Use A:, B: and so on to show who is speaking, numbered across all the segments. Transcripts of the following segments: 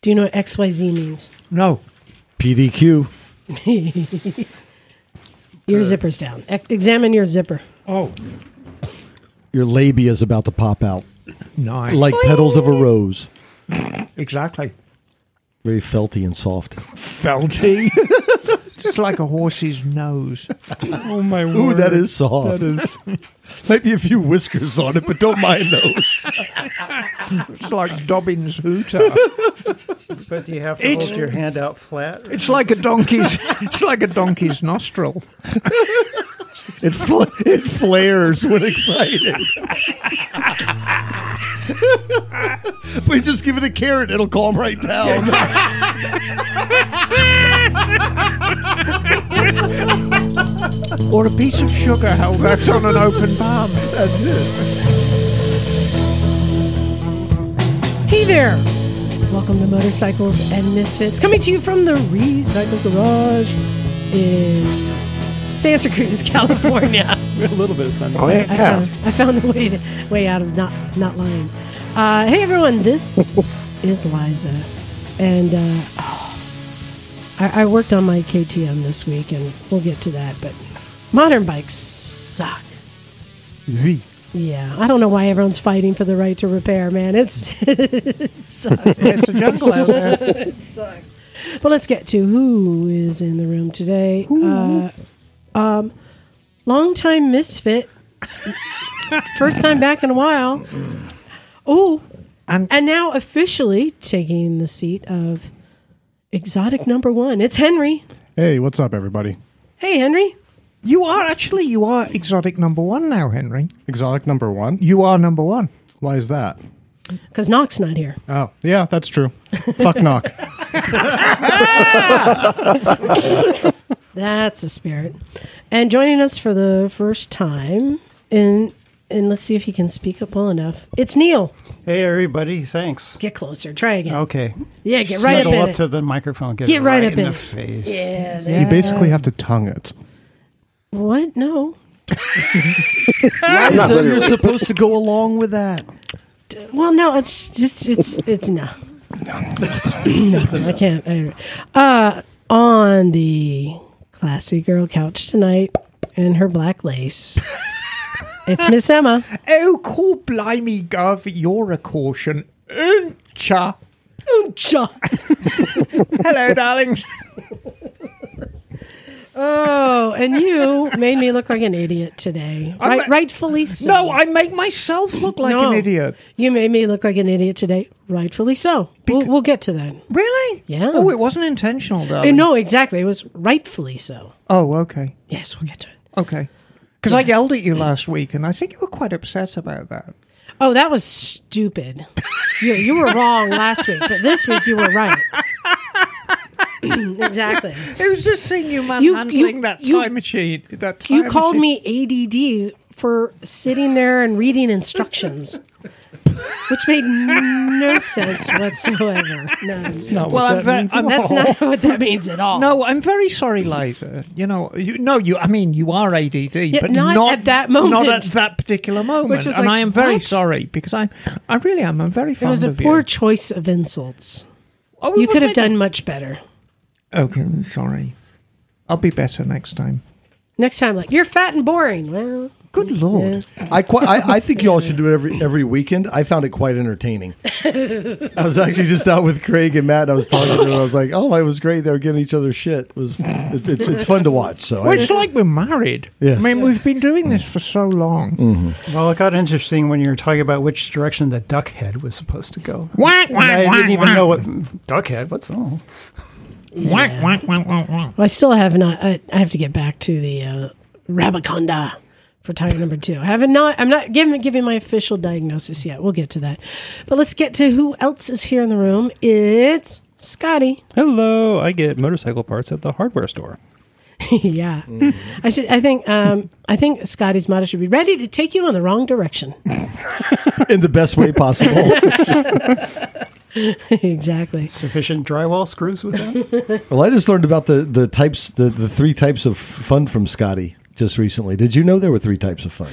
A: Do you know what XYZ means?
B: No.
C: PDQ.
A: Your zipper's down. Ex- examine your zipper.
B: Oh,
C: Your labia is about to pop out
B: nine.
C: like petals of a rose.
B: exactly.
C: Very felty and soft.
B: Felty. it's like a horse's nose. Oh my word!
C: Ooh, that is soft.
B: That is.
C: Might be a few whiskers on it, but don't mind those.
B: It's like Dobbin's hooter.
D: But do you have to
B: It's-
D: hold your hand out flat?
B: It's like a donkey's. It's like a donkey's nostril.
C: It fl- it flares when excited. but just give it a carrot; it'll calm right down.
B: or a piece of sugar held out on an open palm.
C: That's it.
A: Hey there! Welcome to Motorcycles and Misfits, coming to you from the Recycle Garage in Santa Cruz, California.
E: A little bit of sun.
F: Oh,
A: I
F: yeah.
A: found, I found a way to, way out of not not lying. Uh, hey everyone, this is Liza, and uh, oh, I, I worked on my KTM this week, and we'll get to that. But modern bikes suck. Yeah, I don't know why everyone's fighting for the right to repair, man. It's it sucks.
B: It's a jungle out there.
A: it sucks. But let's get to who is in the room today. Uh, um, longtime misfit, first time back in a while. Oh,
B: And-
A: and now officially taking the seat of exotic number one. It's Henry.
F: Hey, what's up, everybody?
A: Hey, Henry.
B: You are actually you are exotic number one now, Henry.
F: Exotic number one.
B: You are number one.
F: Why is that?
A: Because Nock's not here.
F: Oh, yeah, that's true. Fuck knock.
A: That's a spirit. And joining us for the first time, and and let's see if he can speak up well enough. It's Neil.
D: hey, everybody, thanks.
A: Get closer. Try again.
D: Okay.
A: Yeah, get right up
D: Snuggle
A: in
D: up
A: it.
D: to the microphone. Get,
A: Get
D: it
A: right up
D: right, in,
A: in
D: the
A: it.
D: face.
A: Yeah, there-
F: You basically have to tongue it.
A: What? No.
C: Liza, you're supposed to go along with that.
A: Well, no. It's it's it's it's no. no, I can't. I- Uh, on the classy girl couch tonight in her black lace. It's Miss Emma.
B: Oh, call blimey, Gov, you're a caution. Uncha. Oh, Hello, darlings.
A: Oh, and you made me look like an idiot today.
B: I'm
A: Right,
B: a-
A: rightfully so.
B: No, I make myself look like
A: No.
B: an idiot.
A: You made me look like an idiot today, rightfully so. We'll, we'll get to that.
B: Really?
A: Yeah.
B: Oh, it wasn't intentional,
A: Uh,
B: darling.
A: No, exactly. It was rightfully so.
B: Oh, okay.
A: Yes, we'll get to it.
B: Okay. Because I yelled at you last week, and I think you were quite upset about that.
A: Oh, that was stupid. you, you were wrong last week, but this week you were right. exactly.
B: It was just seeing you manhandling that
A: you-
B: time machine. That time
A: You called
B: machine.
A: me ADD for sitting there and reading instructions, which made no sense whatsoever. No, it's not.
B: Well, I'm very. I'm,
A: That's not what that means at all.
B: No, I'm very sorry, Liza. You know, you, no, you. I mean, you are ADD, but
A: not
B: not,
A: at that moment.
B: Not at that particular moment.
A: Which was
B: and
A: like,
B: I am very
A: what?
B: sorry because I, I really am. I'm very
A: It
B: fond
A: was a
B: of you.
A: poor choice of insults.
B: Oh, we
A: You
B: were
A: could have
B: meant to-
A: done much better.
B: Okay, I'm sorry. I'll be better next time.
A: Next time, like you're fat and boring. Well,
B: Good lord.
C: I, qui- I I think y'all should do it every every weekend. I found it quite entertaining. I was actually just out with Craig and Matt. And I was talking to them. And I was like, "Oh, it was great. They were giving each other shit. It was it's, it's, it's fun to watch." So
B: Well,
C: I,
B: it's like we're married.
C: Yes. Mm.
B: I mean, we've been doing this for so long.
D: Well, it got interesting when you were talking about which direction the duck head was supposed to go.
B: Whack,
D: And I
B: whack, whack,
D: didn't even
B: whack.
D: know what duck head. What's oh, all?
B: Whack, whack, whack, whack, whack.
A: I still have not. I, I have to get back to the uh, Rabaconda for tire number two. I haven't not. I'm not giving giving my official diagnosis yet. We'll get to that. But let's get to who else is here in the room. It's Scotty.
E: Hello, I get motorcycle parts at the hardware store.
A: yeah, I should. I think. Um, I think Scotty's motto should be ready to take you in the wrong direction.
C: in the best way possible.
A: exactly.
D: Sufficient drywall screws with that?
C: Well, I just learned about the, the types, the, the three types of fun from Scotty just recently. Did you know there were three types of fun?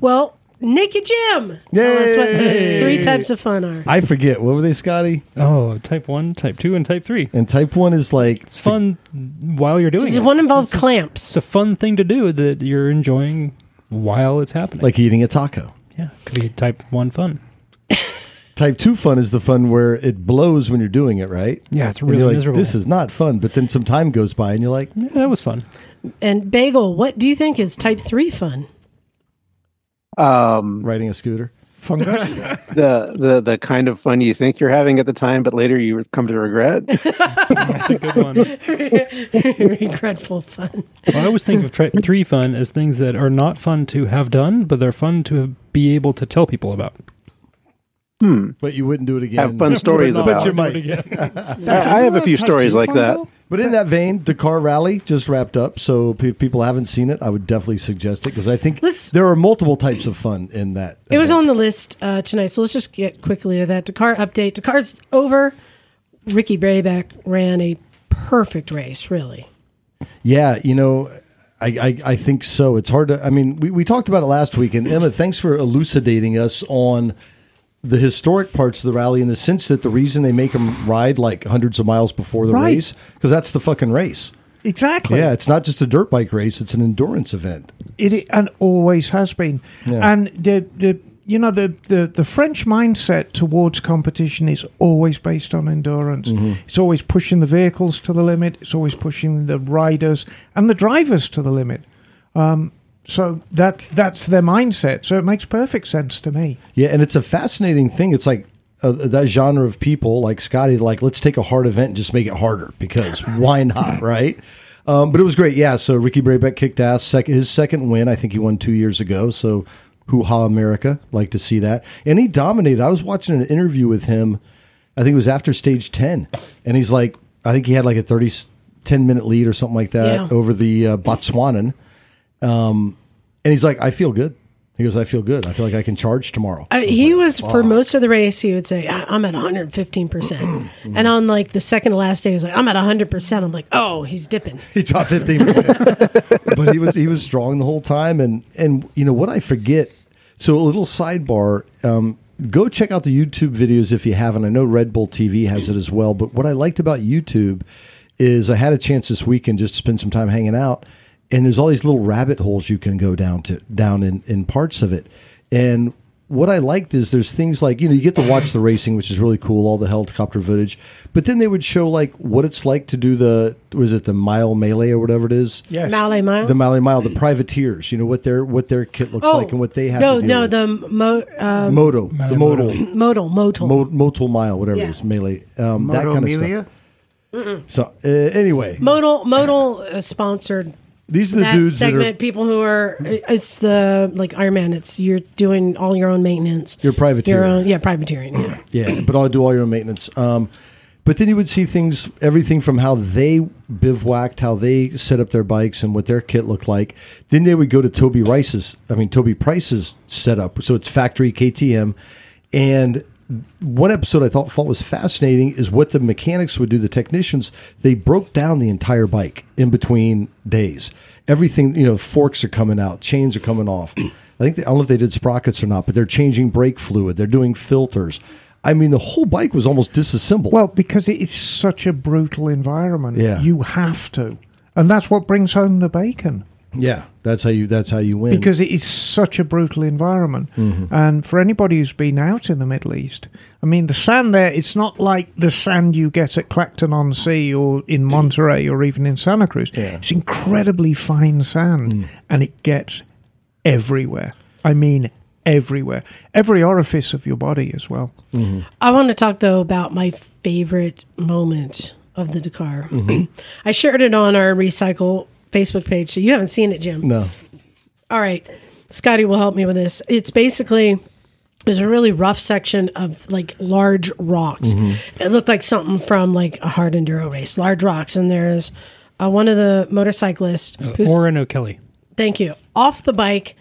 A: Well, Naked Jim. Oh, that's what
C: Yay!
A: three types of fun are.
C: I forget what were they, Scotty?
E: Oh, type one, type two, and type three.
C: And type one is like
E: It's fun while you're doing
A: Does
E: it.
A: one involve
E: It's a- It's
A: clamps?
E: a fun thing to do that you're enjoying while it's happening.
C: like eating a taco.
E: yeah, could be type one fun.
C: Type two fun is the fun where it blows when you're doing it, right?
E: Yeah, it's
C: And
E: really
C: you're like,
E: miserable.
C: This is not fun. But then some time goes by, and you're like, "Hmm,
E: Yeah, that was fun.
A: And bagel, what do you think is type three fun?
G: Um,
C: riding a scooter.
G: the the the kind of fun you think you're having at the time, but later you come to regret.
E: That's a good one.
A: Regretful fun.
E: Well, I always think of tri- three fun as things that are not fun to have done, but they're fun to be able to tell people about.
C: But you wouldn't do it again.
G: Have fun stories
C: But
G: about.
C: you
G: it.
C: might.
G: I, I have a few stories like that.
C: But in that vein, the car rally just wrapped up. So if people haven't seen it, I would definitely suggest it because I think
A: Let's-
C: there are multiple types of fun in that.
A: It was
C: event.
A: on the list uh, tonight, so let's just get quickly to that. Dakar update. Dakar's over. Ricky Brayback ran a perfect race, really.
C: Yeah, you know, I, I, I think so. It's hard to. I mean, we, we talked about it last week, and Emma, thanks for elucidating us on the historic parts of the rally in the sense that the reason they make them ride like hundreds of miles before the
B: Right.
C: race because that's the fucking race.
B: Exactly.
C: Yeah, it's not just a dirt bike race; it's an endurance event.
B: it, it and always has been.
C: Yeah.
B: And the the you know the, the the French mindset towards competition is always based on endurance.
C: Mm-hmm.
B: It's always pushing the vehicles to the limit. It's always pushing the riders and the drivers to the limit. Um, so that's that's their mindset. So it makes perfect sense to me.
C: Yeah, and it's a fascinating thing. It's like uh, that genre of people, like Scotty, like let's take a hard event and just make it harder because why not, right? Um, but it was great. Yeah, so Ricky Brabeck kicked ass. Sec- his second win, I think he won two years ago. So hoo ha, America! Like to see that, and he dominated. I was watching an interview with him. I think it was after stage ten, and he's like, I think he had like a 30, 10 minute lead or something like that
A: Yeah.
C: over the uh, Botswanan. Um, and he's like, I feel good. He goes, I feel good. I feel like I can charge tomorrow.
A: Uh, he was for most of the race. He would say, I- "I'm at 115 percent,"
C: Mm-hmm.
A: and on like the second to last day, he was like, "I'm at 100 percent." I'm like, "Oh, he's dipping."
C: he dropped fifteen percent. but he was he was strong the whole time, and and you know what I forget. So a little sidebar. Um, go check out the YouTube videos if you haven't. I know Red Bull TV has it as well. But what I liked about YouTube is I had a chance this weekend just to spend some time hanging out, and there's all these little rabbit holes you can go down to down in in parts of it, and. What I liked is there's things like, you know, you get to watch the racing, which is really cool, all the helicopter footage. But then they would show like what it's like to do the, was it the mile melee or whatever it is? Yeah
A: Malay mile. Oh,
C: the Mallee Mile, the privateers. You know what their what their kit looks like and what they have.
A: No,
C: to deal
A: no,
C: with.
A: the mo, uh,
C: moto, the modal,
A: modal, modal.
C: Mo- motal mile, whatever it is,
A: Yeah.
C: melee, um, that
D: Moto
C: kind of
D: Amelia?
C: stuff. So uh, anyway,
A: Modal, modal uh, sponsored
C: these are the
A: that
C: dudes that
A: segment.
C: are
A: people who are it's the like Ironman. It's you're doing all your own maintenance.
C: You're privateering.
A: Your own, yeah, privateering. Yeah.
C: yeah, but I'll do all your own maintenance. Um, but then you would see things, everything from how they bivouacked, how they set up their bikes, and what their kit looked like. Then they would go to Toby Rice's, I mean Toby Price's setup. So it's factory KTM, and one episode I thought thought was fascinating is what the mechanics would do. The technicians they broke down the entire bike in between days. Everything you know, forks are coming out, chains are coming off. I think they, I don't know if they did sprockets or not, but they're changing brake fluid. They're doing filters. I mean, the whole bike was almost disassembled.
B: Well, because it is such a brutal environment,
C: Yeah.
B: you have to, and that's what brings home the bacon.
C: yeah, that's how you that's how you win.
B: because it is such a brutal environment.
C: Mm-hmm.
B: And for anybody who's been out in the Middle East, I mean, the sand there, it's not like the sand you get at Clacton on Sea or in
C: Mm.
B: Monterey or even in Santa Cruz. It's incredibly fine sand
C: Mm.
B: and it gets everywhere. I mean, everywhere. Every orifice of your body as well.
A: I want to talk though about my favorite moment of the Dakar.
C: Mm-hmm.
A: I shared it on our recycle Facebook page, so you haven't seen it, Jim.
C: no,
A: All right, Scotty will help me with this. It's basically there's a really rough section of like large rocks.
C: Mm-hmm.
A: It looked like something from like a hard enduro race, large rocks, and there's uh, one of the motorcyclists
E: Uh,
A: who's
E: Oren O'Kelly.
A: thank you off the bike,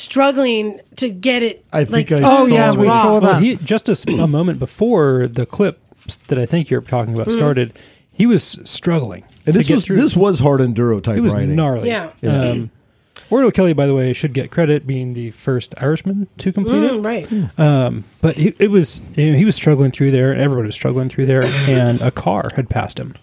A: struggling to get it.
C: I think
A: like,
C: I
A: off
C: Oh,
A: the
C: yeah, we
A: rock.
B: saw
E: Ah, Well,
B: that.
E: he, just a, s- a moment before the clip that I think you're talking
A: Mm.
E: about started, he was struggling.
C: and
E: to
C: this
E: get
C: was
E: through.
C: this was hard enduro type
E: it was
C: riding.
E: gnarly.
A: Yeah.
E: Um, Ordo Kelly, by the way, should get credit being the first Irishman to complete it.
A: Mm, right.
E: Um, but he, it was you know, he was struggling through there. Everybody was struggling through there, and a car had passed him,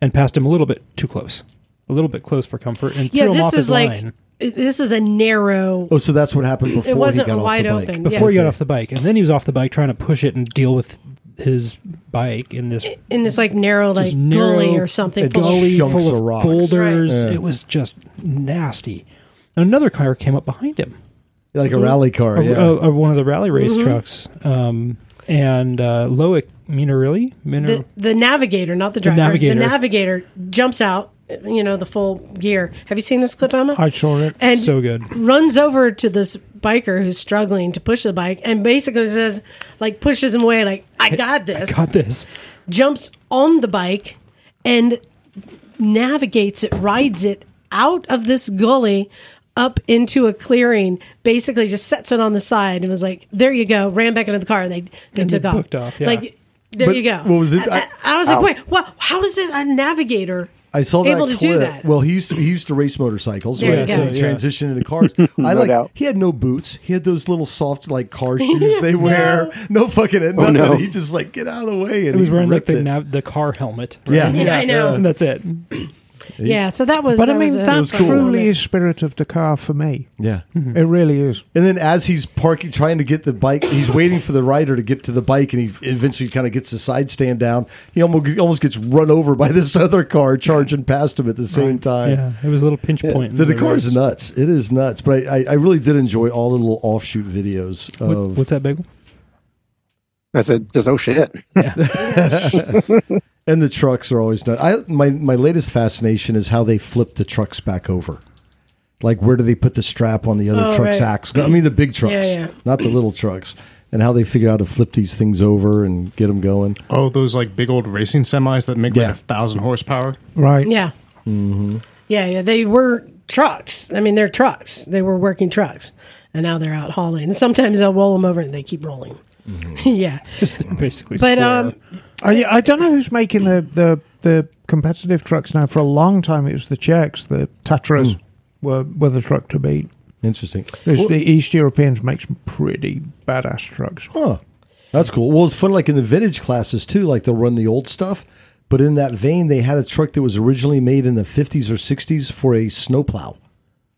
E: and passed him a little bit too close, a little bit close for comfort, and
A: Yeah,
E: threw him
A: this
E: off his
A: is like
E: line
A: this is a narrow.
C: Oh, so that's what happened before
A: it wasn't
C: he got
A: wide
C: off the
A: open.
C: bike.
E: before he
A: yeah.
E: got off the bike, and then he was off the bike trying to push it and deal with his bike in this
A: in this like narrow like
E: narrow
A: gully or something.
C: it's
A: full of-
C: gully.
E: gully
C: chunks
E: full
C: of
E: of
C: rocks.
E: boulders.
C: Right. Yeah.
E: It was just nasty. Another car came up behind him.
C: Like a rally car,
E: a-
C: Oh, yeah.
E: a- a- one of the rally race
A: Mm-hmm.
E: trucks. Um, and uh, Loic Minarelli, Minar-
A: the the navigator, not the driver.
E: navigator.
A: navigator jumps out. You know the full gear. Have you seen this clip, Emma?
B: I saw it.
A: and
E: so good.
A: runs over to this biker who's struggling to push the bike and basically says like pushes him away like i got this
E: Got this.
A: jumps on the bike and navigates it rides it out of this gully up into a clearing basically just sets it on the side and was like there you go ran back into the car and they they took
E: they
A: off,
E: booked off, yeah.
A: like there
C: But
A: you go
C: what was it?
A: i, I- I was like wait what how is it a navigator
C: I saw that
A: able to
C: clip.
A: do that
C: Well, he used to, he used to race motorcycles.
A: There
C: right?
A: you go.
C: So he
A: Yeah,
E: yeah.
C: transitioned into cars. I like
G: doubt.
C: he had no boots. He had those little soft like car shoes they wear. No, fucking
A: Oh,
C: nothing.
G: no.
C: He just like get out of the way. And
E: It was
C: he
E: wearing like
C: ripped
E: the
C: it.
E: nav- the car helmet.
C: Yeah. Yeah,
A: I know.
E: And that's it.
A: yeah so that was
B: But
A: that
B: I
A: was
B: mean,
A: a-
B: that
C: cool.
B: truly is spirit of the car for me.
C: yeah.
E: Hmm.
B: It really is.
C: And then as he's parking, trying to get the bike, he's waiting for the rider to get to the bike, and he eventually kind of gets the side stand down. He almost he almost gets run over by this other car charging past him at the same time.
E: Yeah, it was a little pinch point. in
C: The, the car
E: race.
C: is nuts. It is nuts. But I, I, I really did enjoy all the little offshoot videos
E: What-
C: of
E: what's that big one?
G: I said, just oh shit.
C: and the trucks are always nuts. I my my latest fascination is how they flip the trucks back over. Like where do they put the strap on the other
A: Oh,
C: truck's
A: right.
C: axle? I mean the big trucks,
A: yeah.
C: not the little trucks. And how they figure out to flip these things over and get them going.
F: Oh, those like big old racing semis that make
C: Yeah.
F: like a thousand horsepower.
B: Right.
A: Yeah.
C: Mm-hmm.
A: Yeah, yeah. They were trucks. I mean, they're trucks. They were working trucks, and now they're out hauling. And sometimes they'll roll them over, and they keep rolling.
C: Mm-hmm.
A: yeah,
E: Just basically.
A: but
E: square.
A: um,
B: I, I don't know who's making the, the, the competitive trucks now. For a long time, it was the Czechs. The Tatras were, were the truck to beat.
C: Interesting.
B: It's the East Europeans make some pretty badass trucks.
C: Huh. That's cool. Well, it's fun. Like in the vintage classes too. Like they'll run the old stuff, but in that vein, they had a truck that was originally made in the fifties or sixties for a snowplow,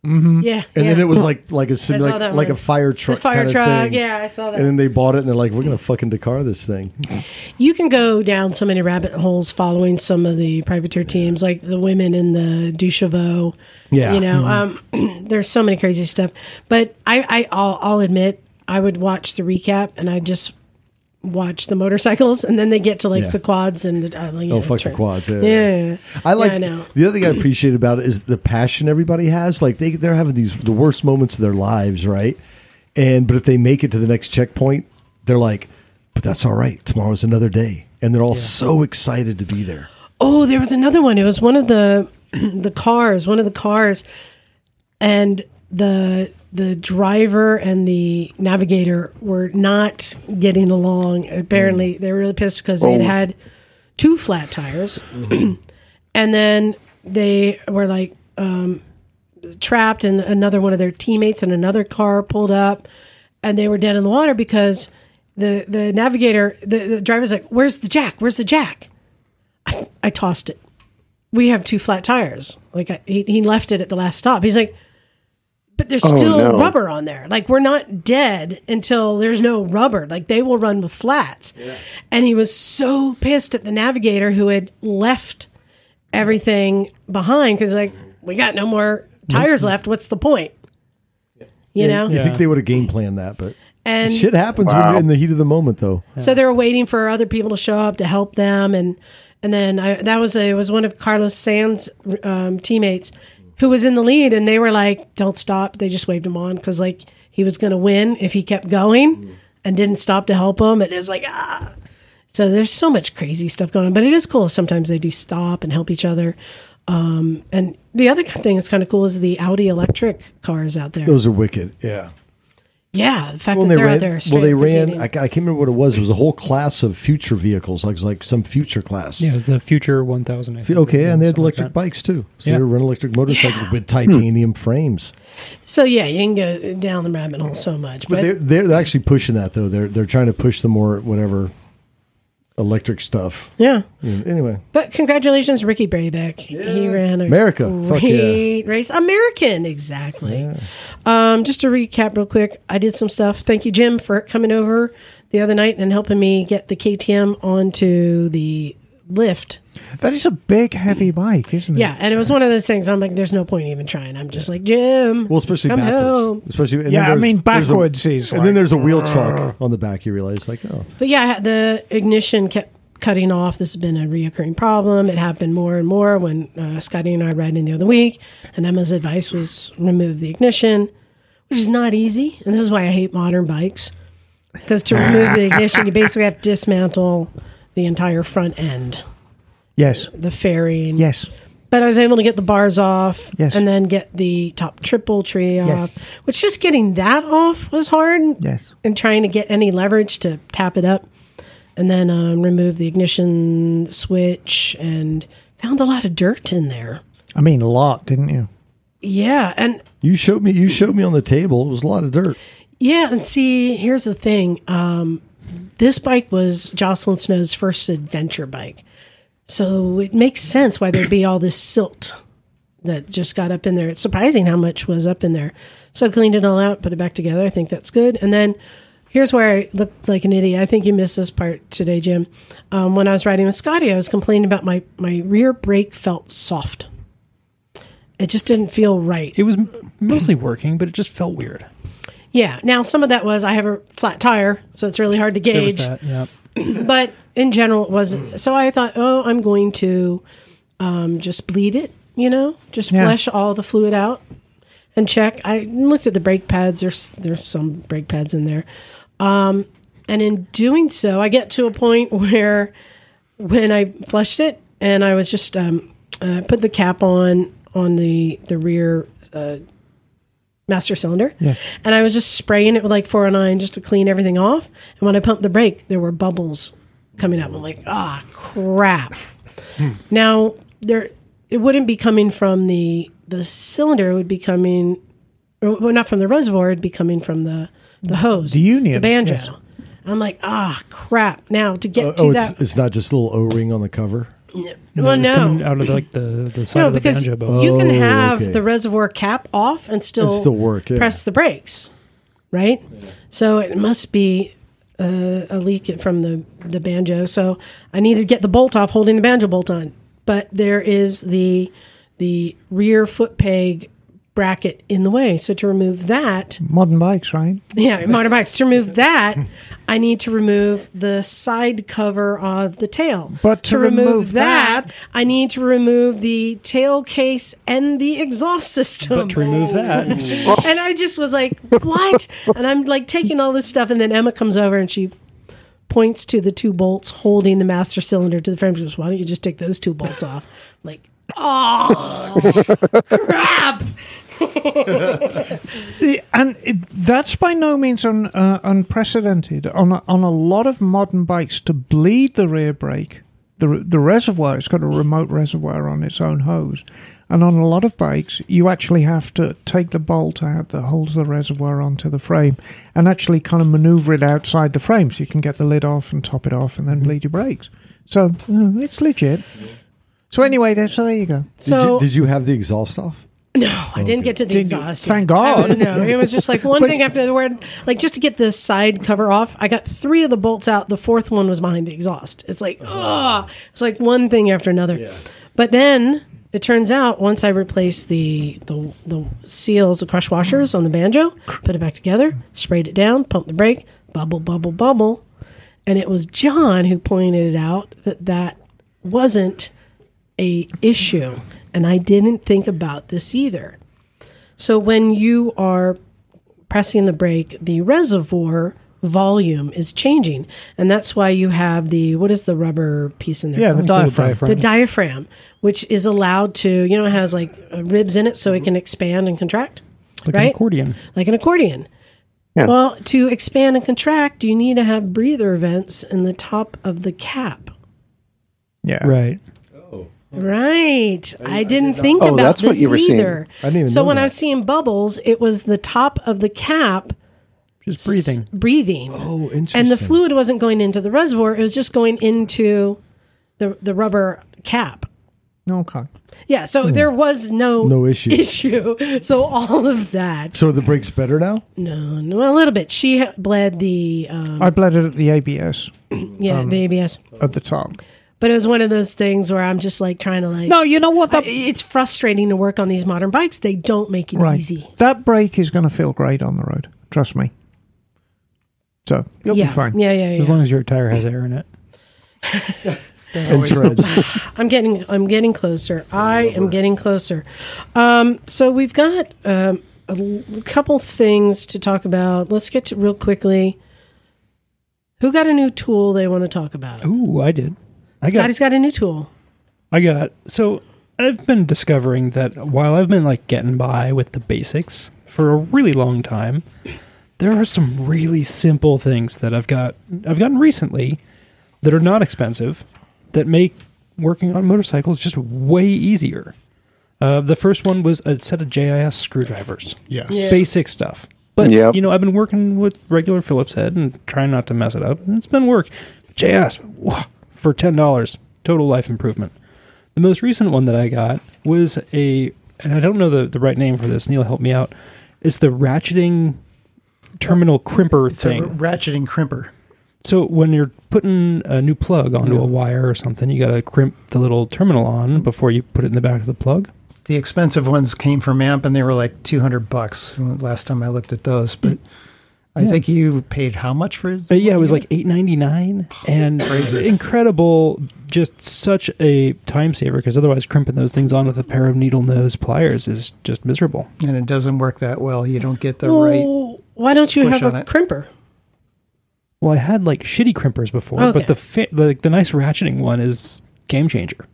A: yeah.
C: and
A: yeah.
C: then it was like like a
A: I saw
C: like,
A: that
C: like a
A: one.
C: fire truck,
A: The fire
C: kinda
A: truck.
C: thing.
A: Yeah, I saw that.
C: And then they bought it, and they're like, "We're gonna fucking decar this thing."
A: you can go down so many rabbit holes following some of the privateer teams, like the women in the Ducheveau.
C: Yeah. Mm-hmm.
A: you know, um, there's so many crazy stuff. But I, I I'll, I'll admit, I would watch the recap, and I just watch the motorcycles, and then they get to like
C: Yeah.
A: the quads and the, I'm like,
C: Oh,
A: yeah,
C: fuck the
A: turn.
C: quads! Yeah,
A: Yeah,
C: I like
A: Yeah, I know.
C: the other thing I appreciate about it is the passion everybody has. Like they they're having these the worst moments of their lives, right? And but if they make it to the next checkpoint, they're like, "But that's all right. Tomorrow's another day," and they're all so excited to be there.
A: Oh, there was another one. It was one of the the cars, one of the cars, and the the driver and the navigator were not getting along. Apparently, they were really pissed because they had
G: Oh.
A: had two flat tires, and then they were like um, trapped, and another one of their teammates and another car pulled up, and they were dead in the water because. The, the navigator, the, the driver's like, Where's the jack? Where's the jack? I tossed it. We have two flat tires. Like I, he, he left it at the last stop. He's like, but there's still
G: no.
A: rubber on there. Like we're not dead until there's no rubber. Like they will run with flats. And he was so pissed at the navigator who had left everything behind because like we got no more tires left. What's the point? You know.
C: You think they would have game planned that, but
A: And
C: shit happens when you're in the heat of the moment, though.
A: So they were waiting for other people to show up to help them, and and then I, that was a, it was one of Carlos Sands' um, teammates who was in the lead, and they were like, "Don't stop." They just waved him on because like he was going to win if he kept going and didn't stop to help him. And it was like ah. So there's so much crazy stuff going on, but it is cool. Sometimes they do stop and help each other. Um, and the other thing that's kind of cool is the Audi electric cars out there.
C: Those are wicked. Yeah.
A: Yeah, the fact
C: Well,
A: that
C: they
A: they're
C: ran.
A: out there.
C: well,
A: straight
C: they
A: up
C: ran.
A: competing.
C: I, ca- I can't remember what it was. It was a whole class of future vehicles, like it was like some future class.
E: Yeah, it was the Future 1000. I think,
C: Okay, and they had
E: something like
C: electric
E: that.
C: bikes too. So
E: Yeah. Hmm.
C: they were running electric motorcycles with titanium frames.
A: so yeah, you can go down the rabbit hole so much,
C: But
A: but,
C: they're, they're actually pushing that though. They're they're trying to push the more whatever electric stuff.
A: yeah.
C: Anyway,
A: But congratulations, Ricky Brayback. He ran a
C: America. Fuck yeah.
A: great race. American, exactly. Um, just to recap real quick, I did some stuff. Thank you, Jim, for coming over the other night and helping me get the KTM onto the lift.
B: That is a big, heavy bike, isn't it?
A: Yeah, and it was one of those things. I'm like, there's no point even trying. I'm just like, Jim.
C: well, especially
A: come
C: backwards.
A: home.
C: Especially and then
B: Yeah, I
C: there's-
B: mean,
C: there's a-
B: backwards is.
C: and
B: like-
C: then there's a wheel chuck on the back. You realize, like, oh,
A: But yeah, I had- the ignition kept cutting off. This has been a reoccurring problem. It happened more and more when uh, Scotty and I ride in the other week, and Emma's advice was remove the ignition, which is not easy. And this is why I hate modern bikes because to remove the ignition, you basically have to dismantle the entire front end,
B: Yes.
A: the fairing.
B: Yes.
A: But I was able to get the bars off
B: Yes.
A: and then get the top triple tree off,
B: Yes.
A: which just getting that off was hard
B: Yes.
A: and trying to get any leverage to tap it up and then um, remove the ignition switch and found a lot of dirt in there
B: I mean, a lot, didn't you?
A: yeah and
C: you showed me, you showed me on the table. It was a lot of dirt.
A: yeah and see here's the thing um, this bike was jocelyn snow's first adventure bike so it makes sense why there'd be all this silt that just got up in there it's surprising how much was up in there so i cleaned it all out put it back together i think that's good and then Here's where I looked like an idiot. I think you missed this part today, Jim. Um, when I was riding with Scotty, I was complaining about my, my rear brake felt soft. It just didn't feel right.
E: It was m- mostly working, but it just felt weird.
A: Yeah. Now, some of that was I have a flat tire, so it's really hard to
E: There was
A: gauge.
E: that. Mm. Yeah.
A: But in general, it wasn't. So I thought, oh, I'm going to um, just bleed it, you know, just
B: Yeah.
A: flush all the fluid out and check. I looked at the brake pads. There's there's some brake pads in there. Um, and in doing so, I get to a point where when I flushed it and I was just um, uh, put the cap on on the the rear uh, master cylinder, and I was just spraying it with like 409 just to clean everything off. And when I pumped the brake, there were bubbles coming up. I'm like, ah, crap.
B: Hmm.
A: Now there, it wouldn't be coming from the the cylinder. It would be coming, or, well, not from the reservoir. It'd be coming from the the hose, the
B: union,
A: the banjo.
B: yes.
A: I'm like, ah, crap. Now to get
C: Uh,
A: to
C: oh,
A: that,
C: it's, it's not just a little O ring on the cover.
A: well,
E: it was coming
A: no,
E: Out of the, like the, the side
A: no,
E: of the
A: because
E: banjo bone.
A: you can have
C: Oh, okay.
A: the reservoir cap off and still
C: And still work, yeah.
A: Press the brakes, right? So it must be uh, a leak from the the banjo. So I need to get the bolt off, holding the banjo bolt on. But there is the the rear foot peg bracket in the way. So to remove that,
B: Modern bikes, right?
A: yeah, motorbikes. To remove that, I need to remove the side cover of the tail.
B: But to remove that-
A: I need to remove the tail case and the exhaust system.
E: But to remove that,
A: and I just was like, "What?" and I'm like taking all this stuff, and then Emma comes over and she points to the two bolts holding the master cylinder to the frame. She goes, "Why don't you just take those two bolts off?" Like, oh crap!
B: The- and it, that's by no means un, uh, unprecedented on a, on a lot of modern bikes to bleed the rear brake. The, re- the reservoir, it's got a remote reservoir on its own hose. And on a lot of bikes, you actually have to take the bolt out that holds the reservoir onto the frame and actually kind of maneuver it outside the frame so you can get the lid off and top it off and then bleed your brakes. So you know, it's legit. So anyway, there, so there you go.
A: So
C: did, you, did you have the exhaust off?
A: No, Oh, I didn't get to the
B: Didn't you-
A: exhaust.
B: thank
A: yet. I
B: God.
A: was- no, it was just like one thing after the word. Like just to get the side cover off, I got three of the bolts out. The fourth one was behind the exhaust. It's like,
B: Uh-huh.
A: ugh. It's like one thing after another. But then it turns out once I replaced the, the the seals, the crush washers on the banjo, put it back together, sprayed it down, pumped the brake, bubble, bubble, bubble, and it was John who pointed it out that that wasn't a issue and i didn't think about this either so when you are pressing the brake the reservoir volume is changing and that's why you have the what is the rubber piece in there
B: Yeah, the
A: called?
B: diaphragm.
A: the diaphragm which is allowed to you know it has like uh, ribs in it so it can expand and contract
E: like an
A: right
E: accordion.
A: like an accordion Well, to expand and contract, you need to have breather vents in the top of the cap.
B: Yeah.
E: Right.
A: Right. I, didn't think
G: Oh,
A: about
G: that's
A: this
G: what you were seeing.
A: either.
C: I didn't even
A: so
C: know
A: when I
C: that.
A: was seeing bubbles, it was the top of the cap
E: Just
A: s-
E: breathing.
A: breathing.
C: Oh, interesting.
A: and the fluid wasn't going into the reservoir, it was just going into the the rubber cap.
B: Okay.
A: Yeah, so there was no
C: No issue.
A: issue. So all of that.
C: So are the brakes better now?
A: No, no, a little bit. She ha- bled the um,
B: I bled it at the ABS
A: yeah, the ABS.
B: at the top.
A: But it was one of those things where I'm just like trying to like
B: No, you know what?
A: I-
B: That
A: it's frustrating to work on these modern bikes. They don't make it
B: right.
A: easy.
B: That brake is going to feel great on the road. Trust me. So you'll
A: yeah.
B: be fine.
A: yeah, yeah, yeah.
E: As long as your tire has air in it.
C: And treads.
A: I'm getting, I'm getting closer. I am getting closer. Um, so we've got um, a l- couple things to talk about. Let's get to real quickly. Who got a new tool they want to talk about?
E: Ooh, I did. I got
A: Scotty's got a new tool.
E: I got so I've been discovering that while I've been like getting by with the basics for a really long time, there are some really simple things that I've got I've gotten recently that are not expensive that make working on motorcycles just way easier. Uh, the first one was a set of JIS screwdrivers
F: Yes.
E: basic stuff. But
G: Yep.
E: you know, I've been working with regular Phillips head and trying not to mess it up, and it's been work. JS wah, for ten dollars, total life improvement. The most recent one that I got was a, and I don't know the, the right name for this. Neil, help me out. It's the ratcheting terminal crimper
D: It's a
E: thing.
D: ratcheting crimper.
E: So when you're putting a new plug onto a wire or something, you got to crimp the little terminal on before you put it in the back of the plug.
D: The expensive ones came from AMP, and they were like two hundred bucks last time I looked at those. But I think you paid how much for it?
E: Uh, yeah, it was like eight ninety nine, and incredible. Just such a time saver because otherwise crimping those things on with a pair of needle nose pliers is just miserable.
D: and it doesn't work that well. You don't get the right.
A: Well, why don't you
D: Squish
A: have a
D: on it.
A: crimper?
E: Well, I had like shitty crimpers before,
A: Okay.
E: but the, fa- the the nice ratcheting one is game changer.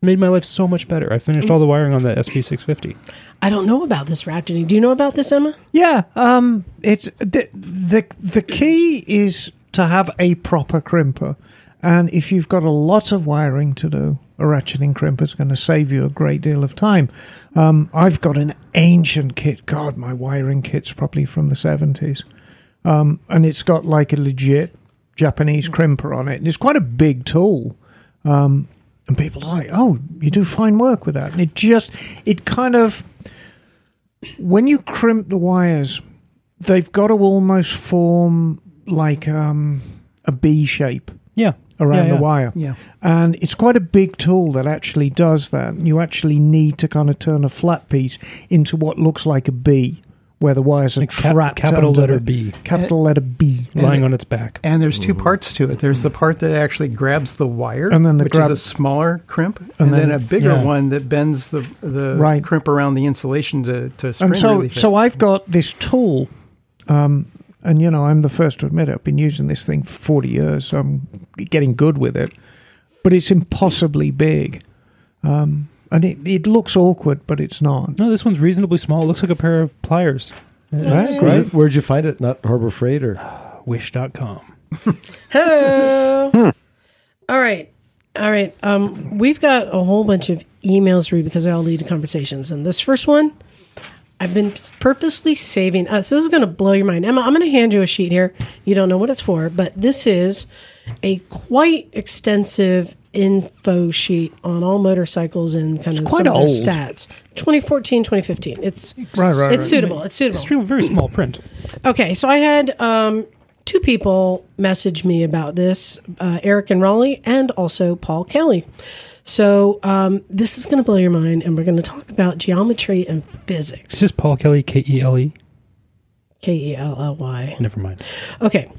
E: Made my life so much better. I finished all the wiring on the SP six fifty.
A: I don't know about this ratcheting. Do you know about this, Emma?
B: Yeah, um, it's the, the the key is to have a proper crimper, and if you've got a lot of wiring to do, a ratcheting crimper is going to save you a great deal of time. Um, I've got an ancient kit. God, my wiring kit's probably from the seventies, um, and it's got like a legit Japanese crimper on it, and it's quite a big tool. Um, and people are like, "Oh, you do fine work with that," and it just it kind of when you crimp the wires, they've got to almost form like um, a B shape
E: Yeah,
B: around
E: Yeah, yeah.
B: the wire.
D: Yeah.
B: And it's quite a big tool that actually does that. You actually need to kind of turn a flat piece into what looks like a B, where the wires are
E: A cap-
B: trapped.
E: capital
B: under
E: letter
B: the-
E: B.
B: Capital letter B.
E: lying on its back.
D: And there's two parts to it. There's the part that actually grabs the wire,
B: And then the
D: which
B: grab-
D: is a smaller crimp, and, then,
B: then-
D: a bigger
E: yeah.
D: one that bends the the
B: Right.
D: crimp around the insulation to to spring
B: And so,
D: really fit.
B: so I've got this tool, um, and you know, I'm the first to admit it. I've been using this thing for 40 years, so I'm getting good with it. But it's impossibly big, um, and it, it looks awkward, but it's not.
E: No, this one's reasonably small. It looks like a pair of pliers.
B: That's
C: Where'd you- Where'd you find it? Not Harbor Freight or
E: Wish.com.
A: Hello. all right. All right. Um, we've got a whole bunch of emails to read because they all lead to conversations. And this first one, I've been purposely saving. Uh, so this is going to blow your mind. Emma, I'm going to hand you a sheet here. You don't know what it's for, but this is a quite extensive info sheet on all motorcycles and kind of
B: quite
A: some of
B: old.
A: their stats. 2014, 2015. It's
B: Right, right,
A: it's suitable. It's suitable.
E: Extremely, very small print.
A: Okay, so I had um, two people message me about this uh, Eric and Raleigh, and also Paul Kelly. So um, this is going to blow your mind, and we're going to talk about geometry and
E: Is
A: physics.
E: this Paul Kelly K E L E?
A: K E L L Y.
E: Never mind.
A: Okay.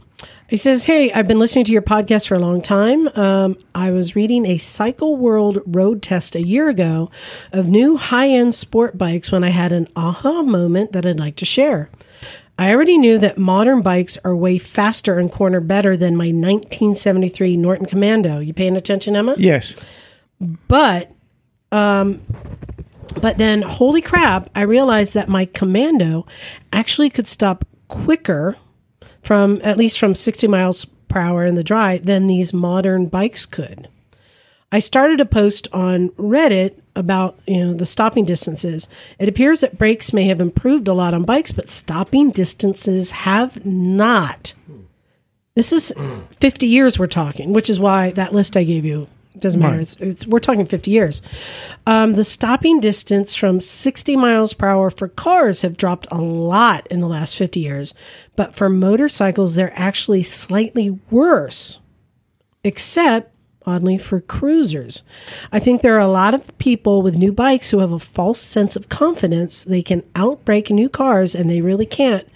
A: He says, Hey, I've been listening to your podcast for a long time. Um, I was reading a Cycle World road test a year ago of new high end sport bikes when I had an aha moment that I'd like to share. I already knew that modern bikes are way faster and corner better than my 1973 Norton Commando. You paying attention, Emma?
B: Yes,
A: but um but then holy crap i realized that my commando actually could stop quicker from at least from 60 miles per hour in the dry than these modern bikes could. I started a post on Reddit about you know the stopping distances. It appears that brakes may have improved a lot on bikes, but stopping distances have not. This is 50 years we're talking, which is why that list I gave you doesn't matter. It's, it's we're talking 50 years. Um, the stopping distance from 60 miles per hour for cars have dropped a lot in the last 50 years, but for motorcycles they're actually slightly worse except oddly for cruisers. I think there are a lot of people with new bikes who have a false sense of confidence they can outbrake new cars and they really can't.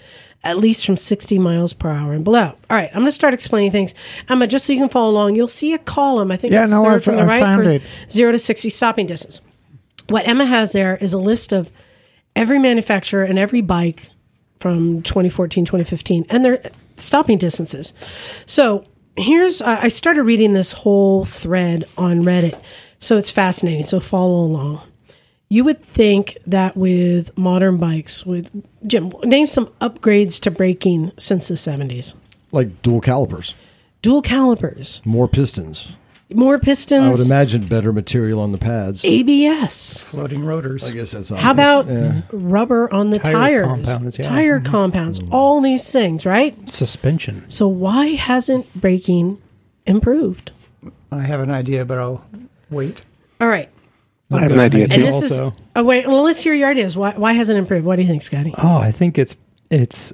A: At least from 60 miles per hour and below. All right, I'm going to start explaining things. Emma, just so you can follow along, you'll see a column. I think
B: Yeah,
A: it's
B: no,
A: third
B: I've-
A: from the
B: I've
A: right
B: found
A: for
B: it.
A: zero to 60 stopping distance. What Emma has there is a list of every manufacturer and every bike from 2014 2015 and their stopping distances so here's i I started reading this whole thread on reddit so it's fascinating so follow along you would think that with modern bikes with jim name some upgrades to braking since the 70s
C: like dual calipers,
A: dual calipers
C: more pistons.
A: more
C: I would
A: pistons
C: imagine better material on the pads.
A: abs
D: floating rotors.
C: I guess that's
A: How
C: obvious.
A: about rubber on the
E: uh, Tire
A: tires?
E: compounds, yeah. Mm-hmm.
A: Tire compounds, all these things, right?
E: Suspension.
A: So why hasn't braking improved?
D: I have an idea, but I'll wait.
A: All right.
E: I
G: have an idea,
A: And
G: Yeah,
A: this is oh wait, well let's hear your ideas. Why why hasn't it improved? What do you think, Scotty?
E: Oh, I think it's it's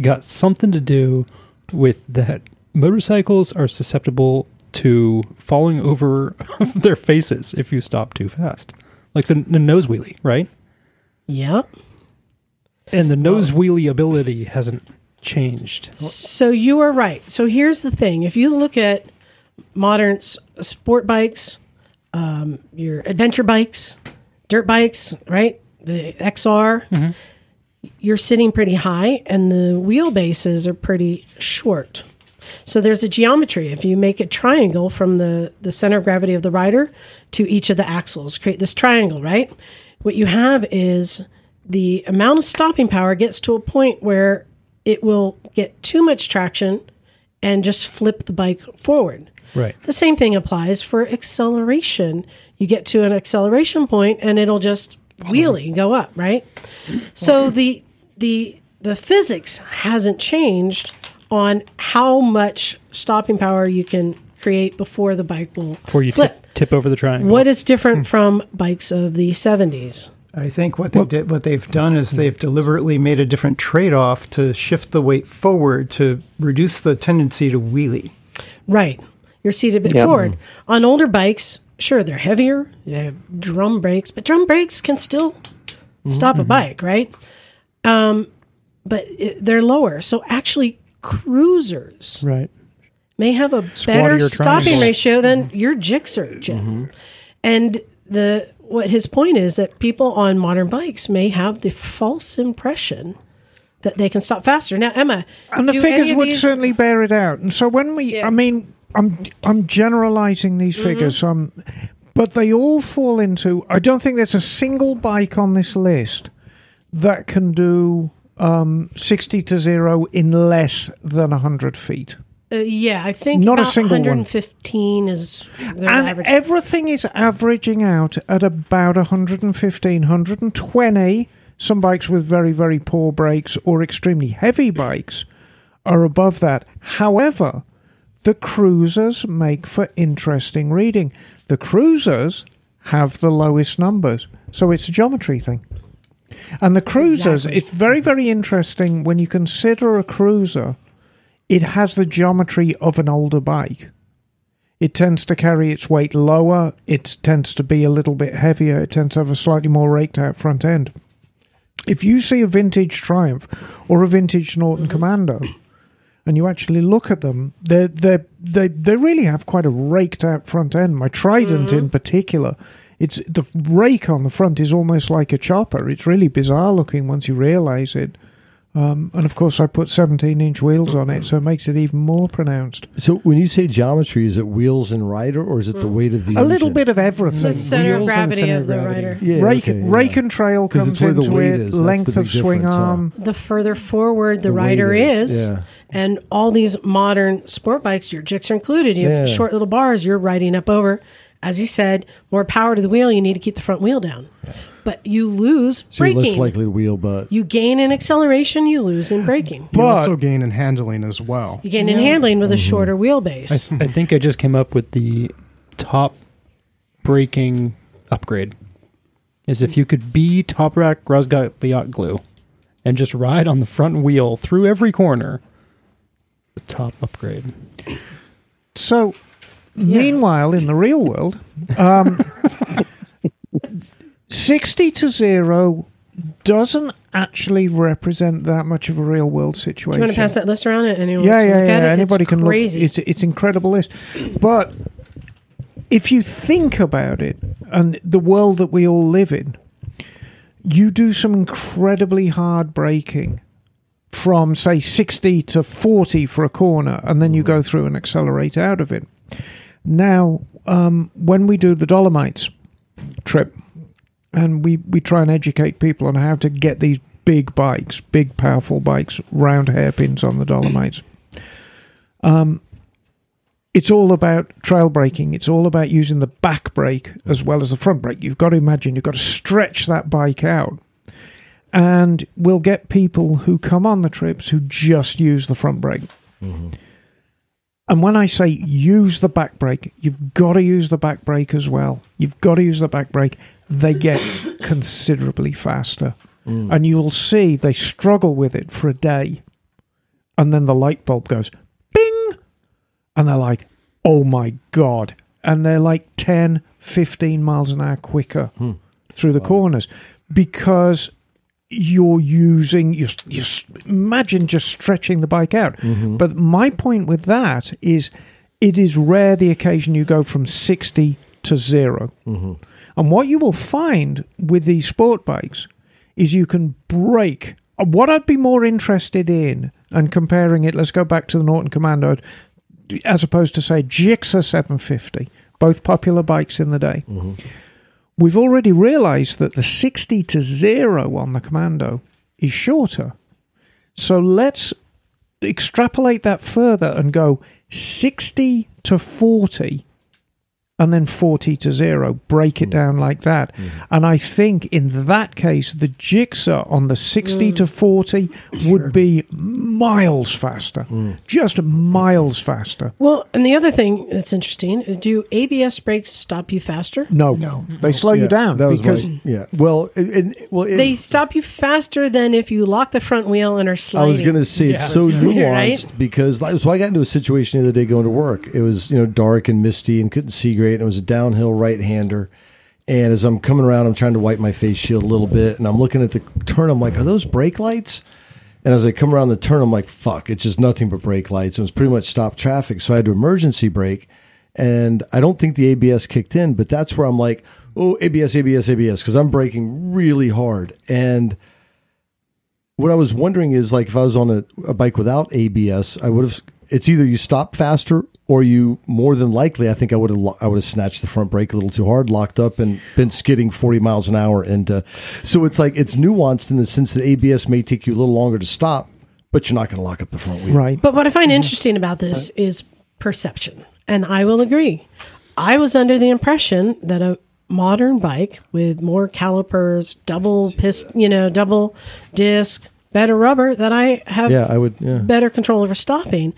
E: got something to do with that motorcycles are susceptible to falling over their faces if you stop too fast. Like the, the nose wheelie, right?
A: Yep.
E: And the nose wheelie ability hasn't changed.
A: So you are right. So here's the thing: if you look at modern s- sport bikes, um, your adventure bikes, dirt bikes, right, the XR, you're sitting pretty high, and the wheelbases are pretty short. So there's a geometry. If you make a triangle from the, the center of gravity of the rider to each of the axles, create this triangle, right? What you have is the amount of stopping power gets to a point where it will get too much traction and just flip the bike forward.
E: Right.
A: The same thing applies for acceleration. You get to an acceleration point and it'll just wheelie and go up, right? So the the the physics hasn't changed on how much stopping power you can create before the bike will
E: Before you Hmm.
A: flip.
E: tip, tip over the triangle.
A: what is different from bikes of the 70s?
D: I think what they did, what they've done is they've deliberately made a different trade-off to shift the weight forward to reduce the tendency to wheelie.
A: Right. You're seated a bit
G: Yep.
A: forward. On older bikes, sure, they're heavier. They have drum brakes, but drum brakes can still stop a
E: Mm-hmm.
A: bike, right? Um, but it, they're lower. So actually, cruisers
E: Right.
A: may have a better
E: triangle.
A: stopping ratio than your Gixxer, Jim.
B: Mm-hmm.
A: And the what his point is that people on modern bikes may have the false impression that they can stop faster. Now, Emma,
B: and the
A: do any
B: figures
A: of
B: would
A: these-
B: certainly bear it out. And so when we,
A: Yeah. Mm-hmm.
B: I mean, I'm I'm generalizing these figures. so I'm, but they all fall into. I don't think there's a single bike on this list that can do um, sixty to zero in less than hundred feet.
A: Uh, yeah, I think
B: Not a
A: about
B: single one.
A: 115 is their
B: and
A: average.
B: everything is averaging out at about 115 120 some bikes with very very poor brakes or extremely heavy bikes are above that however the cruisers make for interesting reading the cruisers have the lowest numbers so it's a geometry thing and the cruisers
A: Exactly.
B: it's very very interesting when you consider a cruiser it has the geometry of an older bike it tends to carry its weight lower. It tends to be a little bit heavier. It tends to have a slightly more raked out front end. If you see a vintage Triumph or a vintage Norton Commando, and you actually look at them, they they they they really have quite a raked out front end. My Trident in particular, it's the rake on the front is almost like a chopper. It's really bizarre looking once you realise it. Um, and of course, I put 17 inch wheels on it, so it makes it even more pronounced.
C: So when you say geometry, is it wheels and rider, or is it the weight of the
B: Mm. A little
C: engine?
B: bit of everything.
A: The center of
E: wheels and the
A: gravity
E: center
A: of
E: of
A: the
E: gravity.
A: rider.
C: Yeah,
B: rake,
C: okay, yeah.
B: rake and trail
C: 'Cause
B: comes
C: it's where the
B: into
C: weight
B: it,
C: is, that's the
B: length
C: big
B: of swing
C: difference, huh?
B: arm.
A: The further forward the,
C: weight
A: rider
C: is,
A: is,
C: yeah.
A: and all these modern sport bikes, your jicks are included. You have
C: Yeah.
A: short little bars. You're riding up over. As he said, more power to the wheel. You need to keep the front wheel down, but you lose
C: So you're
A: braking.
C: less likely to wheel, but
A: You gain in acceleration. You lose in braking.
F: You
B: But-
F: also gain in handling as well.
A: You gain in handling with a shorter wheelbase.
E: I, th- I think I just came up with the top breaking upgrade. Is if you could be top rack Rosgat Liot glue and just ride on the front wheel through every corner. The top upgrade.
B: So, meanwhile, in the real world, um, 60 to 0 doesn't actually represent that much of a real world
A: Do
B: situation.
A: you want to pass that list around? And anyone
B: yeah,
A: wants to
B: yeah,
A: look
B: yeah.
A: at it?
B: Anybody
A: it's
B: can
A: crazy.
B: look. It's it's incredible list, but if you think about it and the world that we all live in, you do some incredibly hard braking from say sixty to forty for a corner, and then you go through and accelerate out of it. Now, um, when we do the Dolomites trip, and we, we try and educate people on how to get these big bikes, big powerful bikes, round hairpins on the Dolomites. Um, it's all about trail braking. It's all about using the back brake as well as the front brake. You've got to imagine you've got to stretch that bike out. And we'll get people who come on the trips who just use the front brake. And when I say use the back brake, you've got to use the back brake as well. You've got to use the back brake. They get considerably faster. And you will see they struggle with it for a day. And then the light bulb goes bing. And they're like, oh my God. And they're like 10, 15 miles an hour quicker through the corners because you're using you you s- imagine just stretching the bike out but my point with that is it is rare the occasion you go from 60 to 0 and what you will find with these sport bikes is you can break what i'd be more interested in and comparing it let's go back to the norton commando as opposed to say gixxer 750 both popular bikes in the day we've already realized that the 60 to 0 on the commando is shorter. So let's extrapolate that further and go 60 to 40 and then 40 to 0 break
C: Mm.
B: it down like that
C: Mm-hmm.
B: and i think in that case the jigsaw on the 60 to 40 would be miles faster
C: Mm.
B: just miles faster
A: well, and the other thing that's interesting is do ABS brakes stop you faster?
B: no no they slow you
C: Yeah,
B: down
C: That was
B: because
C: my, yeah. Well, and, and- well, it,
A: They stop you faster than if you lock the front wheel and are
C: I
A: sliding.
C: was going to say it's so nuanced
A: Right?
C: because like, so I got into a situation the other day going to work. It was you know dark and misty and couldn't see great, and it was a downhill right hander. And as I'm coming around, I'm trying to wipe my face shield a little bit, and I'm looking at the turn. I'm like, are those brake lights? And as I come around the turn, I'm like, fuck, it's just nothing but brake lights. It was pretty much stopped traffic. So I had to emergency brake. And I don't think the ABS kicked in, but that's where I'm like, oh, ABS, ABS, ABS, because I'm braking really hard. And what I was wondering is like, if I was on a, a bike without ABS, I would have, it's either you stop faster or you more than likely, I think I would have, lo- I would have snatched the front brake a little too hard, locked up and been skidding 40 miles an hour. And uh, so it's like, it's nuanced in the sense that ABS may take you a little longer to stop, but you're not going to lock up the front wheel.
B: right
A: But what I
C: Mm-hmm.
A: find interesting about this is perception, and I will agree. I was under the impression that a modern bike with more calipers, double pist, you know, double disc, better rubber, that I have
C: Yeah, I would. Yeah.
A: better control over stopping.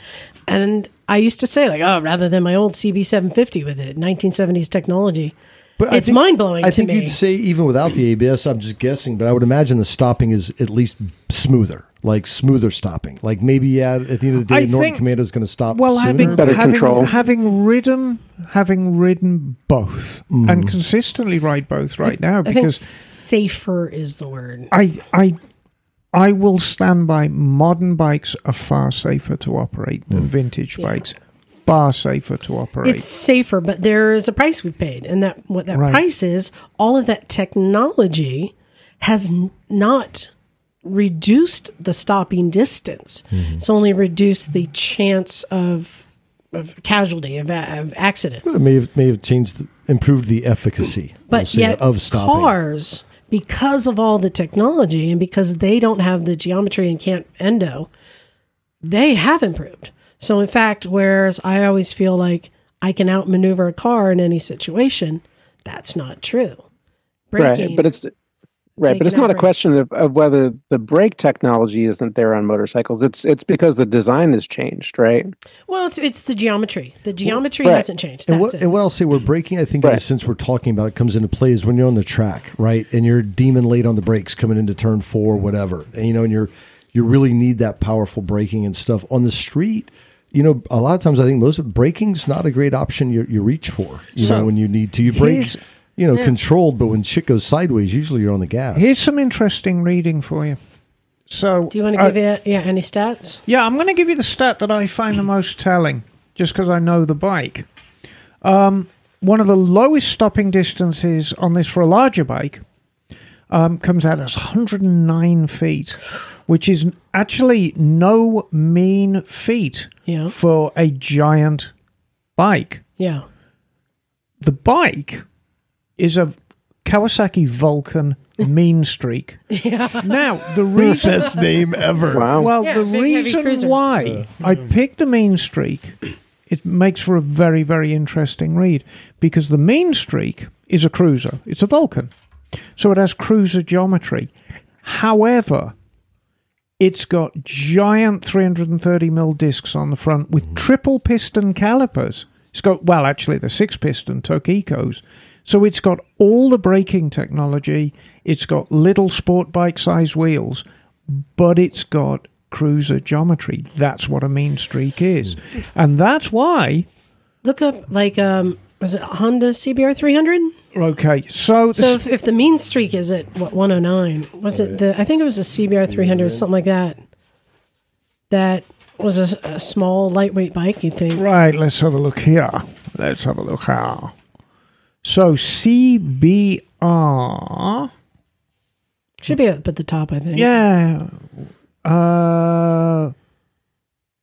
A: And I used to say like, oh, rather than my old CB750 with it, 1970s technology.
C: But I
A: It's
C: think-
A: mind-blowing
C: I
A: to
C: think
A: me.
C: you'd say even without the ABS, I'm just guessing, but I would imagine the stopping is at least smoother, like smoother stopping. Like maybe yeah, at the end of the
B: I
C: day, Norton
B: think-
C: Commando is going to stop.
B: Well,
C: sooner.
B: having
G: Better
B: having,
G: control.
B: having ridden having ridden both
C: Mm-hmm.
B: and consistently ride both right now
A: I think
B: because
A: safer is the word.
B: I I I will stand by modern bikes are far safer to operate than vintage
A: Yeah.
B: bikes. Far safer to operate.
A: It's safer, but there is a price we paid, and that what that
B: Right.
A: price is. All of that technology has n- not reduced the stopping distance.
B: Mm-hmm.
A: It's only reduced the chance of of casualty of, a- of accident.
C: It may have, may have changed, the, improved the efficacy. we'll
A: But
C: say,
A: yet,
C: of stopping.
A: cars, because of all the technology and because they don't have the geometry and can't endo, they have improved. So, in fact, whereas I always feel like I can outmaneuver a car in any situation, that's not true. Braking,
G: Right, but it's right,
A: Braking
G: but it's not a
A: outright.
G: question of, of whether the brake technology isn't there on motorcycles. It's it's because the design has changed, right?
A: well, it's it's the geometry. The geometry
G: right.
A: hasn't changed. That's
C: And what,
A: it.
C: and what I'll say we're breaking, I think, in the
G: Right.
C: sense we're talking about, it comes into play is when you're on the track, right? And you're demon late on the brakes coming into turn four, whatever. And, you know, and you're, you really need that powerful braking and stuff. On the street, you know, a lot of times I think most of braking's not a great option you, you reach for, you know, when you need to. You brake,
B: Here's-
C: you know, controlled, but when shit goes sideways, usually you're on the gas.
B: Here's some interesting reading for you. So,
A: Do you want to
B: uh,
A: give it yeah any stats?
B: Yeah, I'm going to give you the stat that I find the most telling, just because I know the bike. Um, one of the lowest stopping distances on this for a larger bike um, comes out as 109 feet, which is actually no mean feat
A: Yeah.
B: for a giant bike.
A: Yeah.
B: The bike is a Kawasaki Vulcan mean streak. Now, the reason
C: Best name ever.
G: Wow.
B: well,
A: Yeah,
B: the
A: big, heavy cruiser.
B: reason why I picked the mean streak, it makes for a very, very interesting read because the mean streak is a cruiser. It's a Vulcan. So it has cruiser geometry. However, it's got giant 330 mil discs on the front with triple piston calipers. It's got, well, actually, the six piston Tokikos. So it's got all the braking technology. It's got little sport bike size wheels, but it's got cruiser geometry. That's what a mean streak is. And that's why.
A: Look up like um was it Honda CBR 300?
B: Okay, so,
A: So if, if the mean streak is at what 109, was it the I think it was a CBR 300 or something like that. That was a, a small lightweight bike, you think.
B: right, let's have a look here. Let's have a look how. So CBR.
A: Should be up at the top, I think.
B: Yeah. Uh,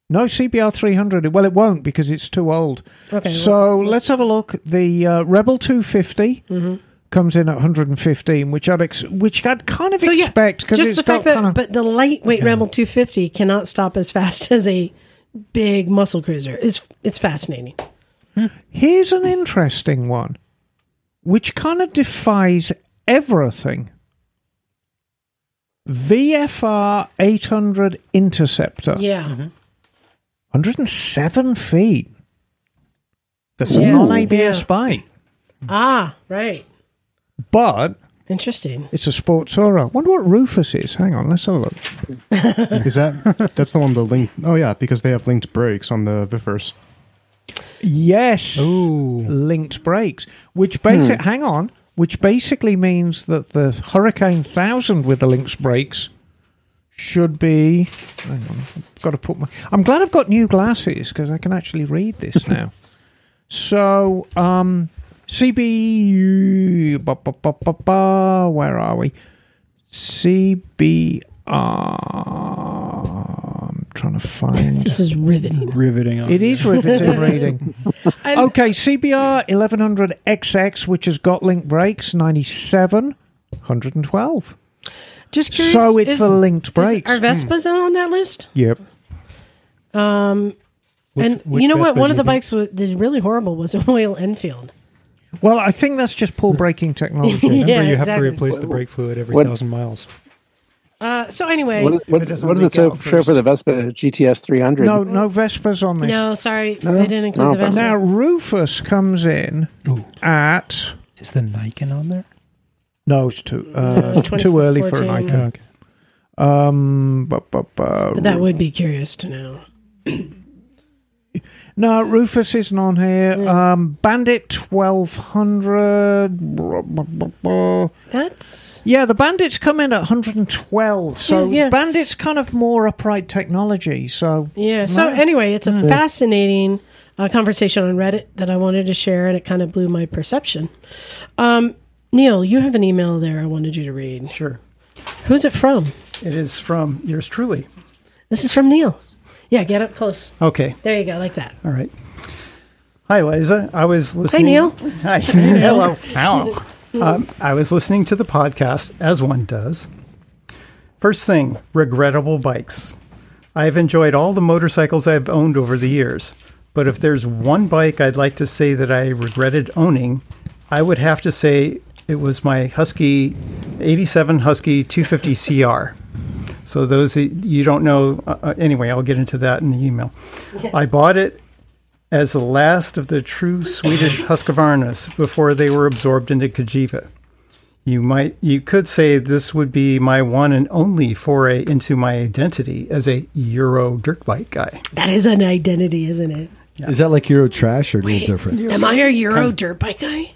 B: no CBR 300. Well, it won't because it's too old.
A: Okay.
B: so let's have a look. The uh, Rebel 250
A: Mm-hmm.
B: comes in at 115, which I'd ex- which I'd kind of
A: so yeah,
B: expect because
A: just
B: it's
A: the fact
B: got
A: that
B: kind of
A: but the lightweight Rebel 250 cannot stop as fast as a big muscle cruiser. Is it's fascinating.
B: Oh. Here's an interesting one, which kind of defies everything. VFR 800 Interceptor,
A: Yeah.
B: Mm-hmm. 107 feet. That's
A: Yeah.
B: a non ABS
A: Yeah.
B: bike,
A: Ah, right.
B: but
A: Interesting.
B: it's a sports tourer. Wonder what Rufus is. Hang on, let's have a look.
F: Is that that's the one with the link? Oh yeah, because they have linked brakes on the Vifers.
B: Yes,
D: Ooh.
B: linked brakes, which basic. Hang on, which basically means that the Hurricane Thousand with the linked brakes should be. Hang on, I've got to put my. I'm glad I've got new glasses because I can actually read this now. so, um, CB. ba, ba, ba, ba, ba, where are we? CBR. I'm trying to find.
A: This is riveting.
E: riveting on
B: It is riveting reading.
A: And-
B: Okay, CBR 1100XX, which has got link brakes, 97, 112.
A: Just curious.
B: So it's the linked brakes. Hmm.
A: Are Vespas on that list?
B: Yep.
A: and
E: which
A: you know what?
E: Vespa
A: One
E: do
A: of the
E: you
A: bikes was the really horrible was a Royal Enfield.
B: Well, I think that's just poor braking technology.
E: Remember,
A: Yeah,
E: you have
A: exactly.
E: to replace the brake fluid every
G: What-
E: thousand miles.
A: Uh, so anyway,
G: What, what,
D: it
G: what does
D: doesn't
G: it
D: leak
G: show,
D: out
G: show for
D: first.
G: the Vespa GTS 300?
B: no, no Vespas on this.
A: no, sorry, they didn't include
G: No,
A: the Vespa.
B: Now, Rufus comes in
E: Ooh.
B: at.
E: Is the Nikon on there?
B: No, it's too, uh, too early for an
A: 2014.
B: icon.
E: okay.
B: Um, bu- bu- bu-
A: But that would be curious to know.
B: No, Rufus isn't on here. Um, Bandit 1200. blah, blah, blah, blah.
A: That's
B: Yeah, the bandits come in at 112, so
A: Yeah, yeah.
B: bandits kind of more upright technology. So
A: yeah. So anyway, it's a fascinating uh, conversation on Reddit that I wanted to share, and it kind of blew my perception. Um, Neil, you have an email there I wanted you to read.
D: Sure.
A: Who's it from?
D: It is from yours truly.
A: This is from Neil. Yeah, get up close.
D: Okay.
A: There you go, like that.
D: All right. Hi, Liza. I was listening.
A: Neil.
D: Hi. Hello. Hello. Um, I was listening to the podcast, as one does. First thing regrettable bikes. I have enjoyed all the motorcycles I've owned over the years, but if there's one bike I'd like to say that I regretted owning, I would have to say it was my Husky 87 Husky 250 CR. So those that you don't know, uh, uh, anyway, I'll get into that in the email. I bought it as the last of the true Swedish Husqvarnas before they were absorbed into Kajiva. You might, you could say this would be my one and only foray into my identity as a Euro dirt bike guy.
A: That is an identity, isn't it?
C: Is that like Euro trash or a little different?
A: Am I a Euro dirt bike guy?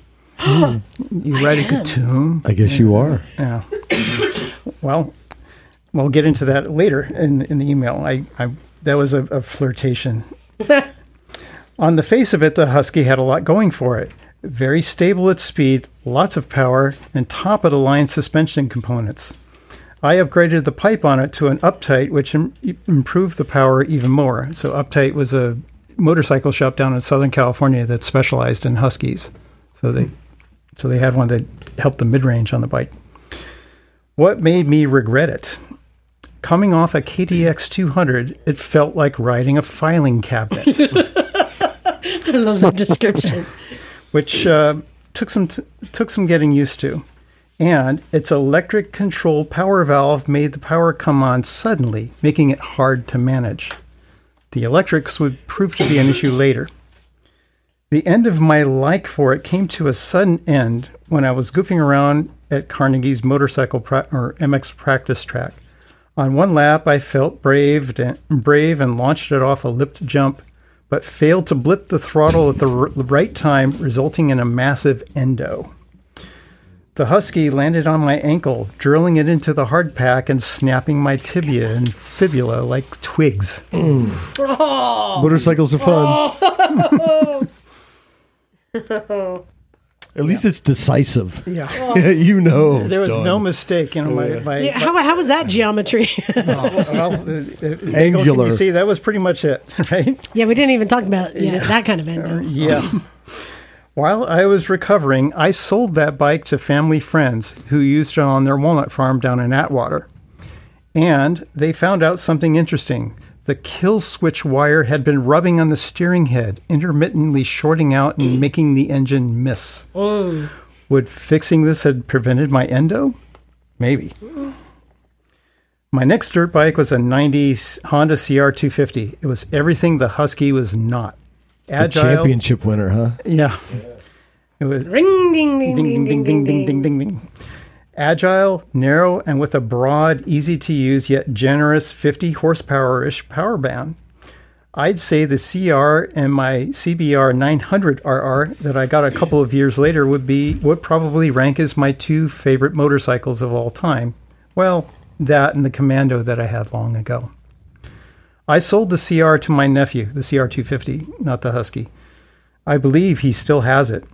D: You ride a Katoon.
C: I guess you are.
D: Yeah. well, we'll get into that later in in the email. I, I that was a, a flirtation. On the face of it, the Husky had a lot going for it. Very stable at speed, lots of power, and top of the line suspension components. I upgraded the pipe on it to an Uptight, which im- improved the power even more. So, Uptight was a motorcycle shop down in Southern California that specialized in Huskies. So they, so they had one that helped the mid range on the bike. What made me regret it? Coming off a KTX 200, it felt like riding a filing cabinet.
A: I love the description.
D: which uh, took some t- took some getting used to. And its electric control power valve made the power come on suddenly, making it hard to manage. The electrics would prove to be an issue later. The end of my like for it came to a sudden end when I was goofing around at Carnegie's motorcycle pra- or MX practice track. On one lap, I felt brave and, brave and launched it off a lipped jump, but failed to blip the throttle at the r- right time, resulting in a massive endo. The Husky landed on my ankle, drilling it into the hard pack and snapping my tibia and fibula like twigs.
C: Motorcycles are fun. At least it's decisive.
D: Yeah.
C: you know.
D: There was
C: Done.
D: no mistake. You Uh, know, my, my,
A: Yeah, how, how was that geometry?
D: well, the, the-
C: Angular.
D: the angle, can You see, that was pretty much it, right?
A: yeah, we didn't even talk about yeah, that kind of endo.
D: Yeah. While I was recovering, I sold that bike to family friends who used it on their walnut farm down in Atwater. And they found out something interesting. The kill switch wire had been rubbing on the steering head, intermittently shorting out and making the engine miss. Would fixing this had prevented my endo? Maybe. My next dirt bike was a 90 Honda CR250. It was everything the Husky was not.
C: The
D: Agile.
C: championship winner, huh?
D: Yeah. It was
A: Ring ding ding
D: ding ding ding ding ding ding ding ding. Agile, narrow, and with a broad, easy to use yet generous 50 horsepower ish power band. I'd say the CR and my CBR 900RR that I got a couple of years later would be would probably rank as my two favorite motorcycles of all time. Well, that and the Commando that I had long ago. I sold the CR to my nephew, the CR250, not the Husky. I believe he still has it.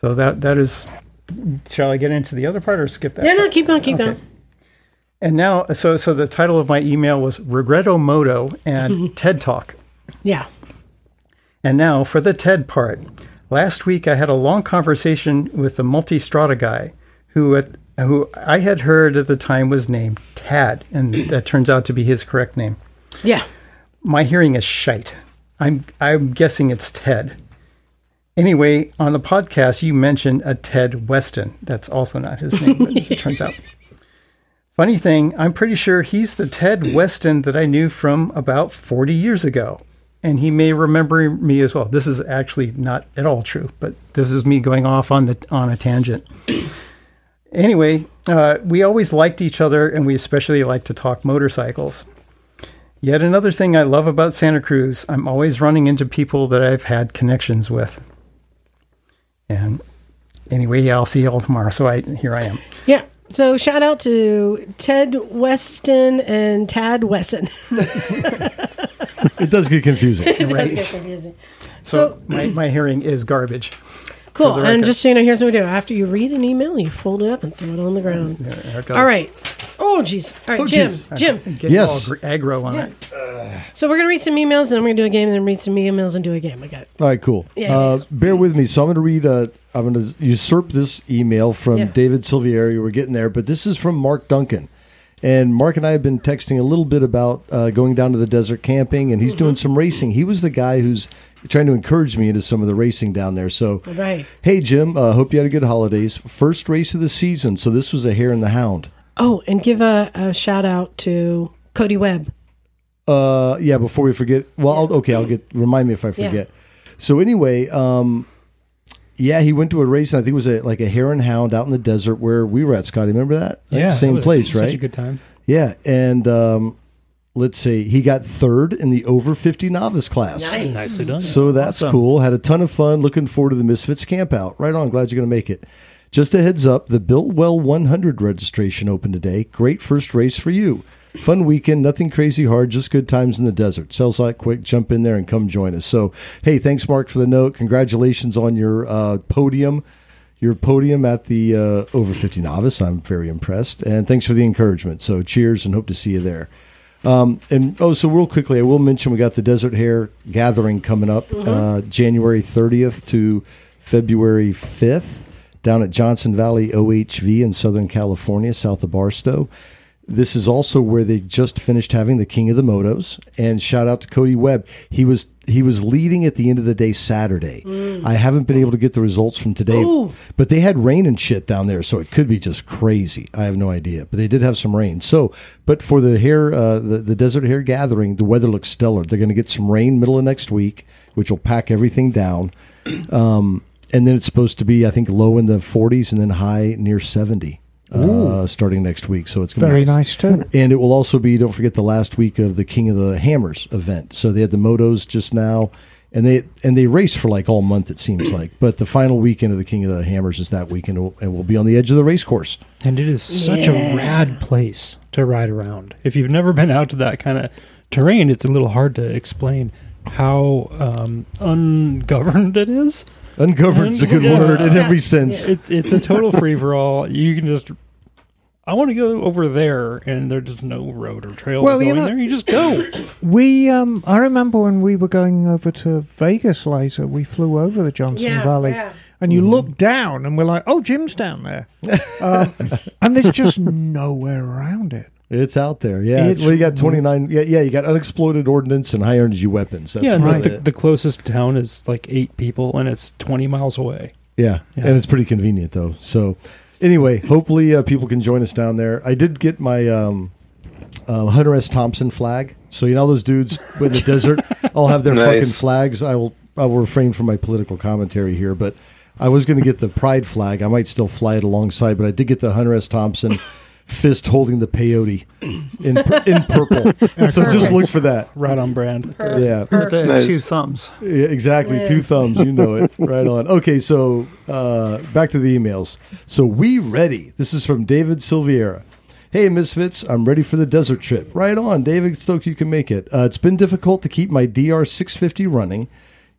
D: So that that is. Shall I get into the other part or skip that?
A: No, no, keep going, keep going.
D: And now, so so the title of my email was Regretto Moto and TED Talk.
A: Yeah.
D: And now for the TED part. Last week, I had a long conversation with the multi-strata guy, who at, who I had heard at the time was named Tad, and that turns out to be his correct name.
A: Yeah.
D: my hearing is shite. I'm I'm guessing it's Ted. Anyway, on the podcast you mentioned a Ted Weston. That's also not his name, but it turns out. Funny thing, I'm pretty sure he's the Ted Weston that I knew from about 40 years ago. And he may remember me as well. This is actually not at all true, but this is me going off on the on a tangent. Anyway, uh, we always liked each other, and we especially like to talk motorcycles. Yet another thing I love about Santa Cruz, I'm always running into people that I've had connections with. And anyway, I'll see y'all tomorrow. So I here I am.
A: Yeah. So shout out to Ted Weston and Tad Wesson.
C: It does get confusing.
A: It does get confusing.
D: So,
A: So-
D: my, my hearing is garbage.
A: Cool.
D: the
A: And
D: record.
A: just so you know, here's what we do. After you read an email, you fold it up and throw it on the ground.
D: There it goes.
A: All right. Oh, jeez. All right,
C: Oh,
A: Jim.
C: jeez.
A: Jim.
D: Get
C: Yes.
D: all gr- aggro on
A: Yeah.
D: it.
A: So we're gonna read some emails, and then we're gonna do a game, and then read some emails and do a game. I got. It.
C: All right, cool.
A: Yeah.
C: Uh, bear with me. So I'm going to read. Uh, I'm going to usurp this email from
A: Yeah.
C: David Silvieri. We're getting there, but this is from Mark Duncan, and Mark and I have been texting a little bit about uh, going down to the desert camping,
A: Mm-hmm.
C: and he's doing some racing. He was the guy who's trying to encourage me into some of the racing down there. So,
A: Right.
C: hey Jim, uh, hope you had a good holidays. First race of the season, so this was a hare and the hound.
A: Oh, and give a, a shout out to Cody Webb.
C: Uh, yeah. Before we forget, well, I'll, okay, I'll get remind me if I forget. So anyway, um, yeah, he went to a race, and I think it was a, like a hare and hound out in the desert where we were at. Scotty, remember that?
E: Yeah, that
C: same
E: was
C: place,
E: such
C: right?
E: a good time.
C: yeah, and um, let's see, he got third in the over fifty novice class.
E: Nicely done.
C: So that's cool. Had a ton of fun. Looking forward to the Misfits camp out. Right on. Glad you're going to make it. Just a heads up the Builtwell 100 registration opened today. Great first race for you. Fun weekend. Nothing crazy hard. Just good times in the desert. Sells out quick. Jump in there and come join us. So, hey, thanks, Mark, for the note. Congratulations on your uh, podium. Your podium at the uh, over 50 novice. I'm very impressed. And thanks for the encouragement. So, cheers and hope to see you there. Um, and oh, so real quickly, I will mention we got the Desert Hair Gathering coming up uh, January 30th to February 5th down at Johnson Valley OHV in Southern California, south of Barstow. This is also where they just finished having the King of the Motos. And shout out to Cody Webb. He was he was leading at the end of the day Saturday. I haven't been able to get the results from today, but they had rain and shit down there, so it could be just crazy. I have no idea, but they did have some rain. So, but for the hair, uh, the the desert hair gathering, the weather looks stellar. They're going to get some rain middle of next week, which will pack everything down. Um, and then it's supposed to be, I think, low in the 40s and then high near 70 uh, starting next week. So it's going to
B: Very
C: be
B: nice too.
C: and it will also be, don't forget, the last week of the King of the Hammers event. So they had the motos just now, and they and they race for like all month it seems like. But the final weekend of the King of the Hammers is that weekend, and we'll- and we'll be on the edge of the race course.
E: And it is such a rad place to ride around. If you've never been out to that kind of terrain, it's a little hard to explain how um, ungoverned it is.
C: Ungoverned's a good
E: Yeah.
C: word in
A: Yeah.
C: every sense.
E: It's it's a total free for all. You can just I want to go over there, and there just no road or trail
B: Well,
E: going
B: you know-
E: there. You just go.
B: We, um, I remember when we were going over to Vegas later, we flew over the Johnson
A: Yeah,
B: Valley,
A: yeah.
B: and you look down, and we're like, "Oh, Jim's down there," um, and there's just nowhere around it.
C: It's out there, yeah.
B: It's-
C: well, you got twenty nine. Yeah, yeah. You got unexploded ordnance and high energy weapons. That's
E: yeah, and
C: right.
E: the, the closest town is like eight people, and it's twenty miles away.
C: Yeah,
E: Yeah.
C: and it's pretty convenient though. So, anyway, hopefully uh, people can join us down there. I did get my um, uh, Hunter S. Thompson flag. So you know those dudes in the desert all have their
G: Nice.
C: fucking flags. I will I will refrain from my political commentary here, but I was going to get the pride flag. I might still fly it alongside, but I did get the Hunter S. Thompson fist holding the peyote in pur- in purple. so just look for that.
E: Right on brand.
C: Yeah.
D: With uh,
G: Nice.
D: two thumbs.
C: Yeah, exactly.
A: Yeah.
C: Two thumbs. You know it. right on. Okay, so uh, back to the emails. So we ready. This is from David Silviera. Hey, Misfits, I'm ready for the desert trip. Right on, David Stoke, you can make it. Uh, it's been difficult to keep my DR650 running.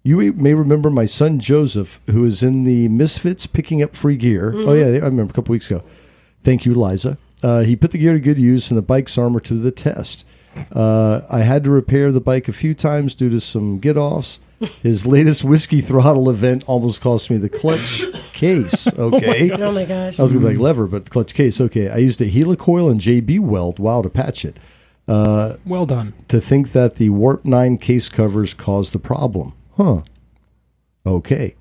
C: You e, may remember my son Joseph, who is in the Misfits picking up free gear. Oh, yeah, I remember a couple weeks ago. Thank you, Liza. Uh, he put the gear to good use and the bike's armor to the test. Uh, I had to repair the bike a few times due to some get offs. His latest whiskey throttle event almost cost me the clutch case. Okay.
A: Oh my gosh.
C: I was going to be like lever, but clutch case. Okay. I used a helicoil and JB weld. Wow, to patch it.
E: Well done.
C: To think that the Warp 9 case covers caused the problem. Huh. Okay.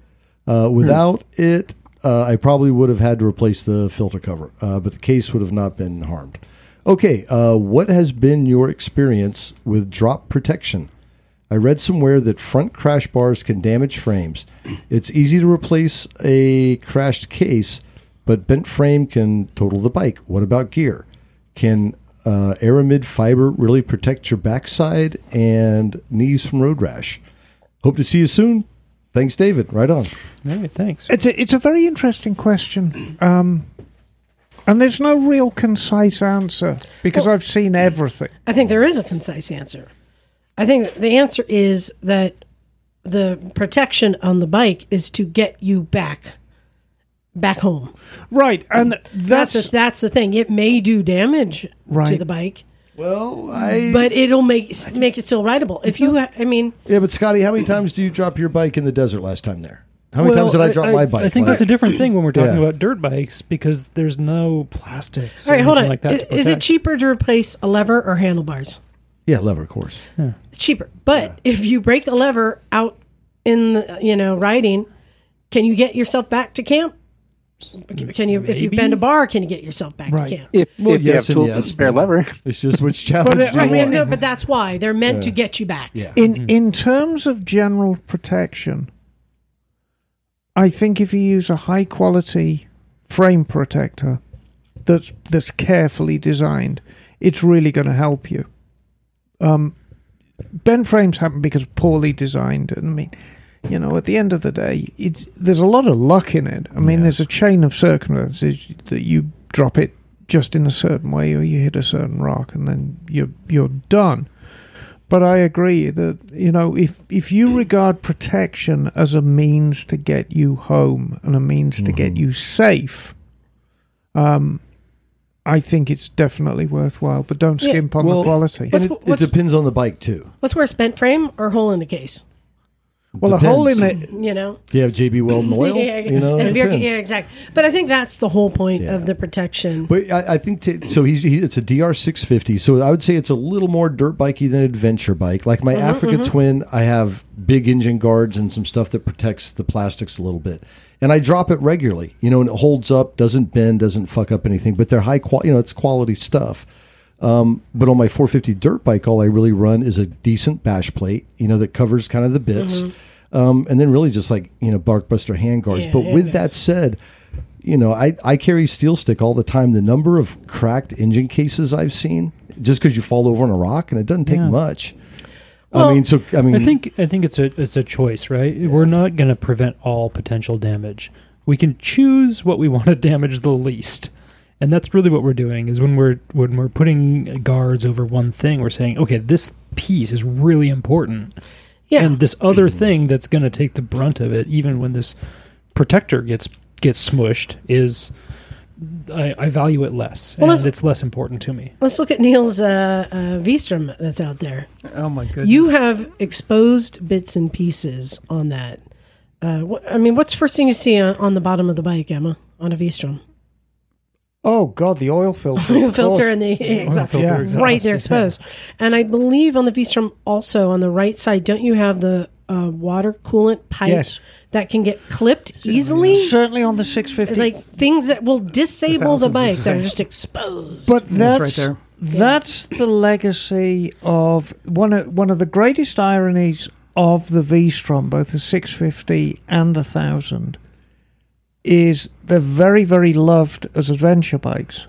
C: Uh, without it, uh, I probably would have had to replace the filter cover, uh, but the case would have not been harmed. Okay. Uh, what has been your experience with drop protection? I read somewhere that front crash bars can damage frames. It's easy to replace a crashed case, but bent frame can total the bike. What about gear? Can uh, aramid fiber really protect your backside and knees from road rash? Hope to see you soon. Thanks, David. Right on.
E: All right, thanks.
B: It's a, it's a very interesting question, um, and there's no real concise answer because I've seen everything.
A: I think there is a concise answer. I think the answer is that the protection on the bike is to get you back back home.
B: Right, and that's,
A: That's that's, a, that's the thing. It may do damage to
B: Right.
A: the bike,
C: Well, I.
A: but it'll make make it still rideable. If you, ha- I mean,
C: yeah, but Scotty, how many times do you drop your bike in the desert last time there? How many
E: Well,
C: times did I drop my bike?
E: I think
C: Like-
E: that's a different thing when we're talking
C: Yeah.
E: about dirt bikes because there's no plastics.
A: all right,
E: or
A: hold
E: anything
A: on.
E: Like that to
A: is it
E: protect.
A: cheaper to replace a lever or handlebars?
C: yeah, lever, of course.
A: It's cheaper, but if you break a lever out in the, you know riding, can you get yourself back to camp? Can you if you
E: Maybe.
A: bend a bar? Can you get yourself back
B: Right.
A: to camp?
G: If,
C: Well,
G: if you
C: yes
G: have
C: and
G: tools and
C: yes,
G: spare
C: but-
G: lever,
C: It's just which challenge
B: But, uh,
C: do you
A: Right,
C: want?
A: no, but that's why they're meant to get you back.
C: Yeah.
B: in in terms of general protection. I think if you use a high quality frame protector that's that's carefully designed, it's really going to help you. Um, bent frames happen because poorly designed, and I mean, you know, at the end of the day, it's there's a lot of luck in it. I mean, there's a chain of circumstances that you drop it just in a certain way, or you hit a certain rock, and then you're you're done. But I agree that you know if if you regard protection as a means to get you home and a means to get
C: Mm-hmm.
B: you safe, um, I think it's definitely worthwhile. But don't
A: Yeah.
B: skimp on the
C: Well,
B: quality.
C: And
A: What's-
C: it, it
A: what's-
C: depends on the bike too.
A: What's worse, bent frame or hole in the case?
B: Well, a hole in
C: depends.
B: it.
A: You know,
C: Do you have JB Weld and oil?
A: yeah,
C: You know,
A: and
C: it
A: if you're-
C: depends.
A: yeah, exactly. But I think that's the whole point
C: Yeah.
A: of the protection.
C: But I, I think t- so. He's he, it's a DR six fifty. So I would say it's a little more dirt bikey than adventure bike. Like my Africa Twin, I have big engine guards and some stuff that protects the plastics a little bit. And I drop it regularly, you know, and it holds up, doesn't bend, doesn't fuck up anything. But they're high quality, you know, it's quality stuff. Um, but on my 450 dirt bike, all I really run is a decent bash plate, you know, that covers kind of the bits, um, and then really just like you know barkbuster hand guards.
A: Yeah,
C: but
A: hand guards.
C: with that said, you know, I, I carry steel stick all the time. The number of cracked engine cases I've seen, just because you fall over on a rock, and it doesn't take
E: Yeah.
C: much. I
A: Well,
C: mean, so I mean,
E: I think I think it's a it's a choice, right? We're not going to prevent all potential damage. We can choose what we want to damage the least, and that's really what we're doing. Is when we're when we're putting guards over one thing, we're saying, okay, this piece is really important,
A: yeah,
E: and this other
C: Hmm.
E: thing that's going to take the brunt of it, even when this protector gets gets smushed, is I, I value it less,
A: Well,
E: and
A: let's-
E: it's less important to me.
A: let's look at Neil's uh, uh, Vstrom that's out there.
D: Oh my goodness!
A: You have exposed bits and pieces on that. Uh, wh- I mean, what's the first thing you see on, on the bottom of the bike, Emma, on a V-Strom?
B: Oh God, the oil filter. of
A: filter
B: course.
A: and the exactly
B: filter
A: right they're exposed. And I believe on the Vstrom also on the right side, don't you have the uh, water coolant pipe
B: Yes.
A: that can get clipped easily?
B: certainly on the 650.
A: Like things that will disable the
D: thousands of
A: bike that are
D: things.
A: just exposed.
B: But
D: That's
B: that's
D: right there.
B: that's the legacy of one of one of the greatest ironies of the V-Strom, both the 650 and the 1000, is they're very very loved as adventure bikes,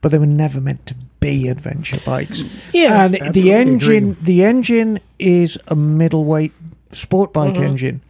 B: but they were never meant to be adventure bikes.
A: Yeah.
B: and the
D: Absolutely
B: engine
D: agree.
B: the engine is a middleweight sport bike engine,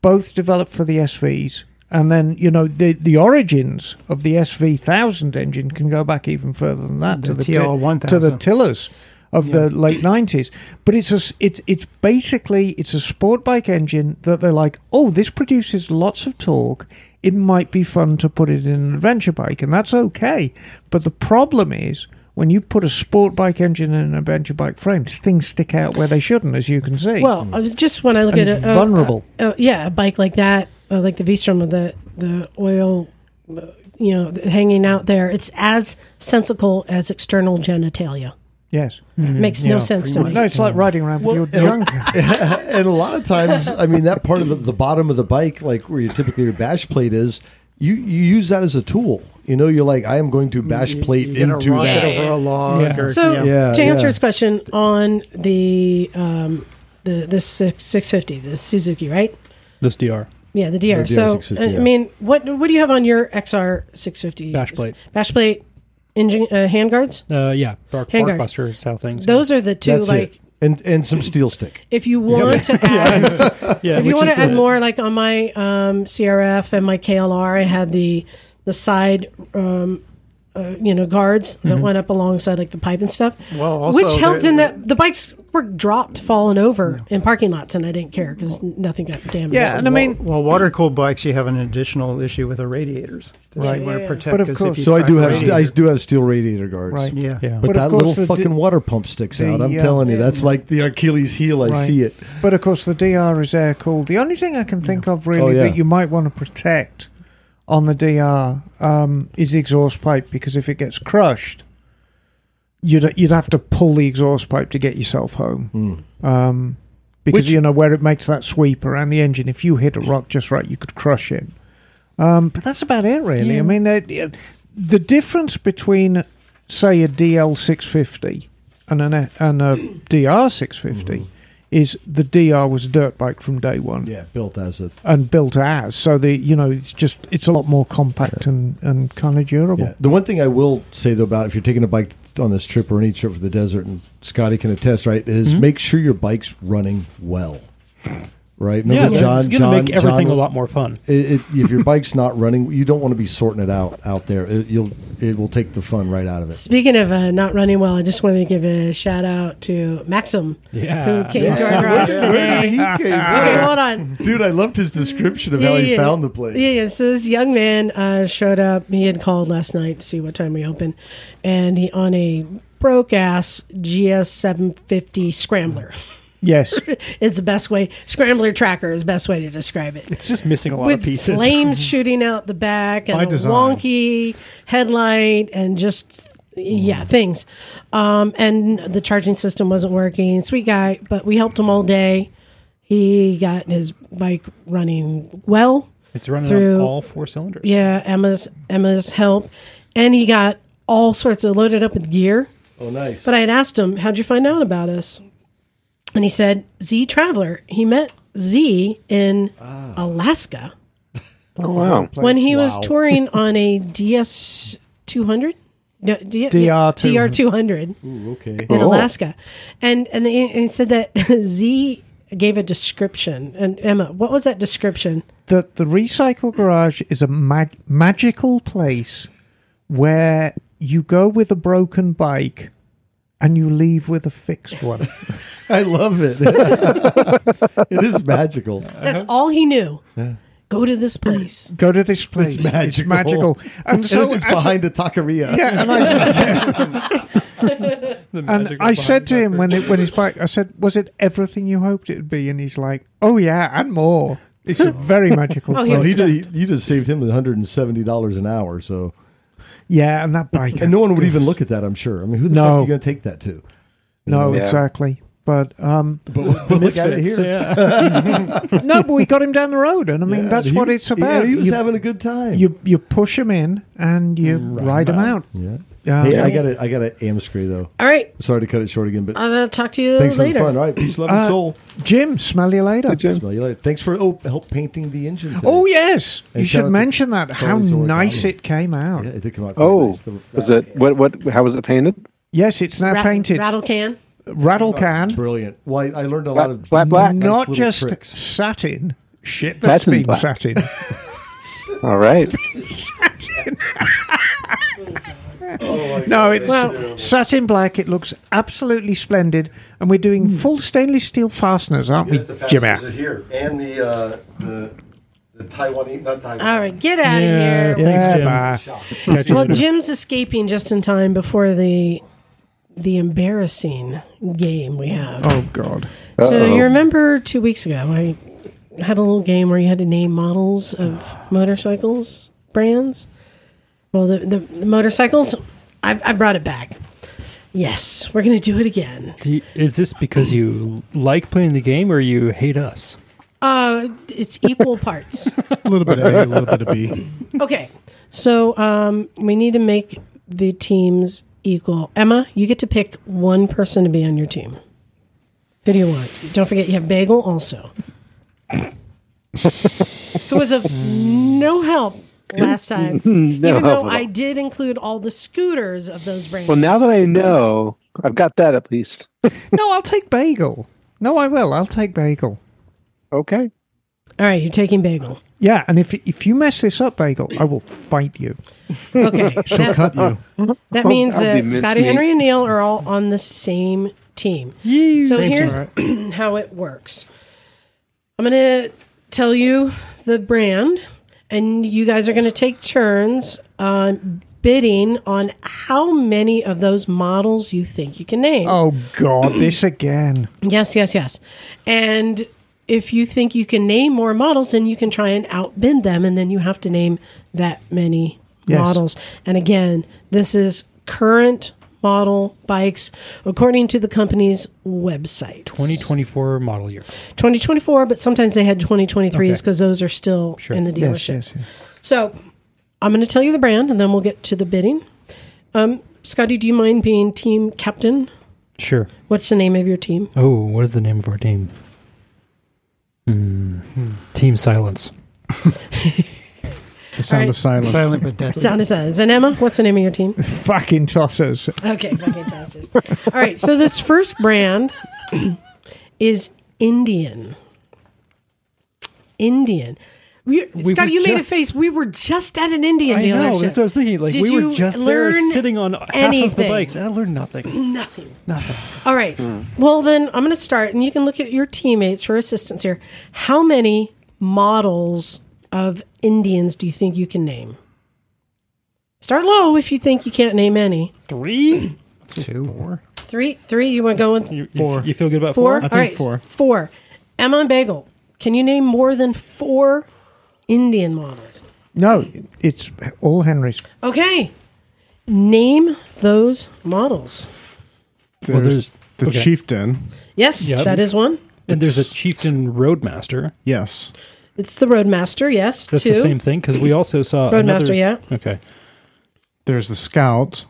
B: both developed for the SVs. And then you know the the origins of the SV thousand engine can go back even further than that
D: The
B: to the ti-
D: TL1000.
B: to the tillers of the late nineties. But it's a s- it's it's basically it's a sport bike engine that they're like, oh, this produces lots of torque. It might be fun to put it in an adventure bike, and that's okay. But the problem is when you put a sport bike engine in an adventure bike frame, things stick out where they shouldn't, as you can see.
A: Well, I was- just when I look
B: And
A: at
B: it's
A: a, a-
B: vulnerable.
A: a- a- uh, yeah, a bike like that, uh, like the V-Strom with the the oil, uh, you know, hanging out there, it's as sensical as external genitalia.
B: yes.
E: Mm-hmm.
A: Makes no sense to me.
B: No, it's like riding around with your junk.
C: and a lot of times, I mean, that part of the, the bottom of the bike, like where you typically your bash plate is, you you use that as a tool. You know, you're like, I am going to bash plate
D: You get
C: into
D: a rocket
C: that.
D: over a log.
E: Yeah.
D: Or,
A: So
D: yeah.
C: Yeah,
A: to answer
C: yeah.
A: his question on the um, the the six fifty, the Suzuki, right?
E: This dr.
A: Yeah, the DR.
C: The DR650,
A: so uh, I-
C: yeah.
A: I mean, what what do you have on your XR six fifty
E: Bash plate.
A: Bash plate, engine uh, hand guards.
E: Uh, yeah, bark,
A: Hand guards.
E: barkbuster style things.
A: Those are the two.
C: That's
A: like,
C: it. And and some steel stick.
A: if you want to add
E: yeah,
A: if you
E: which
A: want
E: is
A: to add
E: the-
A: more, like on my um, CRF and my KLR, I had the the side, um, uh, you know, guards that went up alongside like the pipe and stuff,
D: Well, also
A: which helped
D: there-
A: in that the bikes were dropped, fallen over in parking lots, and I didn't care because nothing got damaged.
B: Yeah, and I mean,
D: Well, water cooled bikes, you have an additional issue with the radiators. That
B: Right.
D: You want
A: Yeah.
D: to protect
B: But of
D: 'cause if
B: course-
D: you
C: So I
D: crack
C: do
D: the
C: have st- I
D: radiator-
C: do have steel radiator guards.
B: Right.
D: yeah.
E: Yeah.
B: But
C: But,
B: of
C: that
B: course
C: little
B: the
C: fucking
B: di-
C: water pump sticks
B: the,
C: out. I'm
B: uh,
C: telling you, that's like the Achilles heel. I
B: Right.
C: see it.
B: but of course the DR is air cooled. The only thing I can think of really
C: Oh, yeah.
B: that you might want to protect on the DR um, is the exhaust pipe because if it gets crushed, you'd you'd have to pull the exhaust pipe to get yourself home. Um, because
E: Which-
B: you know where it makes that sweep around the engine. If you hit a rock just right, you could crush it. Um, but that's about it, really. I
E: Yeah.
B: mean, the, the difference between, say, a DL six fifty and an and a DR six fifty is the DR was a dirt bike from day one
C: Yeah, built as a
B: and built as. So the you know it's just it's a lot more compact and and kind of durable.
C: Yeah. The one thing I will say though about if you're taking a bike on this trip or any trip for the desert, and Scotty can attest, right, is make sure your bike's running well. Right?
E: yeah,
C: Remember
E: it's going to make everything a lot more fun.
C: It, it, if your bike's not running, you don't want to be sorting it out out there. It, you'll it will take the fun right out of it.
A: Speaking of uh, not running well, I just wanted to give a shout out to Maxim,
E: Yeah.
A: who came to our garage today. Okay, hold on.
C: Dude, I loved his description of how he found the place.
A: Yeah, yeah. So this young man uh, showed up. He had called last night to see what time we open, and he on a broke ass GS seven fifty Scrambler
B: Yes,
A: is the best way. Scrambler tracker is the best way to describe it.
E: It's just missing a lot
A: With
E: of pieces.
A: flames shooting out the back and
F: By
A: a
F: design.
A: wonky headlight and just yeah things. Um, and the charging system wasn't working. Sweet guy, but we helped him all day. He got his bike running well.
E: It's running
A: Through-
E: on all four cylinders.
A: Yeah, Emma's Emma's help, and he got all sorts of loaded up with gear.
C: Oh, nice.
A: But I had asked him, "How'd you find out about us?" And he said, "Z Traveler." He met Z in Alaska
G: Oh wow!
A: when he was touring on a DS two hundred. No, D-
B: DR200.
A: DR two hundred
C: okay.
A: in
G: Oh.
A: Alaska, and and, the, and he said that Z gave a description. And Emma, what was that description?
B: the the recycle garage is a mag- magical place where you go with a broken bike and you leave with a fixed one.
C: I love it. it is magical.
A: That's all he knew. Go to this place.
B: go to this place.
C: It's magical.
B: magical. And
C: So
B: so
C: it's
B: as-
C: behind a taqueria.
B: Yeah, and I,
E: The
B: and
E: magic
B: I
E: of
B: said to
E: behind
B: him when it, when his bike, I said, "Was it everything you hoped it'd be?" And he's like, "Oh yeah, and more." It's a very
A: Oh,
B: magical. place.
A: he
C: Well,
A: was
C: he
A: stoked.
C: did, you just saved him one hundred and seventy dollars an hour. So,
B: Yeah, and that bike.
C: and no one would even look at that. I'm sure. I mean, who the
B: No.
C: fuck are you going to take that to?
B: no,
G: Yeah.
B: exactly. But um,
C: But, but look at it
E: Misfits,
C: here.
E: yeah.
B: no, but we got him down the road, and I mean
C: Yeah,
B: that's
C: he-
B: what it's
C: he-
B: about.
C: He, was
B: you,
C: having a good time.
B: you you push him in and you ride him out.
C: Mm, yeah.
B: Yeah.
C: hey, I got to I got to Amscree though.
A: All right.
C: Sorry to cut it short again, but
A: I'll uh, talk to you
C: thanks for the
A: later.
C: fun. All right, peace, love,
B: Uh,
C: and soul.
B: Jim, smell you later.
C: Smell you later. Thanks for oh, help painting the engine. today.
B: Oh yes,
C: And
B: you
C: shout out
B: should
C: to
B: mention that. How
C: Charlie Zorgano.
B: nice it came out.
C: yeah, it did come out. quite
G: Oh,
C: nice. The- uh,
G: was it what? What? How was it painted?
B: Yes, it's now
A: Rat-
B: painted
A: Rattle can.
B: rattle can,
C: brilliant? Well, I, I learned a lot
G: Flat,
C: of
G: flat black.
C: nice
B: not
C: little
B: just
C: tricks.
B: satin. Shit that's
G: Satin
B: been
G: black.
B: satin.
G: All right.
B: No, it's satin black. It looks absolutely splendid, and we're
C: Hmm.
B: doing full stainless steel fasteners, aren't we, Jim?
C: here, and the uh, the, the Taiwanese, not Taiwan.
A: All right, get out of
E: Yeah.
A: here.
E: Thanks,
B: Yeah,
E: Jim.
B: bye.
E: Catch you
A: Well,
E: later.
A: Jim's escaping just in time before the the embarrassing game we have.
B: Oh God.
A: So
G: Uh-oh.
A: you remember two weeks ago I had a little game where you had to name models of motorcycles brands. Well, the the, the motorcycles, I, I brought it back. Yes, we're gonna do it again.
E: Do you- is this because you like playing the game or you hate us?
A: Uh, it's equal parts.
F: A little bit of A, a little bit of B.
A: Okay. So um, we need to make the teams equal. Emma, you get to pick one person to be on your team. Who do you want? Don't forget you have Bagel also. Who was of no help last time. even
G: help
A: though
G: at all.
A: I did include all the scooters of those brands.
G: Well, now that I know, I've got that at least.
B: No, I'll take bagel. No, I will. I'll take bagel.
G: Okay.
A: All right, you're taking Bagel.
B: Yeah, and if if you mess this up, bagel, I will fight you.
A: Okay. that,
F: Cut you.
A: that means
G: I'll be
A: that
G: mincemeat.
A: Scotty Henry and Neil are all on the same team. So here's how it works. I'm going to tell you the brand, and you guys are going to take turns um, bidding on how many of those models you think you can name.
B: Oh God, this again.
A: Yes, yes, yes. And if you think you can name more models, then you can try and outbid them, and then you have to name that many
B: Yes.
A: models. And again, this is current model bikes according to the company's website
E: 2024 model year.
A: 2024 but sometimes they had 2023s
E: Okay.
A: because those are still in the
B: Yes,
A: dealership
B: yes, yes.
A: so i'm going to tell you the brand and then we'll get to the bidding um, scotty do you mind being team captain
E: Sure.
A: what's the name of your team
E: Oh, what is the name of our team? Hmm. Team Silence.
F: The sound
A: Alright.
F: of silence.
H: Silent but deadly.
A: Sound is sound. And Emma, what's the name of your team?
B: Fucking tossers.
A: Okay, fucking tossers. All right, so this first brand is Indian. Indian. We,
E: We
A: Scott,
E: were
A: you made
E: ju-
A: a face. We were just at an Indian
E: I
A: dealership.
E: know. That's what I was thinking. Like
A: Did
E: we were
A: you
E: just there,
A: learn
E: sitting on half of
A: anything?
E: the bikes. I learned nothing.
A: Nothing.
E: Nothing.
A: All right. Well, then I'm going to start, and you can look at your teammates for assistance here. How many models of Indians do you think you can name? Start low if you think you can't name any.
E: Three.
H: Two.
A: Three, three. You want to go with
E: You, you-
F: Four.
E: You, feel good about
A: Four.
E: four?
A: All right,
F: four.
A: Four. Emma and Bagel. Can you name more than four Indian models?
B: No, it's all Henry's.
A: Okay. Name those models.
F: There's,
E: Well, there's-
F: the
E: okay.
F: chieftain.
A: Yes,
E: Yep.
A: that is one.
E: And there's a chieftain roadmaster.
F: Yes.
A: It's the Roadmaster. Yes,
E: That's
A: two.
E: the same thing because we also saw
A: Roadmaster,
E: Another,
A: yeah.
E: Okay.
F: There's the scout.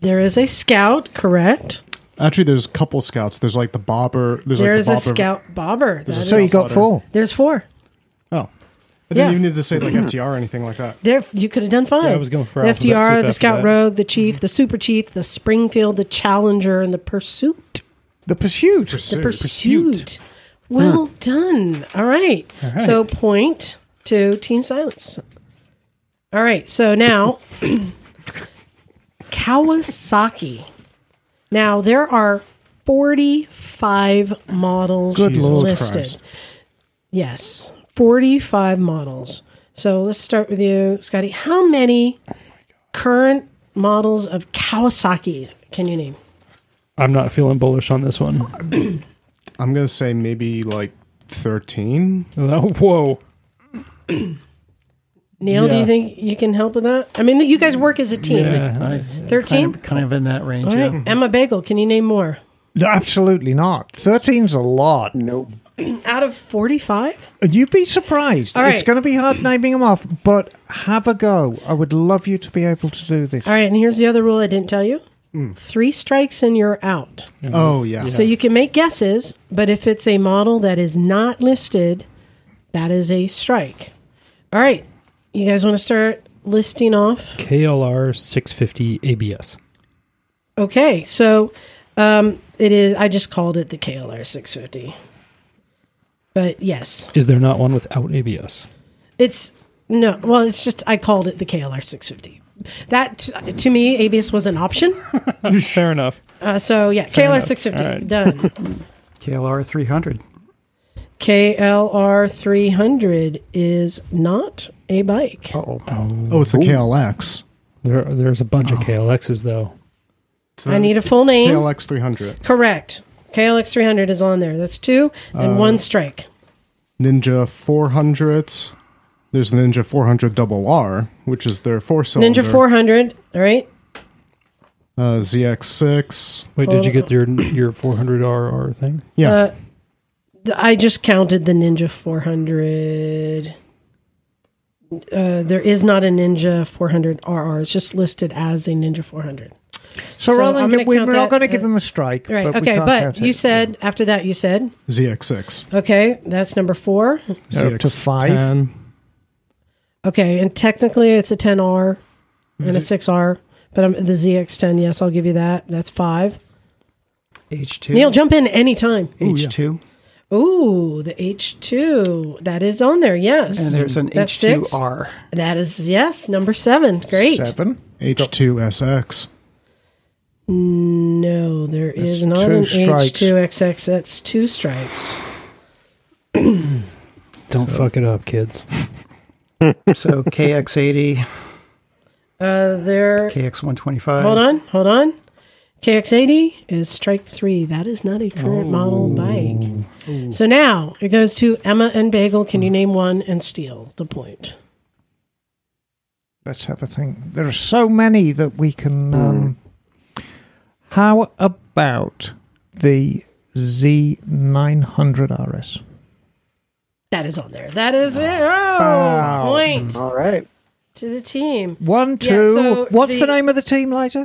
A: There is a scout. Correct.
F: Actually, there's a couple scouts. There's like the bobber. There's
A: There
F: like
A: is
F: the
A: a
F: bobber.
A: scout bobber. That
B: So you
A: is-
B: got four.
A: There's four.
F: Oh, I
A: Yeah.
F: didn't even need to say like FTR or anything like that.
A: There, you could have done five.
E: Yeah, I was going for
A: the
E: alphabet
A: FDR,
E: soup
A: the
E: after
A: Scout
E: that. Mm-hmm.
A: Rogue, the Chief, the Super Chief, the Springfield, the Challenger, and the Pursuit.
B: The pursuit.
A: The pursuit. Well done. All right. So point to Team Silence. All right. So now Kawasaki. Now there are 45 models
F: Jesus
A: listed.
F: Christ.
A: Yes. 45 models. So let's start with you, Scotty. How many current models of Kawasaki can you name?
E: I'm not feeling bullish on this one.
F: I'm gonna say maybe like thirteen.
E: Oh, whoa.
A: Neil, do you
E: Yeah.
A: think you can help with that? I mean, you guys work as a team.
E: Yeah.
H: Kind
A: 13?
H: of, kind of in that range.
A: All
H: yeah.
A: right. Emma Bagel, can you name more?
B: No, absolutely not. 13's a lot.
G: Nope.
A: Out of 45?
B: You'd be surprised.
A: All right.
B: It's going to be hard naming them off, but have a go. I would love you to be able to do this.
A: All right. And here's the other rule I didn't tell you three strikes and you're out.
F: Oh yeah.
A: So you can make guesses, but if it's a model that is not listed, that is a strike. All right. You guys want to start listing off?
E: KLR 650 ABS.
A: Okay. So um, it is, I just called it the KLR 650. But yes,
E: Is there not one without ABS?
A: It's no, well, it's just I called it the KLR 650. That t- to me, ABS was an option.
E: Fair enough.
A: Uh, so yeah, KLR
E: enough.
A: 650
E: All right.
A: done.
H: KLR 300.
A: KLR 300 is not a bike.
H: Uh-oh.
F: Oh, it's the KLX.
E: There, there's a bunch of KLXs though.
F: It's
A: I
F: the
A: need a full name.
F: KLX 300
A: Correct. KLX 300 is on there. That's two
E: Uh,
A: and one strike.
F: Ninja 400. There's the Ninja 400 double R, which is their four cylinder.
A: Ninja 400. All right.
F: Uh, ZX6.
E: Wait, did you get your your 400RR thing?
F: Yeah.
A: Uh, th- I just counted the Ninja 400. Uh, there is not a Ninja 400 RR. It's just listed as a Ninja 400.
B: So,
A: So
B: rather
A: I'm
B: than
A: gonna
B: get, we're
A: count
B: not
A: that,
B: going to
A: uh,
B: give them a strike.
A: Right.
B: But we
A: okay.
B: can't count
A: But you
B: it.
A: said after that, you said
F: ZX6.
A: okay. That's number four.
F: ZX
B: Up to five.
F: 10.
A: Okay, and technically it's a 10R and a 6R, but I'm the ZX10. Yes, I'll give you that. That's five.
H: H2.
A: Neil, jump in anytime.
H: H2.
A: Ooh, the H2 that is on there. Yes,
H: And there's an
A: That's six.
H: H2R.
A: That is yes, number seven. Great.
B: Seven.
F: H2SX.
A: No, there is
B: That's
A: not
B: two
A: an
B: strikes.
A: H2XX. That's two strikes.
E: Don't fuck it up, kids.
H: So KX80,
A: Uh, there.
H: KX125.
A: Hold on, hold on. KX80 is strike three. That is not a current
B: Oh.
A: model bike. So now it goes to Emma and Bagel. Can you name one and steal the point?
B: Let's have a think. There are so many that we can. Um, How about the Z900 RS?
A: That is on there. That is it. Oh,
B: Ah. Wow. Ah.
A: point
G: All right.
A: to the team.
B: One, two.
A: Yeah, so
B: What's the,
A: the-
B: name of the team later?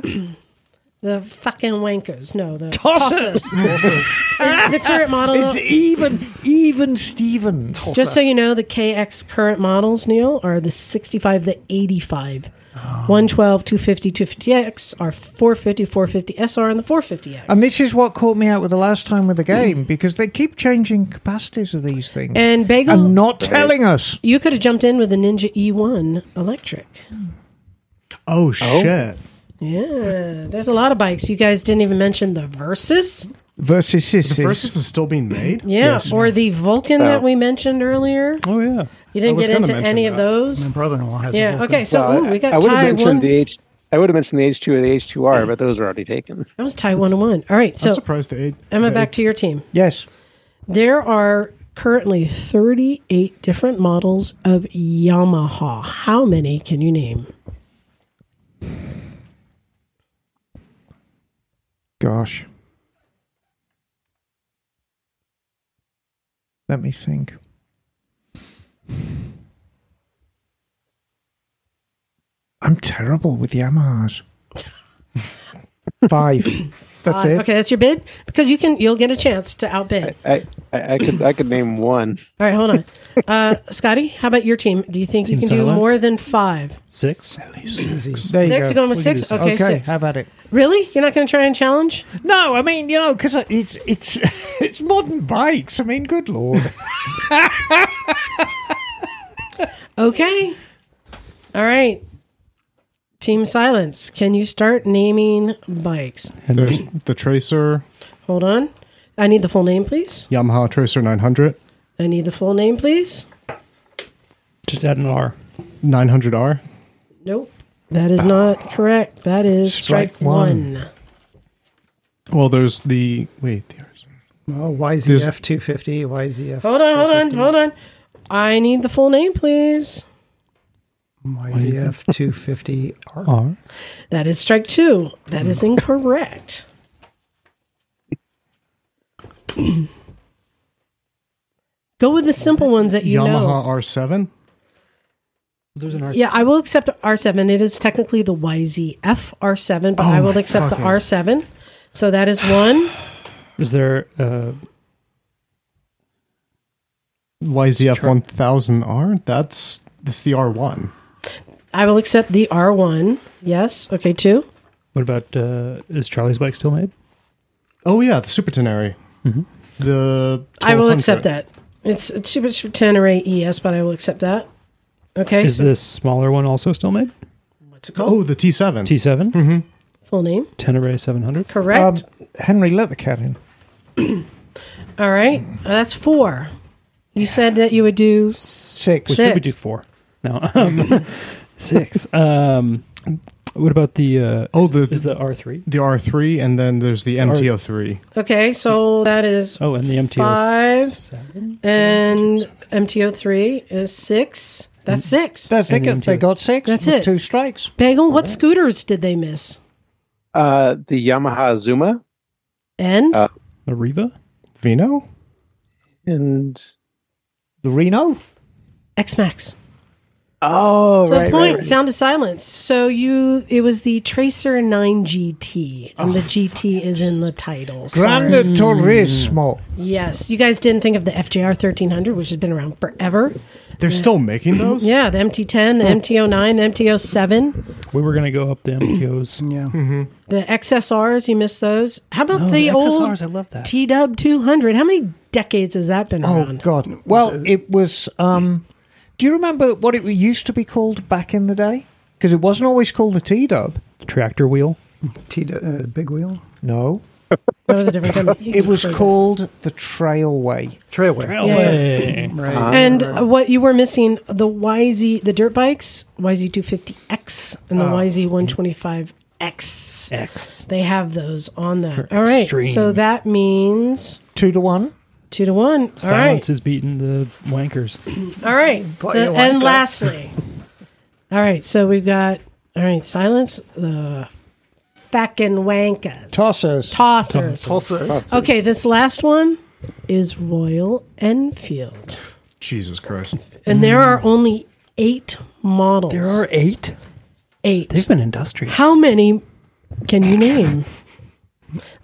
A: The fucking wankers. No, the
B: Tossers.
A: tossers. the, the current model.
B: it's even, even Stevens.
A: Just so you know, the KX current models, Neil, are the 65, the 85. 112, 250, 250X are 450, 450 SR, and the 450X.
B: And this is what caught me out with the last time with the game because they keep changing capacities of these things and,
A: and Bagel,
B: not telling us.
A: you could have jumped in with the Ninja E1 electric.
F: Oh, shit.
A: Yeah, there's a lot of bikes. You guys didn't even mention the Versus.
B: Versus this
F: The Versus
B: is
F: is still being made?
A: Yeah, or the Vulcan
G: Oh.
A: that we mentioned earlier.
E: Oh yeah.
A: You
F: I
A: didn't
F: was
A: get
F: gonna
A: into
F: mention
A: any of
F: that.
A: those.
H: My brother-in-law has a
A: Yeah,
H: Vulcan.
A: okay, so ooh, we got
G: I would have
A: tie one.
G: mentioned the H. I would have mentioned the H2 and the H2R, but those are already taken.
A: that was tie one to one. All right, so
F: I'm surprised the eight.
A: Emma,
F: the
A: back to your team.
B: yes.
A: There are currently 38 different models of Yamaha. How many can you name?
B: Gosh. Let me think. I'm terrible with Yamahas. Five. That's
A: Uh,
B: it.
A: Okay, that's your bid because you can you'll get a chance to outbid.
G: I, I, I could I could name one.
A: All right, hold on. Uh, Scotty, how about your team? Do you think you
E: Team
A: can do
E: Silence?
A: more than 5?
E: Six.
B: There you
A: Six?
B: go.
A: You're going with six? Okay,
B: okay,
A: six.
B: have at it.
A: Really? You're not going to try and challenge?
B: No, I mean you know because it's it's it's modern bikes. I mean, good lord.
A: Okay. All right. Team Silence, can you start naming bikes?
F: There's the Tracer,
A: Hold on. I need the full name, please.
F: Yamaha Tracer 900,
A: I need the full name, please.
E: Just add an R.
F: 900R.
A: Nope. That is not correct. That is strike,
B: Strike
A: one.
B: one.
F: Well, there's the. Wait, there's.
H: Oh, YZF250, YZF,
A: Hold on, hold on, hold on. I need the full name, please.
H: YZF250R.
E: R.
A: That is strike two. That is incorrect. Go with the simple ones that you know.
F: Yamaha R7.
E: There's an R.
A: Yeah, I will accept R7. It is technically the YZF R7, but I will accept the R7. So that is one.
E: Is there uh,
F: YZF 1000R. That's. That's the R1.
A: I will accept the R1. Yes. Okay, two.
E: what about uh, is Charlie's bike still made?
F: Oh, yeah, the Super Tenere.
E: Mm-hmm.
F: The.
A: I will
F: 1200.
A: accept that. It's a two bit ten array ES, but I will accept that. Okay.
E: Is
A: So
E: this smaller one also still made?
A: what's it called?
F: Oh, the T7.
E: T seven.
A: Full name.
E: Tenere seven hundred.
B: Um,
A: Correct.
B: Henry, let the cat in.
E: Um,
A: All right. Uh, that's four. You said that you would do.
B: Six.
E: We said we
A: Six.
E: do four. No, um, six. Um, what about the? Uh,
F: Oh, the
E: is the R three?
F: the R3, and then there's the MTO3.
A: Okay, so that is
E: Oh, and the MTO
A: Five.
E: seven.
A: and MTO three is six. That's six.
B: That's
E: And
B: they got,
E: then
B: they
E: two.
B: got six.
A: That's
B: with
A: it.
B: Two strikes.
A: Bagel. What scooters did they miss?
G: Uh, the Yamaha Zuma
A: And
G: Uh,
E: The Riva.
F: Vino?
G: and
B: The Reno.
A: X Max.
G: oh
A: So
G: right,
A: point.
G: right, right.
A: Sound of silence. So you. It was the Tracer nine GT, and
E: Oh,
A: the GT is in the title. Sorry.
B: Grande Turismo.
A: Yes, you guys didn't think of the FJR 1300, which has been around forever.
F: They're still making those?
A: Yeah, the MT10, the MT09, the MT07,
E: We were gonna go up the MTOs.
H: Yeah.
A: the XSRs. You missed those. How about
E: Oh,
A: the, old
E: I love that.
A: T Dub 200? How many decades has that been
B: Oh
A: around?
B: God. Well, it was. Um, do you remember what it used to be called back in the day? Because it wasn't always called the T Dub.
E: Tractor wheel.
H: T, uh, big wheel.
B: No.
A: That was a different company.
B: It was called the Trailway.
H: Trailway.
E: Trailway.
H: Right.
A: And what you were missing the YZ, the dirt bikes, YZ250X and the YZ125X.
E: Ah. X.
A: They have those on that.
E: For
A: All right.
E: extreme.
A: So that means
B: Two to one.
A: two to one. All
E: Silence
A: right.
E: has beaten the wankers.
A: All right.
H: But
A: The-
H: you like
A: and
H: that.
A: lastly, all right. So we've got, all right, silence, the fucking wankas.
B: Tossers.
A: Tossers.
H: Tulsa.
A: Okay. This last one is Royal Enfield.
F: Jesus Christ.
A: And there are only eight models.
E: Mm. There are eight.
A: eight.
E: They've been industrious.
A: How many can you name?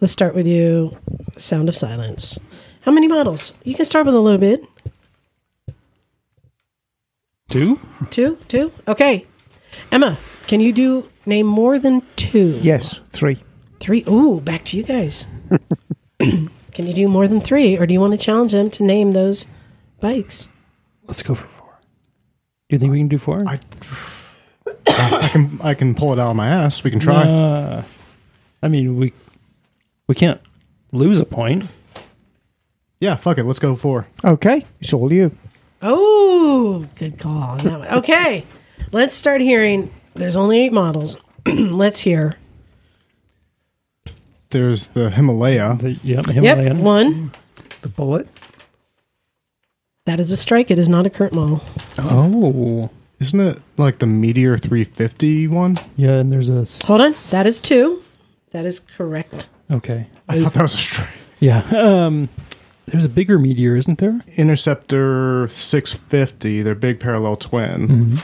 A: Let's start with you, Sound of Silence. How many models? You can start with a low bid.
E: Two?
A: Two? Two? Okay. Emma, can you do name more than two?
B: Yes, three.
A: Three? Ooh, back to you guys. can you do more than three, or do you want to challenge them to name those bikes?
E: Let's go for four. Do you think we can do four?
F: I, I can I can pull it out of my ass. We can try.
E: Uh, I mean, we we can't lose a point.
F: yeah, fuck it. Let's go four.
B: Okay, it's all you.
A: Oh, good call on that one. Okay, let's start hearing. There's only eight models. let's hear.
F: There's the Himalaya.
E: The, Uh, yep,
A: Yep,
E: Himalayan.
A: one.
H: The bullet.
A: That is a strike. It is not a current model.
E: Oh.
F: Isn't it like the Meteor 350 one?
E: Yeah, and there's a. s-
A: Hold on. That is two. That is correct.
E: Okay.
F: I thought that was a straight.
E: Yeah. Um, there's a bigger meteor, isn't there?
F: Interceptor 650, their big parallel twin.
E: Mm-hmm.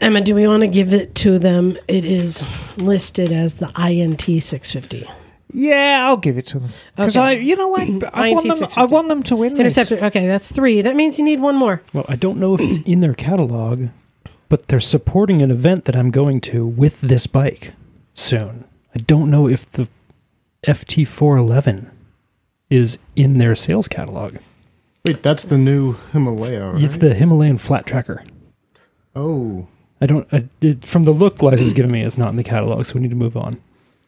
A: Emma, do we want to give it to them? It is listed as the INT 650.
B: Yeah, I'll give it to them because
A: Okay.
B: I, you know, I, I want them. I
A: 1960.
B: want them to win. this.
A: Interceptor. Okay, that's three. That means you need one more.
E: Well, I don't know if it's in their catalog, but they're supporting an event that I'm going to with this bike soon. I don't know if the FT411 is in their sales catalog.
F: Wait, that's the new Himalaya, right?
E: It's the Himalayan flat tracker.
F: oh.
E: I don't. I, it, from the look Liza's has given me, it's not in the catalog, so we need to move on.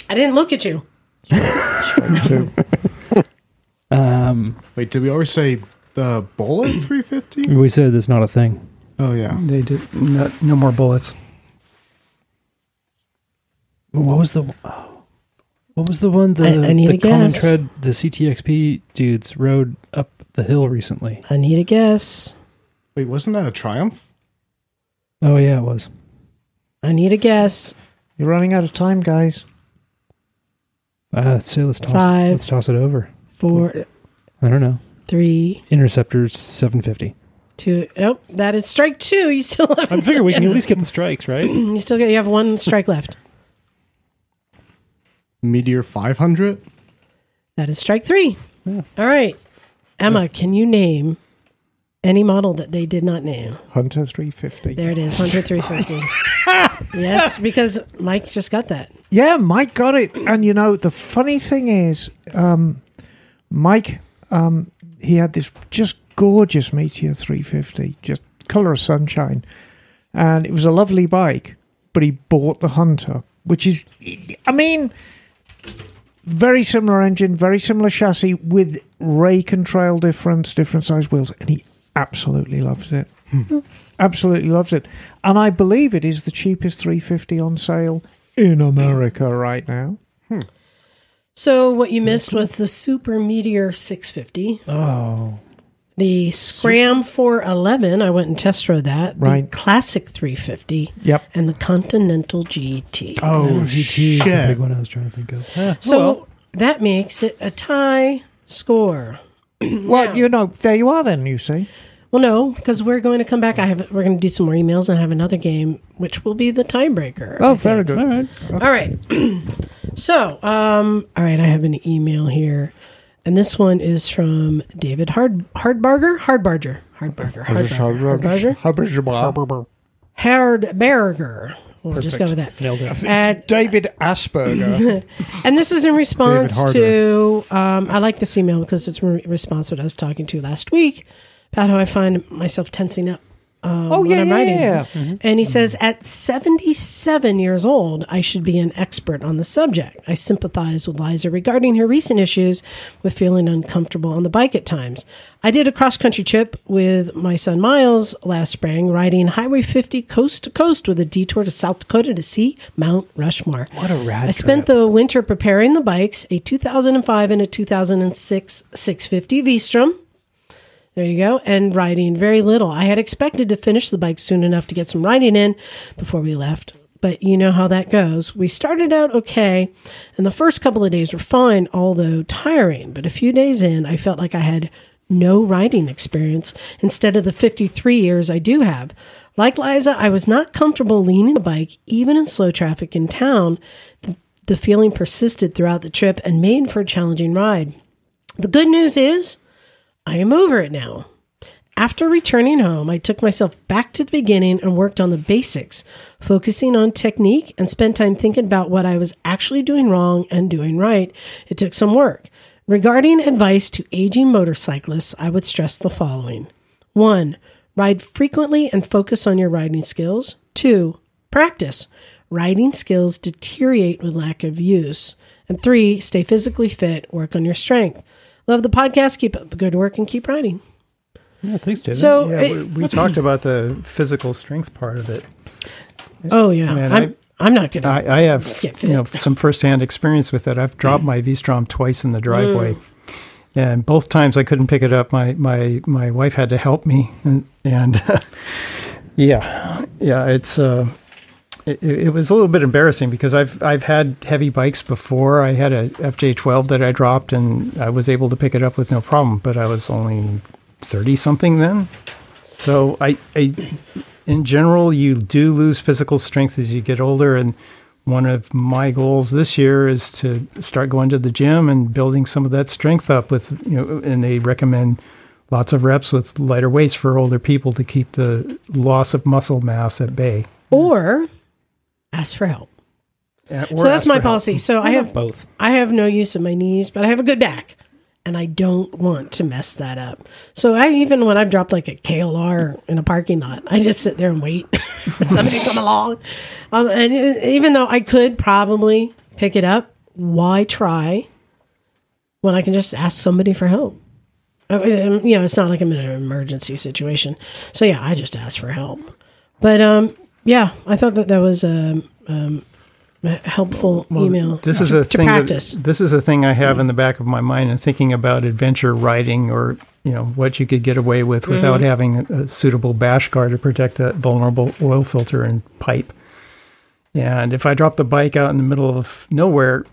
A: I didn't look at you.
E: Um,
F: Wait, did we already say the Bullet 350?
E: we said it's not a thing.
F: Oh, yeah.
H: They did no, no more bullets.
E: What was the? Oh, what was the one the
A: I- I need
E: the
A: a
E: common
A: guess.
E: tread the CTXP dudes rode up the hill recently?
A: I need a guess.
F: Wait, wasn't that a Triumph?
E: Oh yeah, it was.
A: I need a guess.
B: You're running out of time, guys.
E: Uh, so let's toss.
A: Five.
E: Let's toss it over.
A: Four,
E: I don't know.
A: three,
E: Interceptors 750.
A: two. Nope. That is strike two. You still have.
E: I figure we can at least get the strikes, right?
A: You still get. You have one strike left.
F: Meteor 500?
A: That is strike three. All right, Emma. Can you name any model that they did not name?
B: Hunter 350.
A: There it is, Hunter 350. yes, because Mike just got that.
B: Yeah, Mike got it. And you know, the funny thing is, um, Mike, um, he had this just gorgeous Meteor 350, just color of sunshine. And it was a lovely bike, but he bought the Hunter, which is, I mean, very similar engine, very similar chassis with rake and trail difference, different size wheels. And he absolutely loves it. Absolutely loves it. And I believe it is the cheapest 350 on sale in America right now.
A: So what you missed was the Super Meteor 650,
E: Oh.
A: the Scram 411. I went and test rode that.
B: Right.
A: The Classic 350.
B: Yep.
A: And the Continental GT.
F: Oh,
E: GT is the
F: shit.
E: big one I was trying to think of.
A: so that makes it a tie score.
B: Well, you know, there you are then, you see.
A: Well, no, because we're going to come back. I have we're going to do some more emails and have another game, which will be the tiebreaker.
B: Oh, very good.
E: right.
A: All right. so, um, all right, I have an email here, and this one is from David Hard Hardbarger Hardbarger Hardbarger Hardbarger Hardbarger. We'll just go with that.
E: Nailed it.
A: At
B: David Asperger.
A: and this is in response
F: David
A: to. Um, I like this email because it's in response to what I was talking to last week about how I find myself tensing up um,
B: Oh,
A: when
B: yeah,
A: I'm
B: yeah,
A: writing.
B: yeah.
A: And he says, at 77 years old, I should be an expert on the subject. I sympathize with Liza regarding her recent issues with feeling uncomfortable on the bike at times. I did a cross country trip with my son Miles last spring, riding Highway 50 coast to coast with a detour to South Dakota to see Mount Rushmore. What a rad I spent the winter preparing the bikes, a 2005 and a 2006 650 Vstrom. There you go. And riding very little. I had expected to finish the bike soon enough to get some riding in before we left. But you know how that goes. We started out okay, and the first couple of days were fine, although tiring. But a few days in, I felt like I had no riding experience instead of the 53 years I do have. Like Liza, I was not comfortable leaning the bike, even in slow traffic in town. The, the feeling persisted throughout the trip and made for a challenging ride. The good news is, I am over it now. After returning home, I took myself back to the beginning and worked on the basics, focusing on technique and spent time thinking about what I was actually doing wrong and doing right. It took some work. Regarding advice to aging motorcyclists, I would stress the following one, ride frequently and focus on your riding skills. Two, practice. Riding skills deteriorate with lack of use. And three, stay physically fit, work on your strength. Love the podcast. Keep up the good work and keep riding.
E: Yeah, thanks, Jason.
A: So,
D: Yeah,
A: it-
D: we, we talked about the physical strength part of it.
A: oh yeah,
D: Man,
A: I'm, I, am not gonna.
D: I, I have
A: Get
D: you know some firsthand experience with it. I've dropped my V-Strom twice in the driveway, and both times I couldn't pick it up. My my my wife had to help me, and, and yeah, yeah, it's. Uh, it, it it was a little bit embarrassing because I've I've had heavy bikes before. I had a FJ12 that I dropped and I was able to pick it up with no problem, but I was only 30 something then. So I, I in general, you do lose physical strength as you get older. And one of my goals this year is to start going to the gym and building some of that strength up with, you know, and they recommend lots of reps with lighter weights for older people to keep the loss of muscle mass at bay.
A: or ask for help.
D: Uh, or
A: so that's
D: ask
A: my
D: for help.
A: policy. So I have
E: both.
A: I have no use of my knees, but I have a good back, and I don't want to mess that up. So I even when I've dropped like a KLR in a parking lot, I just sit there and wait for somebody to come along. Um, and e- even though I could probably pick it up, why try when I can just ask somebody for help? I- I- You know, it's not like I'm in an emergency situation. So yeah, I just ask for help. But um, yeah, I thought that that was um, um, a helpful email.
D: This is
A: to,
D: a
A: to
D: thing that-
A: practice.
D: this is a thing I
E: Mm-hmm.
D: have in the back of my mind and thinking about adventure riding or you know what you could get away with
E: Mm-hmm.
D: without having a, a suitable bash guard to protect that vulnerable oil filter and pipe. And if I drop the bike out in the middle of nowhere,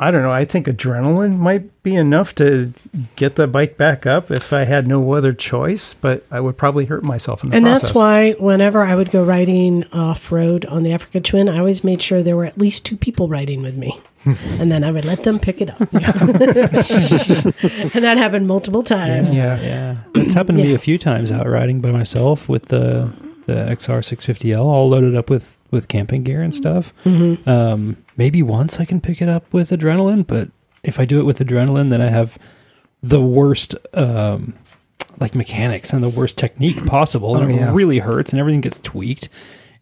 D: I don't know. I think adrenaline might be enough to get the bike back up if I had no other choice, but I would probably hurt myself in the
A: and
D: process.
A: that's why whenever I would go riding off road on the Africa Twin, I always made sure there were at least two people riding with me, and then I would let them pick it up. and that happened multiple times.
D: Yeah.
E: Yeah, it's happened to me
A: Yeah.
E: a few times out riding by myself with the the XR650L, all loaded up with with camping gear and stuff. Um, maybe once I can pick it up with adrenaline, but if I do it with adrenaline, then I have the worst um, like mechanics and the worst technique possible, and
D: Oh,
E: it
D: yeah.
E: really hurts, and everything gets tweaked.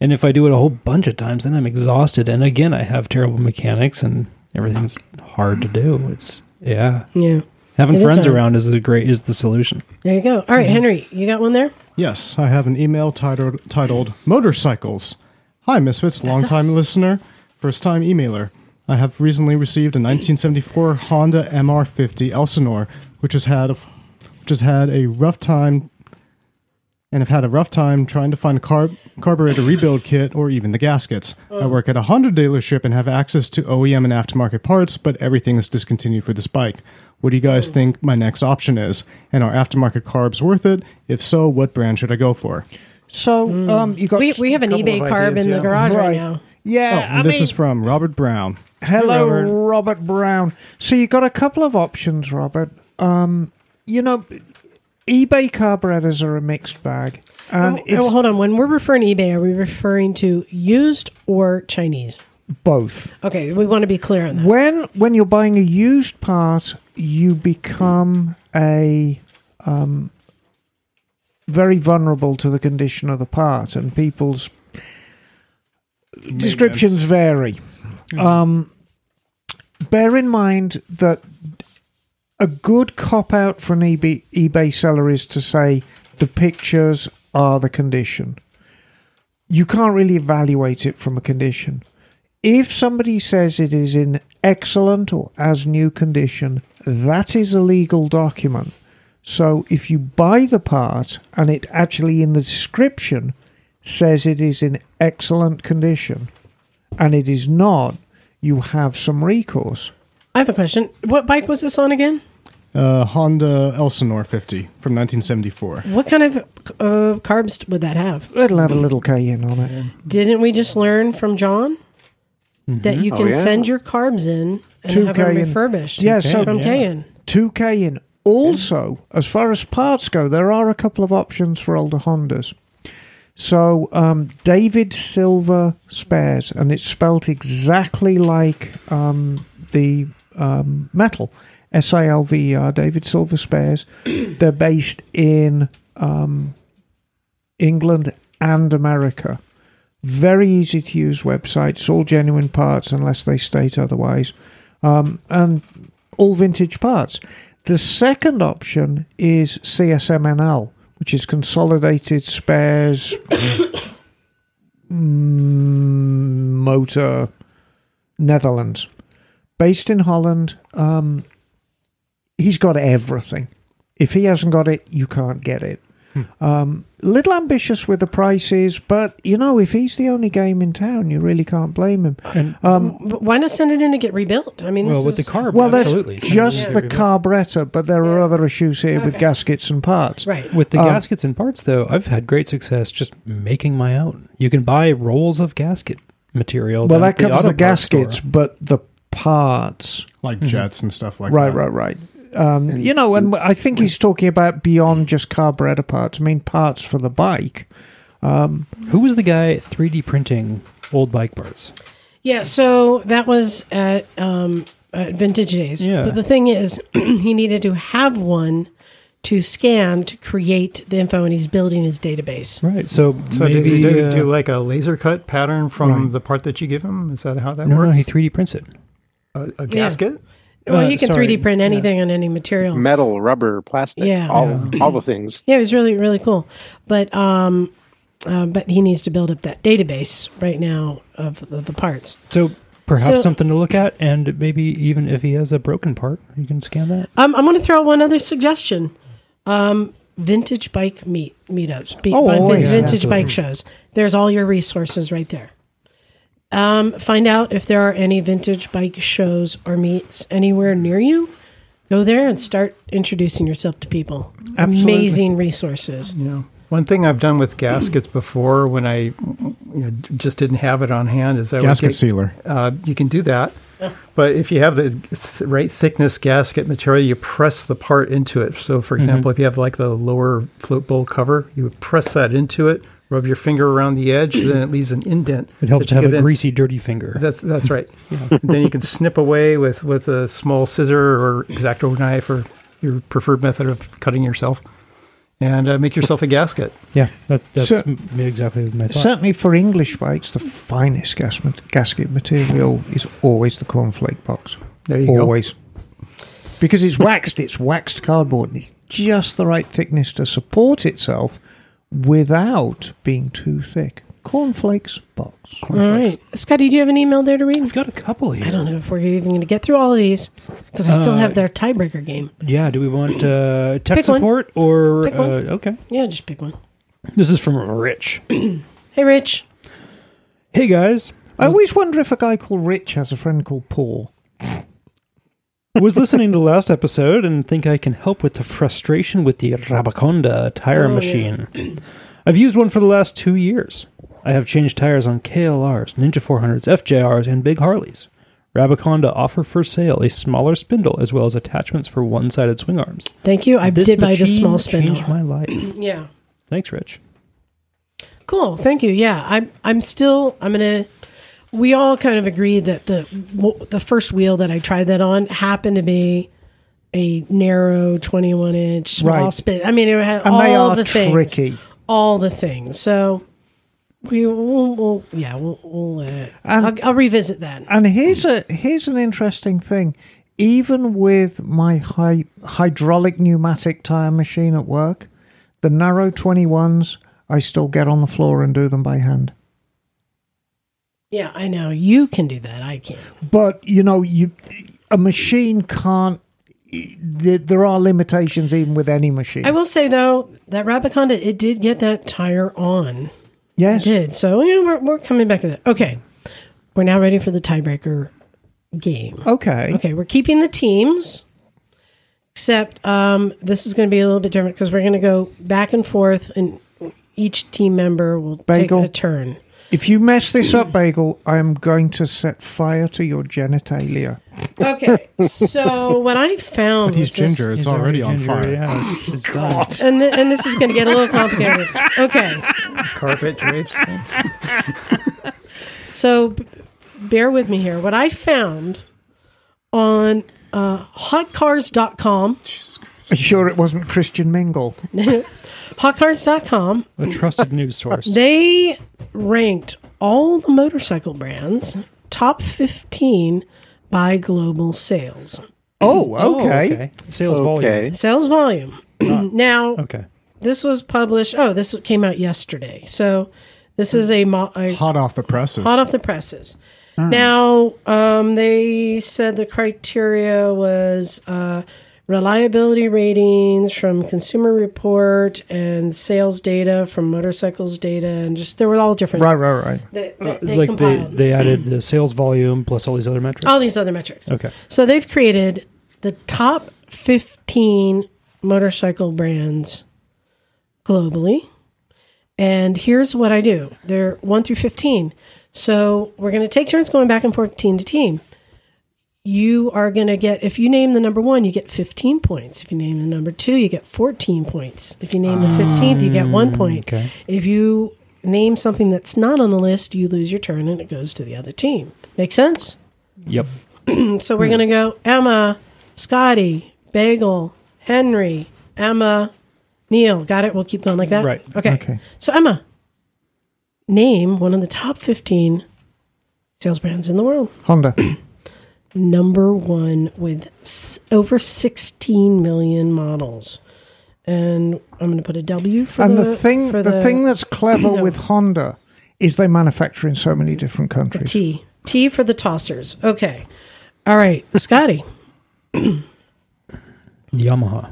E: And if I do it a whole bunch of times, then I'm exhausted, and again I have terrible mechanics, and everything's hard to do. It's yeah,
A: Yeah.
E: having
A: It is
E: friends
A: hard.
E: around is the great is the solution.
A: There you go. All
D: Mm-hmm.
A: right, Henry, you got one there?
F: Yes, I have an email titled, titled Motorcycles. Hi, Misfits, longtime
A: us.
F: listener, first time emailer. I have recently received a 1974 Honda MR50 Elsinore, which has had a, which has had a rough time and have had a rough time trying to find a carb- carburetor rebuild kit or even the gaskets. I work at a Honda dealership and have access to OEM and aftermarket parts, but everything is discontinued for this bike. What do you guys think my next option is? And are aftermarket carbs worth it? If so, what brand should I go for?
B: So um, you got
A: We, we have an
D: Couple
A: eBay
D: of
A: carb
D: ideas,
A: in the
D: yeah.
A: garage right,
B: Right.
A: now.
F: Oh,
B: yeah.
F: and
B: I
F: this
B: mean,
F: is from Robert Brown.
B: Hello,
E: Robert.
B: Robert. Brown. So you got a couple of options, Robert. Um, you know, eBay carburetors are a mixed bag,
D: Um,
B: and
A: Oh, oh,
B: it's
A: hold on. When we're referring to eBay, are we referring to used or Chinese?
B: both.
A: Okay, we want to be clear on that.
B: When when you're buying a used part, you become a um, very vulnerable to the condition of the part, and people's descriptions vary. Um, bear in mind that a good cop out for an eBay, eBay seller is to say the pictures are the condition. You can't really evaluate it from a condition. If somebody says it is in excellent or as new condition, that is a legal document. So if you buy the part and it actually in the description says it is in excellent condition and it is not, you have some recourse.
A: I have a question. What bike was this on again?
F: Uh, Honda Elsinore 50 from 1974.
A: What kind of uh, carbs would that have?
B: It'll have a little cayenne on it.
A: Didn't we just learn from John that
E: Mm-hmm. Oh,
A: you can
G: yeah.
A: send your carbs in and
B: To
A: have them
B: Cayenne.
A: refurbished?
B: Yeah, so-
A: from
E: Yeah.
A: Cayenne.
B: Two cayenne. Also, as far as parts go, there are a couple of options for older Hondas. So um, David Silver spares, and it's spelt exactly like um, the um, metal. S I L V E R. David Silver spares. They're based in um, England and America. Very easy to use websites. All genuine parts, unless they state otherwise, um, and all vintage parts. The second option is CSMNL, which is Consolidated Spares mm, Motor Netherlands, based in Holland. Um, he's got everything. If he hasn't got it, you can't get it. Um, little ambitious with the prices, but you know, if he's the only game in town, you really can't blame him.
E: And
B: Um,
A: But why not send it in to get rebuilt? I mean, this
E: well, with the
A: is,
E: carb,
B: well, that's
E: absolutely.
B: just
E: Yeah.
B: the carburetor, but there are other issues here with gaskets and parts.
A: right.
E: With the
B: Um,
E: gaskets and parts, though, I've had great success just making my own. You can buy rolls of gasket material.
B: Well,
E: down at
B: that covers
E: auto
B: the,
E: parts store.
B: gaskets, but the parts.
F: Like jets and stuff like
B: right,
F: that.
B: right, right, Um, you know, and I think he's talking about beyond just carburetor parts. I mean, parts for the bike.
E: Who was the guy 3D printing old bike parts?
A: Yeah, so that was at, um, at Vintage Days.
E: Yeah.
A: But the thing is, he needed to have one to scan to create the info, and he's building his database.
E: Right. So,
H: So
E: maybe,
H: did you do,
E: uh,
H: do like a laser cut pattern from
B: Right.
H: the part that you give him? Is that how that
E: no, no,
H: works?
E: he 3D prints it.
H: a, a gasket?
A: Well,
E: Uh,
A: he can
E: sorry.
A: 3D print anything on any material.
G: metal, rubber, plastic,
A: Yeah.
G: all all the things.
A: Yeah, it was really really cool, but um, uh, but he needs to build up that database right now of the, the parts.
E: So perhaps
A: So-
E: something to look at, and maybe even if he has a broken part, you can scan that.
A: Um, I'm going to throw out one other suggestion: um, vintage bike meet meetups, be,
B: Oh,
A: vin-
B: oh, yeah,
A: vintage
E: absolutely.
A: bike shows. There's all your resources right there. Um, find out if there are any vintage bike shows or meets anywhere near you. Go there and start introducing yourself to people.
B: Absolutely.
A: Amazing resources.
H: You know, one thing I've done with gaskets before when I you know, just didn't have it on hand is I would
F: Gasket
H: get-
F: sealer.
H: Uh, you can do that. But if you have the th- right thickness gasket material, you press the part into it. So, for
E: Mm-hmm.
H: example, if you have like the lower float bowl cover, you would press that into it, rub your finger around the edge, then it leaves an indent.
E: It helps
H: that
E: to
H: you
E: have
H: can
E: a
H: then-
E: greasy, dirty finger.
H: That's that's right. And then you can snip away with with a small scissor or exacto knife or your preferred method of cutting yourself, and uh, make yourself a gasket.
E: yeah, that's, that's
B: So-
E: m- exactly my thought.
B: Certainly for English bikes, the finest gas- gasket material is always the cornflake box.
H: There you go.
B: always. Because it's waxed, it's waxed cardboard, and it's just the right thickness to support itself without being too thick. Cornflakes box.
A: All right, Scotty, do you have an email there to read?
E: We've got a couple
A: I
E: here.
A: don't know if we're even going to get through all of these because I still
E: Uh,
A: have their tiebreaker game.
E: Yeah, do we want uh, tech
A: Pick one.
E: support or
A: Pick
E: uh,
A: one.
E: okay?
A: Yeah, just pick one.
E: This is from Rich.
A: Hey, Rich.
E: hey guys,
B: I always wonder if a guy called Rich has a friend called Paul.
E: was listening to the last episode and think I can help with the frustration with the Rabaconda tire
A: Oh, yeah.
E: machine. I've used one for the last two years. I have changed tires on KLRs, Ninja 400s, FJRs, and big Harleys. Rabaconda offer for sale a smaller spindle as well as attachments for one-sided swing arms.
A: Thank you. I did buy the
E: machine
A: small spindle.
E: Changed my life.
A: yeah.
E: Thanks, Rich.
A: Cool. Thank you. Yeah. I'm. I'm still. I'm gonna. We all kind of agreed that the w- the first wheel that I tried that on happened to be a narrow 21 inch small
B: Right.
A: spin. I mean, it had
B: And
A: all
B: they are
A: the things,
B: tricky.
A: all the things. So we will, we'll yeah, we'll, we'll uh,
B: And-
A: I'll, I'll revisit that.
B: And here's a here's an interesting thing. Even with my hy- hydraulic pneumatic tire machine at work, the narrow twenty ones, I still get on the floor and do them by hand.
A: yeah, I know you can do that. I can't.
B: But you know, you a machine can't. There, there are limitations even with any machine.
A: I will say though that Rapid Condit it did get that tire on.
B: yes,
A: did. So yeah, we're, we're coming back to that. Okay. We're now ready for the tiebreaker game.
B: okay.
A: Okay, we're keeping the teams, except um, this is going to be a little bit different because we're going to go back and forth, and each team member will
B: Bagel.
A: take a turn.
B: If you mess this up, Bagel, I am going to set fire to your genitalia.
A: Okay, so what I found
F: But he's
A: was this-
F: ginger. It's already, on fire.
E: Yeah, it's, it's done.
A: and th- and this is going to get a little complicated. Okay,
H: Carpet drapes. things.
A: So b- bear with me here. What I found on uh, hotcars.com,
B: Are you sure it wasn't Christian Mingle?
A: hotcars.com,
E: A trusted news source.
A: they ranked all the motorcycle brands top 15 by global sales.
B: Oh,
E: Oh,
B: okay.
E: Sales
G: Okay.
E: volume.
A: Sales volume. now,
E: Okay.
A: this was published, oh, this came out yesterday. So this is a, mo- a
F: Hot off the presses.
A: hot off the presses.
E: Hmm.
A: Now, um, they said the criteria was uh, reliability ratings from Consumer Report and sales data from motorcycles data, and just there were all different.
B: Right, right, right.
A: They, they, they
E: Uh, Like they,
A: compiled Oh.
E: they added the sales volume plus all these other metrics.
A: all these other metrics.
E: Okay.
A: So they've created the top 15 motorcycle brands globally. And here's what I do they're 1 through 15. So we're going to take turns going back and forth team to team. You are going to get, if you name the number one, you get 15 points. If you name the number two, you get 14 points. If you name the 15th, you get one point.
E: Mm, okay.
A: If you name something that's not on the list, you lose your turn and it goes to the other team. Make sense?
E: Yep.
A: So we're going to go Emma, Scotty, Bagel, Henry, Emma, Neil. Got it? We'll keep going like that?
E: Right.
A: Okay.
B: Okay.
A: So, Emma, name one of the top 15 sales brands in the world.
B: Honda.
A: Number one with s- over 16 million models. And I'm going to put a W for
B: and
A: the,
B: the, thing
A: for
B: the, thing that's clever
A: No.
B: with Honda is they manufacture in so many different countries.
A: T. T for the tossers. Okay. All right. Scotty,
E: Yamaha.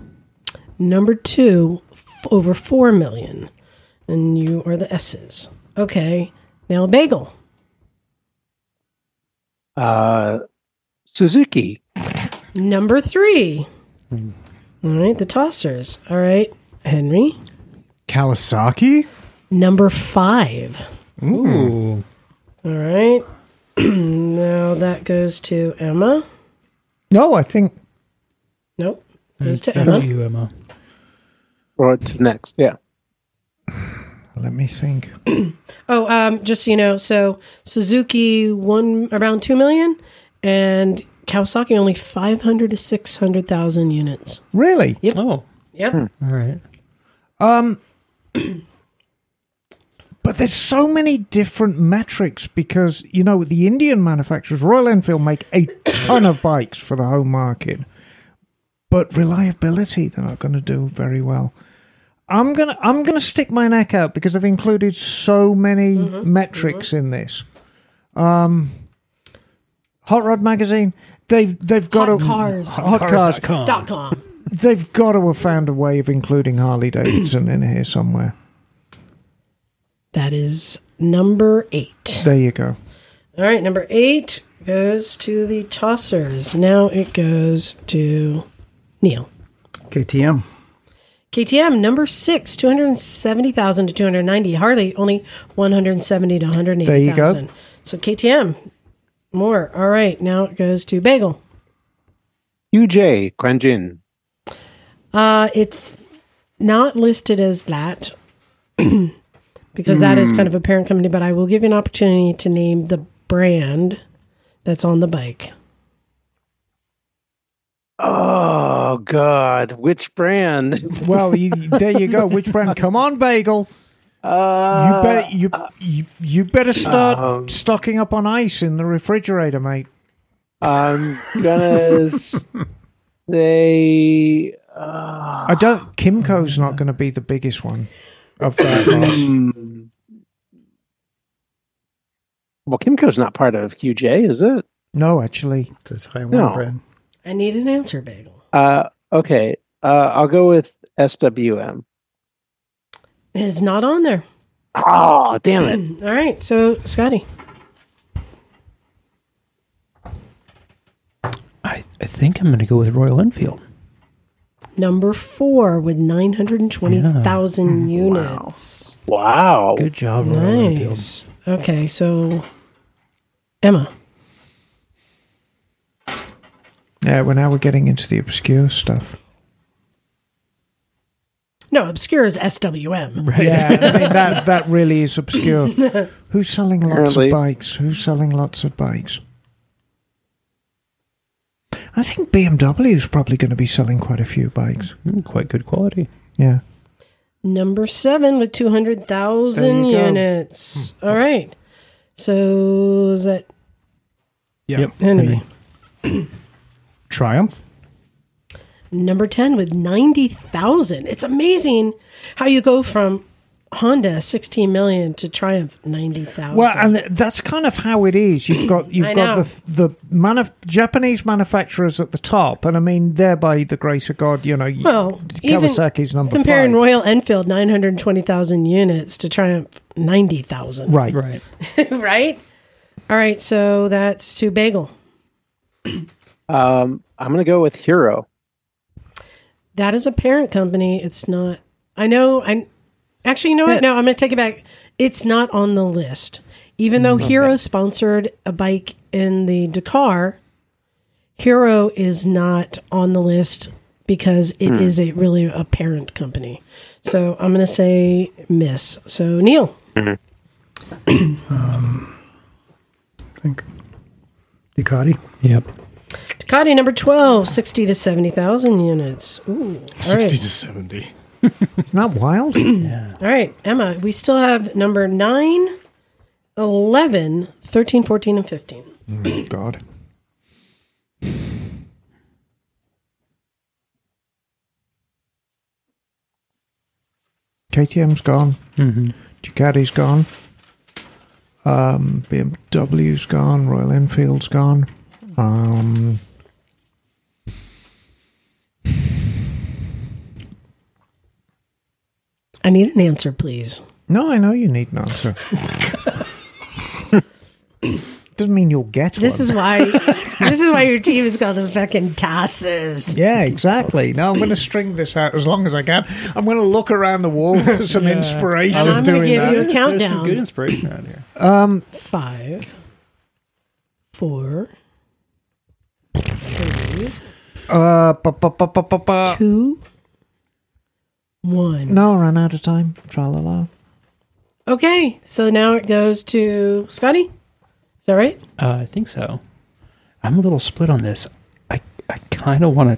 A: Number two, f- over 4 million. And you are the S's. Okay. Now, bagel.
G: Uh, Suzuki.
A: Number three. All right. The tossers. All right. Henry.
F: Kawasaki?
A: Number five.
E: Ooh.
A: All right. now that goes to Emma.
B: No, I think
A: Nope. Goes to
E: Back to
A: Emma.
E: you, Emma.
G: Or what's next? Yeah.
B: let me think.
A: Oh, um, just so you know, so Suzuki one around two million, and Kawasaki only five hundred to six hundred thousand units.
B: Really?
E: Oh.
A: Yep.
E: All right.
B: But there's so many different metrics because you know the Indian manufacturers, Royal Enfield, make a ton of bikes for the home market, but reliability they're not going to do very well. I'm gonna I'm gonna stick my neck out because I've included so many metrics in this. Um, Hot Rod Magazine, they've they've got
A: Hot
B: to-
A: cars.
B: hot cars.
E: Cars.com.
A: Dot com.
B: They've got to have found a way of including Harley Davidson in here somewhere.
A: That is number eight.
B: There you go.
A: All right, number eight goes to the tossers. Now it goes to Neil.
H: KTM.
A: KTM number six, two hundred seventy thousand to two hundred ninety. Harley only one hundred seventy to one hundred
B: There
A: eighty
B: you go.
A: thousand. So KTM more. All right, now it goes to Bagel.
G: UJ Quanjin.
A: Uh, it's not listed as that because that is kind of a parent company. But I will give you an opportunity to name the brand that's on the bike.
G: Oh God, which brand?
B: Well, you, there you go. Which brand? Come on, bagel.
G: Uh,
B: You better you you, you better start
G: um,
B: stocking up on ice in the refrigerator, mate.
G: I'm gonna s- say uh,
B: I don't. Kimco's not going to be the biggest one of that. lot.
G: Hmm. Well, Kimco's not part of QJ, is it?
B: no, actually,
H: It's a Taiwan
G: No.
H: brand.
A: I need an answer, Bagel.
G: Uh, okay, uh, I'll go with SWM.
A: It's not on there.
G: Oh, damn it!
A: All right, so Scotty.
E: I, I think I'm going to go with Royal Enfield.
A: Number four with 920,000 units.
G: Wow.
E: Good job, Royal Enfield.
A: Nice. Okay, so Emma.
B: yeah. Well, now we're getting into the obscure stuff.
A: No, Obscure is SWM.
E: Right.
B: Yeah, I mean that that really is obscure. Who's selling lots
G: Apparently.
B: of bikes? Who's selling lots of bikes? I think BMW is probably going to be selling quite a few bikes.
E: Mm, Quite good quality.
B: Yeah.
A: Number seven with 200,000
B: There you go. Hmm.
A: units. All right. So is that
F: Yeah.
A: Henry?
F: Triumph.
A: Number 10 with 90,000. It's amazing how you go from Honda 16 million to Triumph 90,000.
B: Well, and th- that's kind of how it is. You've got
A: I
B: you've got
A: know.
B: the the manuf- Japanese manufacturers at the top, and I mean, there by the grace of God, you know, you-
A: Well, even
B: Kawasaki's number
A: comparing
B: five.
A: Royal Enfield 920,000 units to Triumph 90,000.
B: right.
E: Right.
A: right? All right, so that's to Bagel.
G: Um, I'm gonna go with Hero.
A: That is a parent company. It's not. I know. I actually, you know what? No, I'm going to take it back. It's not on the list, even though Hero sponsored a bike in the Dakar. Hero is not on the list because it is a really a parent company. So I'm going to say miss. So Neil,
H: I think Ducati.
E: Yep.
A: Ducati number 12, 60 to 70,000 units. Ooh. All
F: 60
A: right.
F: to 70.
B: Isn't that wild?
A: All right, Emma, we still have number 9, 11, 13, 14, and 15.
B: God. KTM's gone. Ducati's gone. Um, BMW's gone. Royal Enfield's gone. Um,
A: I need an answer, please.
B: no, I know you need an answer. Doesn't mean you'll get
A: This
B: one.
A: is why this is why your team is called the fucking Tasses.
B: Yeah, exactly. No, I'm going to string this out as long as I can. I'm going to look around the wall for some inspiration.
A: I was I'm gonna doing give that. you a
E: There's
A: countdown.
E: some good inspiration out here.
A: Five, four,
B: Uh, ba, ba, ba, ba, ba, ba.
A: two, one.
B: No, I ran out of time. Tra la la.
A: Okay, so now it goes to Scotty. Is that right?
E: Uh, I think so. I'm a little split on this. I I kind of want to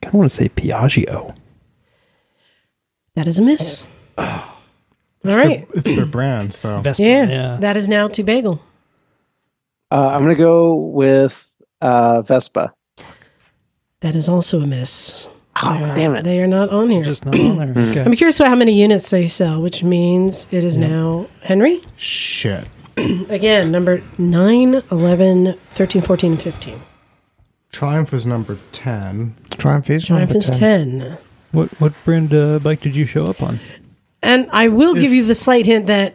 E: kind of want to say Piaggio.
A: That is a miss. All right.
F: It's their brands, though.
E: Vespa.
A: Yeah,
E: yeah.
A: That is now to Bagel.
G: Uh, I'm gonna go with uh, Vespa.
A: That is also a miss.
G: Oh,
A: They are-
G: damn it.
A: They are not on here.
E: Just not on there. Okay.
A: I'm curious about how many units they sell, which means it is now Henry.
F: Shit.
A: Again, number 9, 11, 13, 14, and 15.
F: Triumph is number 10.
B: Triumph is
A: Triumph
B: number
A: is
B: 10.
A: 10.
E: What what brand uh, bike did you show up on?
A: And I will give you the slight hint that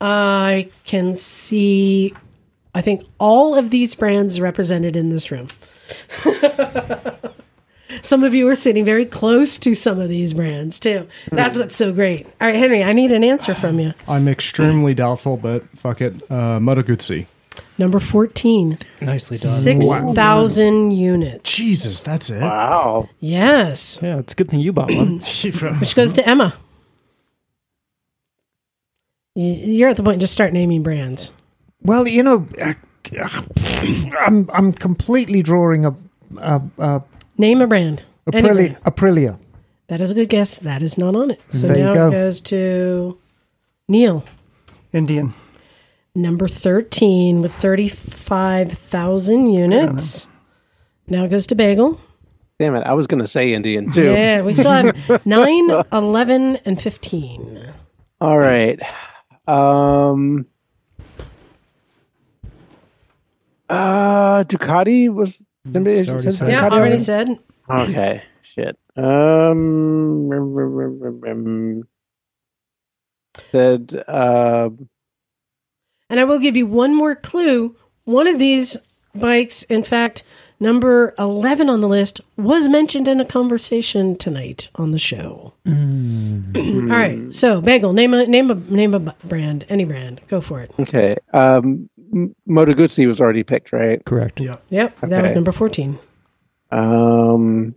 A: I can see, I think, all of these brands represented in this room. some of you are sitting very close to some of these brands, too. That's what's so great. All right, Henry, I need an answer from you.
F: I'm extremely doubtful, but fuck it. Uh, Moto Guzzi.
A: Number 14,
E: Nicely done.
A: 6,000 units.
F: Jesus, that's it.
G: Wow.
A: Yes.
E: Yeah, it's a good thing you bought one.
A: Which goes to Emma. Y- You're at the point, just start naming brands.
B: Well, you know, uh, I'm I'm completely drawing a, a, a
A: Name a brand.
B: Aprilia.
A: Anyway.
B: Aprilia.
A: That is a good guess. That is not on it. So
B: There you
A: now
B: go.
A: it goes to Neil,
H: Indian.
A: number 13 with 35,000 units. Now it goes to Bagel.
G: Damn it, I was going to say Indian too.
A: Yeah, we still have 9, 11, and 15.
G: All right. Um uh Ducati was somebody
D: It's already
G: said
D: said.
G: Ducati
A: Yeah, already said.
G: Okay, shit. Um rim, rim, rim, rim, rim. said uh
A: And I will give you one more clue. One of these bikes, in fact, number 11 on the list, was mentioned in a conversation tonight on the show. All right. So, Bagel, name a name a name a bu- brand, any brand. Go for it.
G: okay. Um M- Moto Guzzi was already picked, right?
E: Correct.
A: Yep, that was
G: Okay.
A: number 14.
G: Um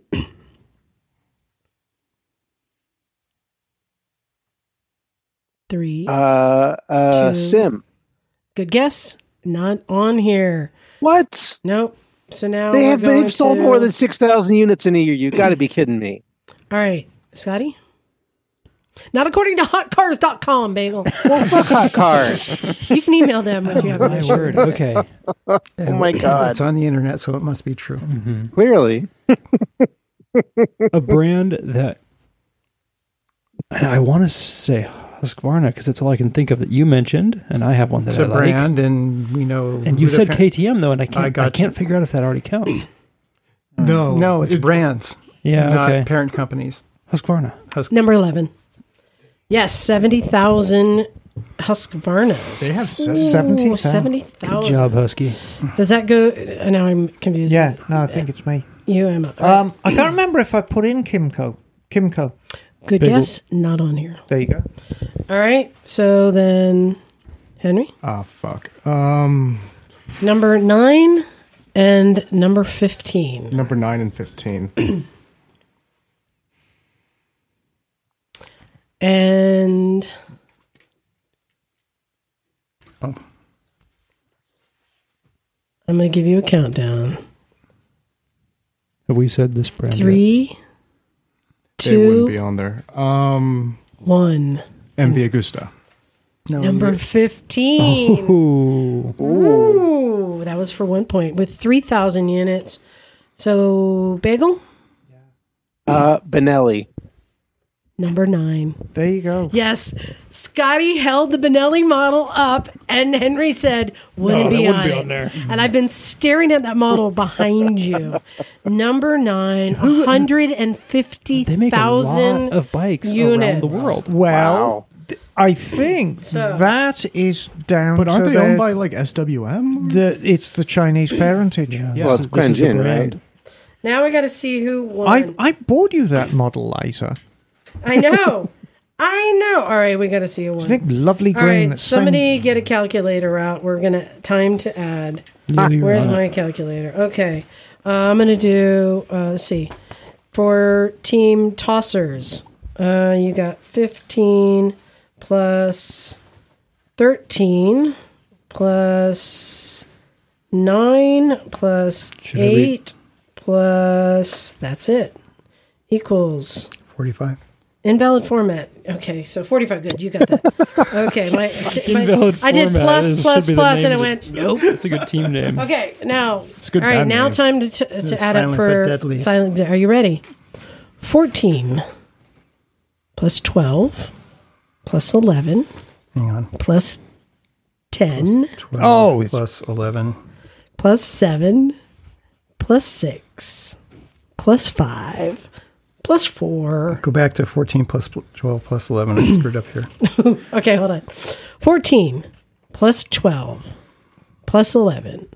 A: Three.
G: uh uh
A: Two.
G: Sim.
A: Good guess. Not on here.
G: What?
A: Nope. So
F: Oh
A: now
G: They
A: we're
G: have
A: going
G: they've sold
A: to-
G: more than 6,000 units in a year. You got to be kidding me.
A: All right, Scotty. Not according to hotcars.com, Bagel.
G: Well, fuck hot cars.
A: You can email them if you have
E: My
A: questions.
E: word. Okay.
G: Oh my god.
H: It's on the internet, so it must be true.
G: Clearly.
E: a brand that and I want to say Husqvarna because it's all I can think of that you mentioned, and I have one that
H: It's
E: I
H: a
E: like.
H: brand, and we know.
E: And
H: who
E: you
H: the
E: said
H: par-
E: KTM though, and I can't. I,
H: gotcha.
E: can't figure out if that already counts.
F: No,
H: No, it's
F: It-
H: brands,
E: yeah.
H: not
E: Okay.
H: parent companies.
E: Husqvarna.
A: Number 11. Yes, 70,000 Husqvarnas.
F: they have
A: Ooh,
F: seven.
B: 70,000.
A: 70,000.
E: Good job, Husky.
A: Does that go? uh, Now I'm confused.
B: Yeah, no, I think it's me.
A: You, Emma.
F: Uh,
B: Um, I can't remember if I put in Kimco. Kimco.
A: Good
E: Bagel.
A: guess. Not on here.
B: There you go.
A: All right. So then, Henry,
F: Ah, fuck. Um,
A: number nine and number 15.
F: number nine and fifteen.
A: And.
H: Oh.
A: I'm going to give you a countdown.
E: Have we said this brand? yet?
A: Three,
F: they wouldn't be
A: two,
F: on there. Um,
A: one.
F: MV Agusta.
E: Oh,
H: No,
A: Number 15.
E: Ooh.
A: Ooh, that was for one point with 3,000 units. So, Bagel,
G: Uh, Benelli.
A: number nine.
B: There you go.
A: Yes, Scotty held the Benelli model up, and Henry said, "Wouldn't
E: No, that
A: be
E: wouldn't
A: on
E: be
A: it."
E: on there.
A: And I've been staring at that model behind you. Number nine, hundred and fifty
E: They make a lot
A: thousand
E: of bikes around
A: units.
E: the world.
B: Well,
G: Wow.
B: th- I think that is down
F: But aren't
B: to
F: they owned
B: their-
F: by like SWM?
B: the, it's the Chinese parentage.
F: Yes,
G: Well, it's
F: this is the
G: Guanjin,
F: brand.
G: right?
A: Now I got to see who
B: I,
A: won.
B: I bought you that model later.
A: I, know, I know. All right, we got to see who
B: It's a
A: won.
B: big, lovely
A: All
B: green.
A: right,
B: that's
A: somebody get a calculator out. We're gonna time to add.
E: You're
A: Where's
E: on it.
A: my calculator? Okay. Uh, I'm going to do, uh, let's see, for team tossers, uh, you got 15 plus 13 plus 9 plus
E: Should I read?
A: 8 plus, that's it, equals
H: forty-five.
A: invalid format. Okay, so 45, good, you got that. okay, my, my-
E: Invalid
A: I did
E: format,
A: plus,
E: it should
A: plus,
E: be the
A: plus,
E: name
A: and it
E: of-
A: went, nope.
E: That's a good team name.
A: Okay, now
F: It's a good
A: All right,
F: band
A: now
F: name.
A: time to t- to add up
H: Silent
A: for
H: but Deadly.
A: silent. Are you ready? Fourteen plus twelve plus eleven
H: Hang on.
A: plus ten plus,
H: Twelve
B: Oh, it's-
H: plus eleven.
A: seven plus six plus five plus four.
H: Go back to fourteen plus pl- twelve plus eleven. I screwed up here.
A: Okay, hold on. Fourteen plus twelve plus eleven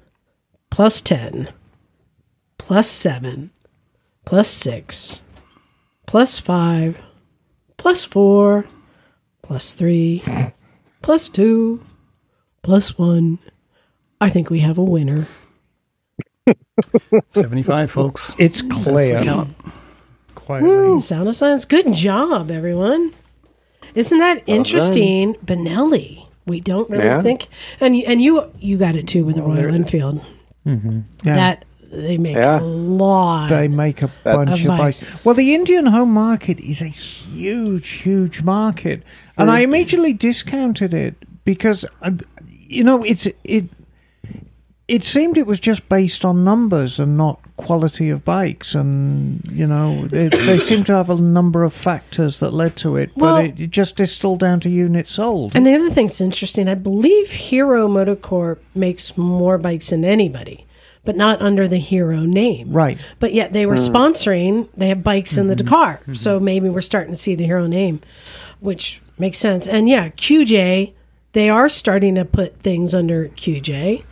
A: plus ten plus seven plus six plus five plus four plus three plus two plus one. I think we have a winner.
H: Seventy-five, folks.
B: It's
H: That's the
B: clear.
H: count.
E: Quietly.
A: Sound of Science. Good job, everyone. Isn't that interesting, Benelli? We don't really
G: Yeah.
A: think, and and you you got it too with the Royal Enfield.
B: Yeah.
A: That They make
G: Yeah.
A: a lot.
B: They make a bunch of
A: Advice.
B: bikes. Well, the Indian home market is a huge, huge market, and I immediately discounted it because, I, you know, it's it. It seemed it was just based on numbers and not quality of bikes, and you know they, they seem to have a number of factors that led to it.
A: Well-
B: but it, it just distilled down to units sold.
A: And the other thing's interesting. I believe Hero Motocorp makes more bikes than anybody, but not under the Hero name.
B: Right. Hmm. Mm-hmm.
A: But yet they were sponsoring. They have bikes in the Dakar, so maybe we're starting to see the Hero name, which makes sense. And yeah, QJ. They are starting to put things under QJ,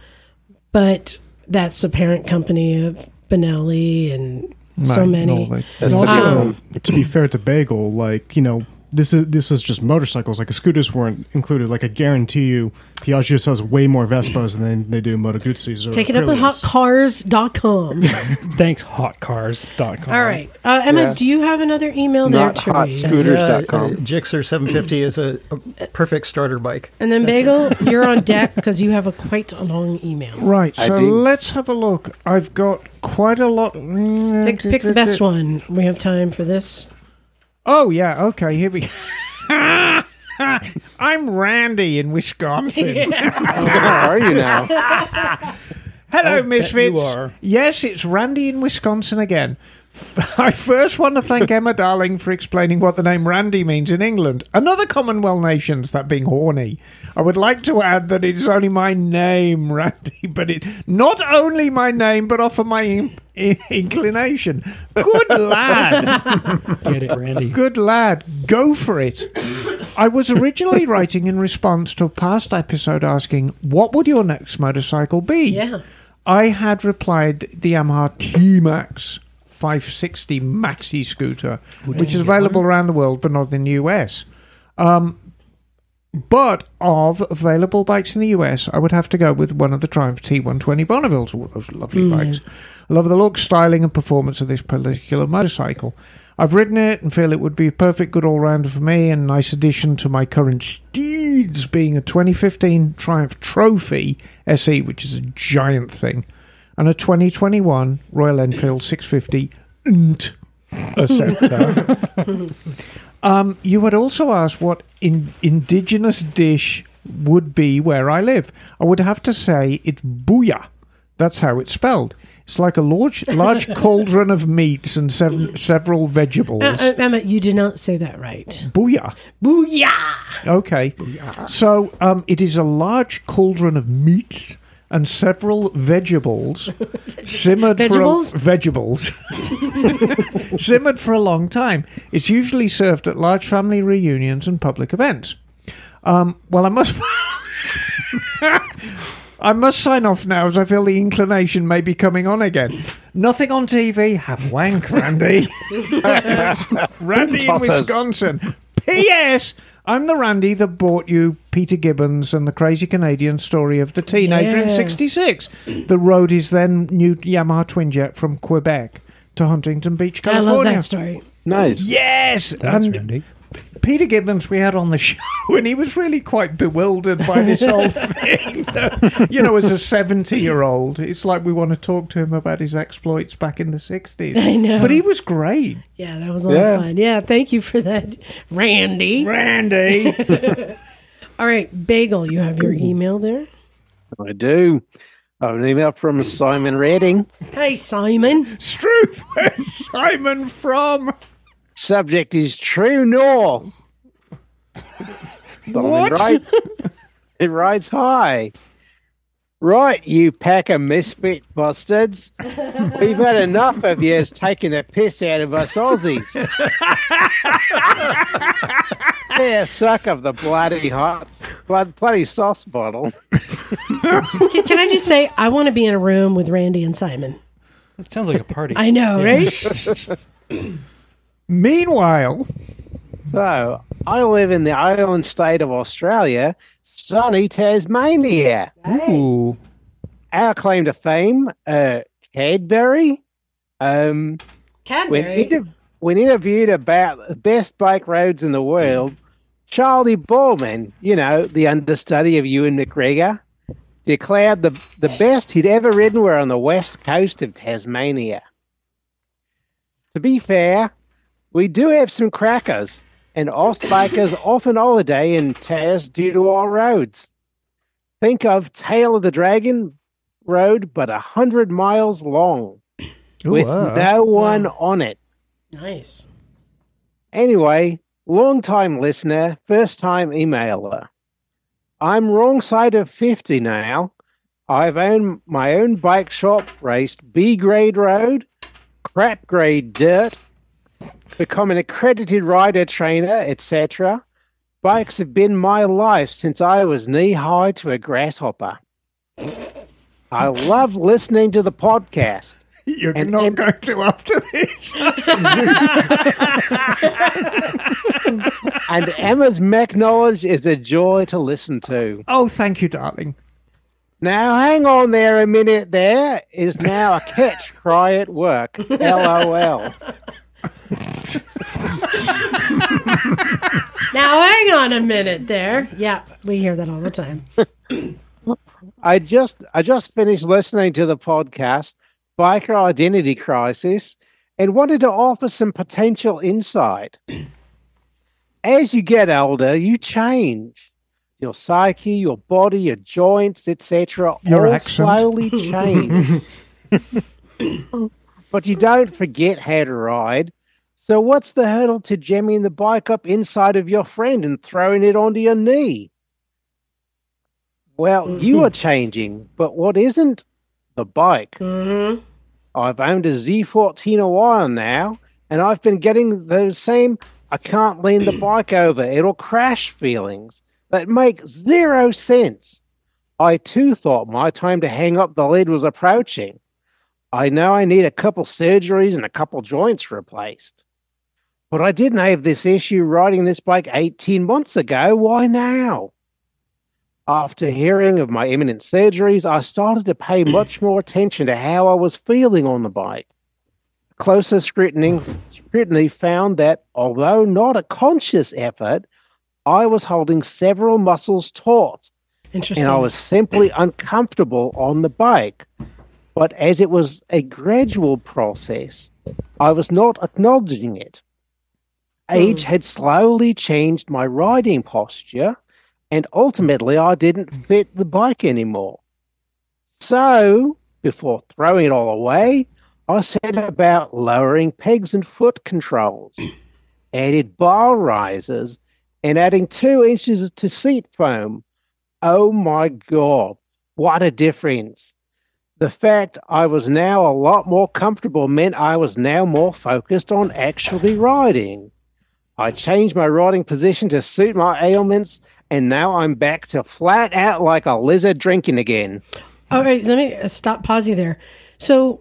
A: but that's the parent company of Benelli and so
B: Right,
A: many.
B: all the-
F: And
G: That's the
F: also,
G: deal.
F: to be fair to Bagel, like you know, this is this is just motorcycles. Like scooters weren't included. Like I guarantee you, Piaggio sells way more Vespas than they do Moto Guzzis or
A: Take it up at
F: Aprilis.
A: hotcars.com.
E: Thanks, hotcars.com.
A: All right. Uh, Emma,
G: Yeah.
A: do you have another email
G: Not
A: there to
G: hot
A: read?
G: scooters.com.
H: uh, Gixxer 750 is a, a perfect starter bike.
A: And then Bagel, you're on deck because you have a quite a long email.
B: Right,
G: I
B: so
G: do.
B: let's have a look. I've got quite a lot.
A: Pick, pick the best one. We have time for this.
B: Oh yeah, okay, here we go. I'm Randy in Wisconsin.
G: How are you now?
B: Hello,
E: I'll Oh, bet
B: Misfits.
E: you are.
B: Yes, it's Randy in Wisconsin again. I first want to thank Emma Darling for explaining what the name Randy means in England and other Commonwealth nations, that being horny. I would like to add that it is only my name, Randy, but it not only my name, but often my in- in- inclination. Good lad.
E: Get it, Randy.
B: Good lad, go for it. I was originally writing in response to a past episode asking, What would your next motorcycle be?
A: Yeah.
B: I had replied the Yamaha T Max 560 Maxi scooter, which is available around the world but not in the US. Um, but of available bikes in the US, I would have to go with one of the Triumph T120 Bonnevilles. All those lovely bikes. I love the look, styling, and performance of this particular motorcycle. I've ridden it and feel it would be a perfect good all rounder for me and a nice addition to my current steeds, being a 2015 Triumph Trophy SE, which is a giant thing, and a 2021 Royal Enfield 650 Unt Acceptor. um, you had also asked what in- indigenous dish would be where I live. I would have to say it's booyah. That's how it's spelled. It's like a large, large cauldron of meats and sev- several vegetables.
A: Uh, uh, Emma, you did not say that right.
B: Booyah.
A: Booyah!
B: Okay. So um, it is a large cauldron of meats and several vegetables simmered
A: Vegetables?
B: for a, vegetables simmered for a long time. It's usually served at large family reunions and public events. Um, well, I must. I must sign off now as I feel the inclination may be coming on again. Nothing on TV. Have wank, Randy. Randy in
G: Tossers.
B: Wisconsin. P.S. I'm the Randy that bought you Peter Gibbons and the crazy Canadian story of the teenager in
A: Yeah.
B: 66. The road is then new Yamaha Twinjet from Quebec to Huntington Beach,
A: I
B: California.
A: love that story.
G: Nice.
B: Yes!
E: Thanks,
B: and
E: Randy.
B: Peter Gibbons we had on the show, and he was really quite bewildered by this whole thing. you know, as a 70 year old, it's like we want to talk to him about his exploits back in the 60s.
A: I know.
B: But he was great.
A: Yeah, that was a lot
G: Yeah.
A: of fun. Yeah, thank you for that, Randy.
B: Randy!
A: All right, Bagel, you have your email there.
G: I do. I have an email from Simon Redding.
A: Hey, Simon.
B: Struth, where's Simon from?
G: Subject is true north.
B: What?
G: It rides, it rides high. Right, you pack of misfit bastards. We've had enough of you taking the piss out of us Aussies. Fair suck of the bloody hot, blood, bloody sauce bottle.
A: Can, can I just say, I want to be in a room with Randy and Simon.
E: That sounds like a party.
A: I know, right?
B: Meanwhile,
G: So, I live in the island state of Australia, sunny Tasmania.
E: Ooh.
G: Our claim to fame, uh, Cadbury. Um, When,
A: Cadbury.
G: inter- when interviewed about the best bike roads in the world, Charlie Borman, you know, the understudy of Ewan McGregor, declared the, the best he'd ever ridden were on the west coast of Tasmania. To be fair, we do have some crackers and Ostbikers off on holiday in Tas due to our roads. Think of Tail of the Dragon Road, but a hundred miles long, with
B: uh,
G: no one on it.
A: Nice.
G: Anyway, long time listener, first time emailer. I'm wrong side of 50 now. I've owned my own bike shop, raced B grade road, crap grade dirt, become an accredited rider trainer, etc. Bikes have been my life since I was knee high to a grasshopper. I love listening to the podcast.
B: You're
G: And
B: not
G: em-
B: going to after this.
G: and Emma's mech knowledge is a joy to listen to.
B: oh, thank you, darling.
G: Now, hang on there a minute. There is now a catch cry at work. LOL.
A: Now hang on a minute there. Yeah, we hear that all the time.
G: I just I just finished listening to the podcast Biker Identity Crisis and wanted to offer some potential insight. As you get older, you change. Your psyche, your body, your joints, etc.
B: Your
G: all
B: accent.
G: slowly change. but you don't forget how to ride. So what's the hurdle to jamming the bike up inside of your friend and throwing it onto your knee? Well, you are changing, but what isn't? The bike.
A: Mm-hmm.
G: I've owned a Z14 a while now, and I've been getting those same I can't lean the bike over, it'll crash feelings that make zero sense. I too thought my time to hang up the lid was approaching. I know I need a couple surgeries and a couple joints replaced. But I didn't have this issue riding this bike 18 months ago. Why now? After hearing of my imminent surgeries, I started to pay much more attention to how I was feeling on the bike. Closer scrutiny, scrutiny found that, although not a conscious effort, I was holding several muscles taut
A: Interesting.
G: and I was simply uncomfortable on the bike. But as it was a gradual process, I was not acknowledging it. Age had slowly changed my riding posture, and ultimately, I didn't fit the bike anymore. So, before throwing it all away, I set about lowering pegs and foot controls, added bar risers, and adding two inches to seat foam. Oh my God, what a difference! The fact I was now a lot more comfortable meant I was now more focused on actually riding. I changed my riding position to suit my ailments, and now I'm back to flat out like a lizard drinking again.
A: All right, let me uh, stop, pause you there. So,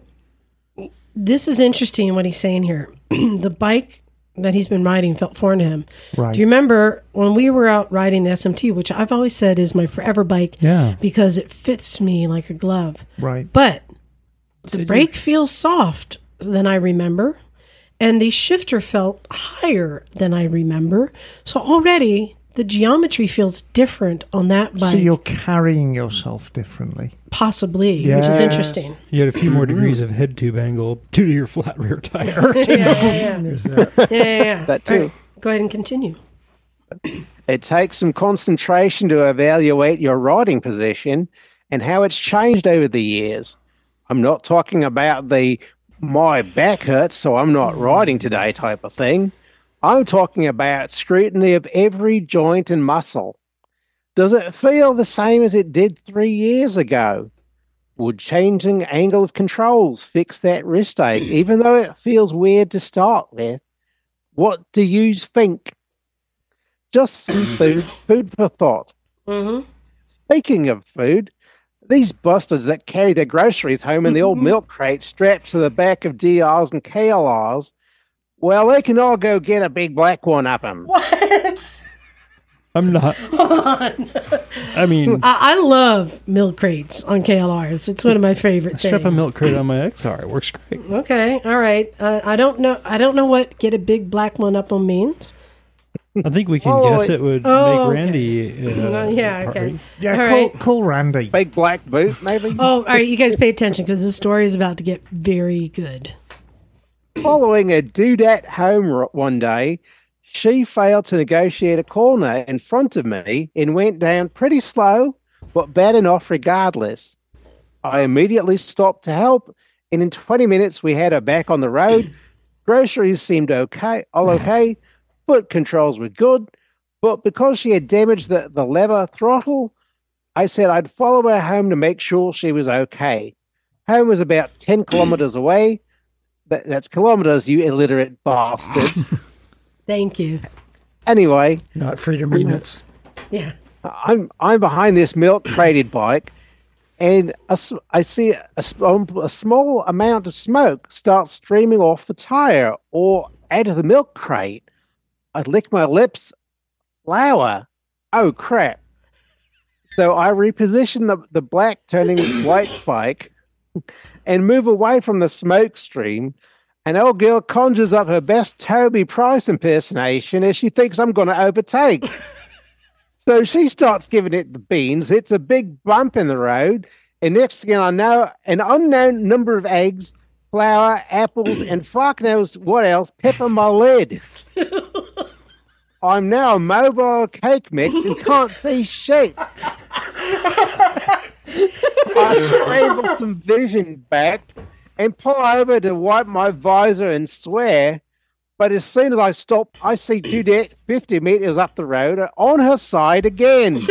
A: this is interesting what he's saying here. the bike that he's been riding felt foreign to him.
B: Right.
A: Do you remember when we were out riding the SMT, which I've always said is my forever bike
E: Yeah.
A: because it fits me like a glove?
B: Right.
A: But the brake feels soft than I remember, and the shifter felt higher than I remember. So, already the geometry feels different on that bike,
B: So you're carrying yourself differently.
A: possibly, which is
B: Yeah.
A: interesting.
E: You had a few more degrees of head tube angle due to your flat rear tire.
A: yeah, yeah, yeah. yeah, yeah, yeah.
G: That
A: All
G: too.
A: go ahead and continue.
G: It takes some concentration to evaluate your riding position and how it's changed over the years. I'm not talking about the my back hurts, so I'm not riding today type of thing. I'm talking about scrutiny of every joint and muscle. Does it feel the same as it did three years ago? Would changing angle of controls fix that wrist ache, even though it feels weird to start with? What do you think? just some food, food for thought.
A: Mm-hmm.
G: Speaking of food, these busters that carry their groceries home in the
A: Mm-hmm.
G: old milk crate strapped to the back of DRs and KLRs, well, they can all go get a big black one up 'em.
A: What?
E: I'm not.
A: Hold on.
E: I mean,
A: I, I love milk crates on KLRs. It's one of my favorite things.
E: strap a milk crate on my XR. It works great.
A: Okay, all right. Uh, I don't know. I don't know what get a big black one up on means.
E: I think we can
G: Oh,
E: guess it would
A: oh, okay.
E: make Randy. Uh,
A: Well, yeah,
E: part-
A: okay.
B: Yeah,
A: All
B: call,
A: right.
B: call Randy.
G: Big black boot, maybe.
A: Oh, all right, you guys pay attention because this story is about to get very good.
G: Following a dudette home r- one day, she failed to negotiate a corner in front of me and went down pretty slow, but bad enough regardless. I immediately stopped to help, and in 20 minutes we had her back on the road. Groceries seemed okay, all okay, foot controls were good, but because she had damaged the, the lever throttle, I said I'd follow her home to make sure she was okay. Home was about 10 kilometers away that, that's kilometers, you illiterate bastards.
A: Thank you.
G: anyway,
H: Not freedom units.
A: Yeah.
G: I'm I'm behind this milk crated bike, and a s- I see a, s- um, a small amount of smoke start streaming off the tire or out of the milk crate. I lick my lips, flour. Oh crap! So I reposition the the black turning white bike, and move away from the smoke stream. An old girl conjures up her best Toby Price impersonation as she thinks I'm going to overtake. So she starts giving it the beans. It's a big bump in the road. And next thing I know, an unknown number of eggs, flour, apples, and fuck knows what else pepper my lid. I'm now a mobile cake mix and can't see shit. I scramble some vision back and pull over to wipe my visor and swear. But as soon as I stop, I see Dudette 50 meters up the road on her side again.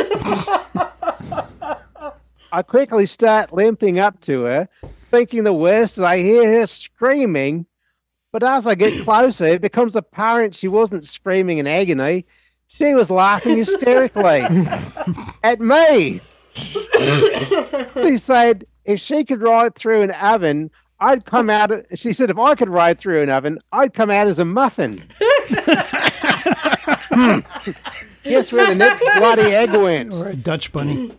G: I quickly start limping up to her, thinking the worst as I hear her screaming. But as I get closer, it becomes apparent she wasn't screaming in agony. She was laughing hysterically at me. she said if she could ride through an oven, I'd come out. She said if I could ride through an oven, I'd come out as a muffin. Hmm. Guess where the next bloody egg went?
H: Or a Dutch bunny.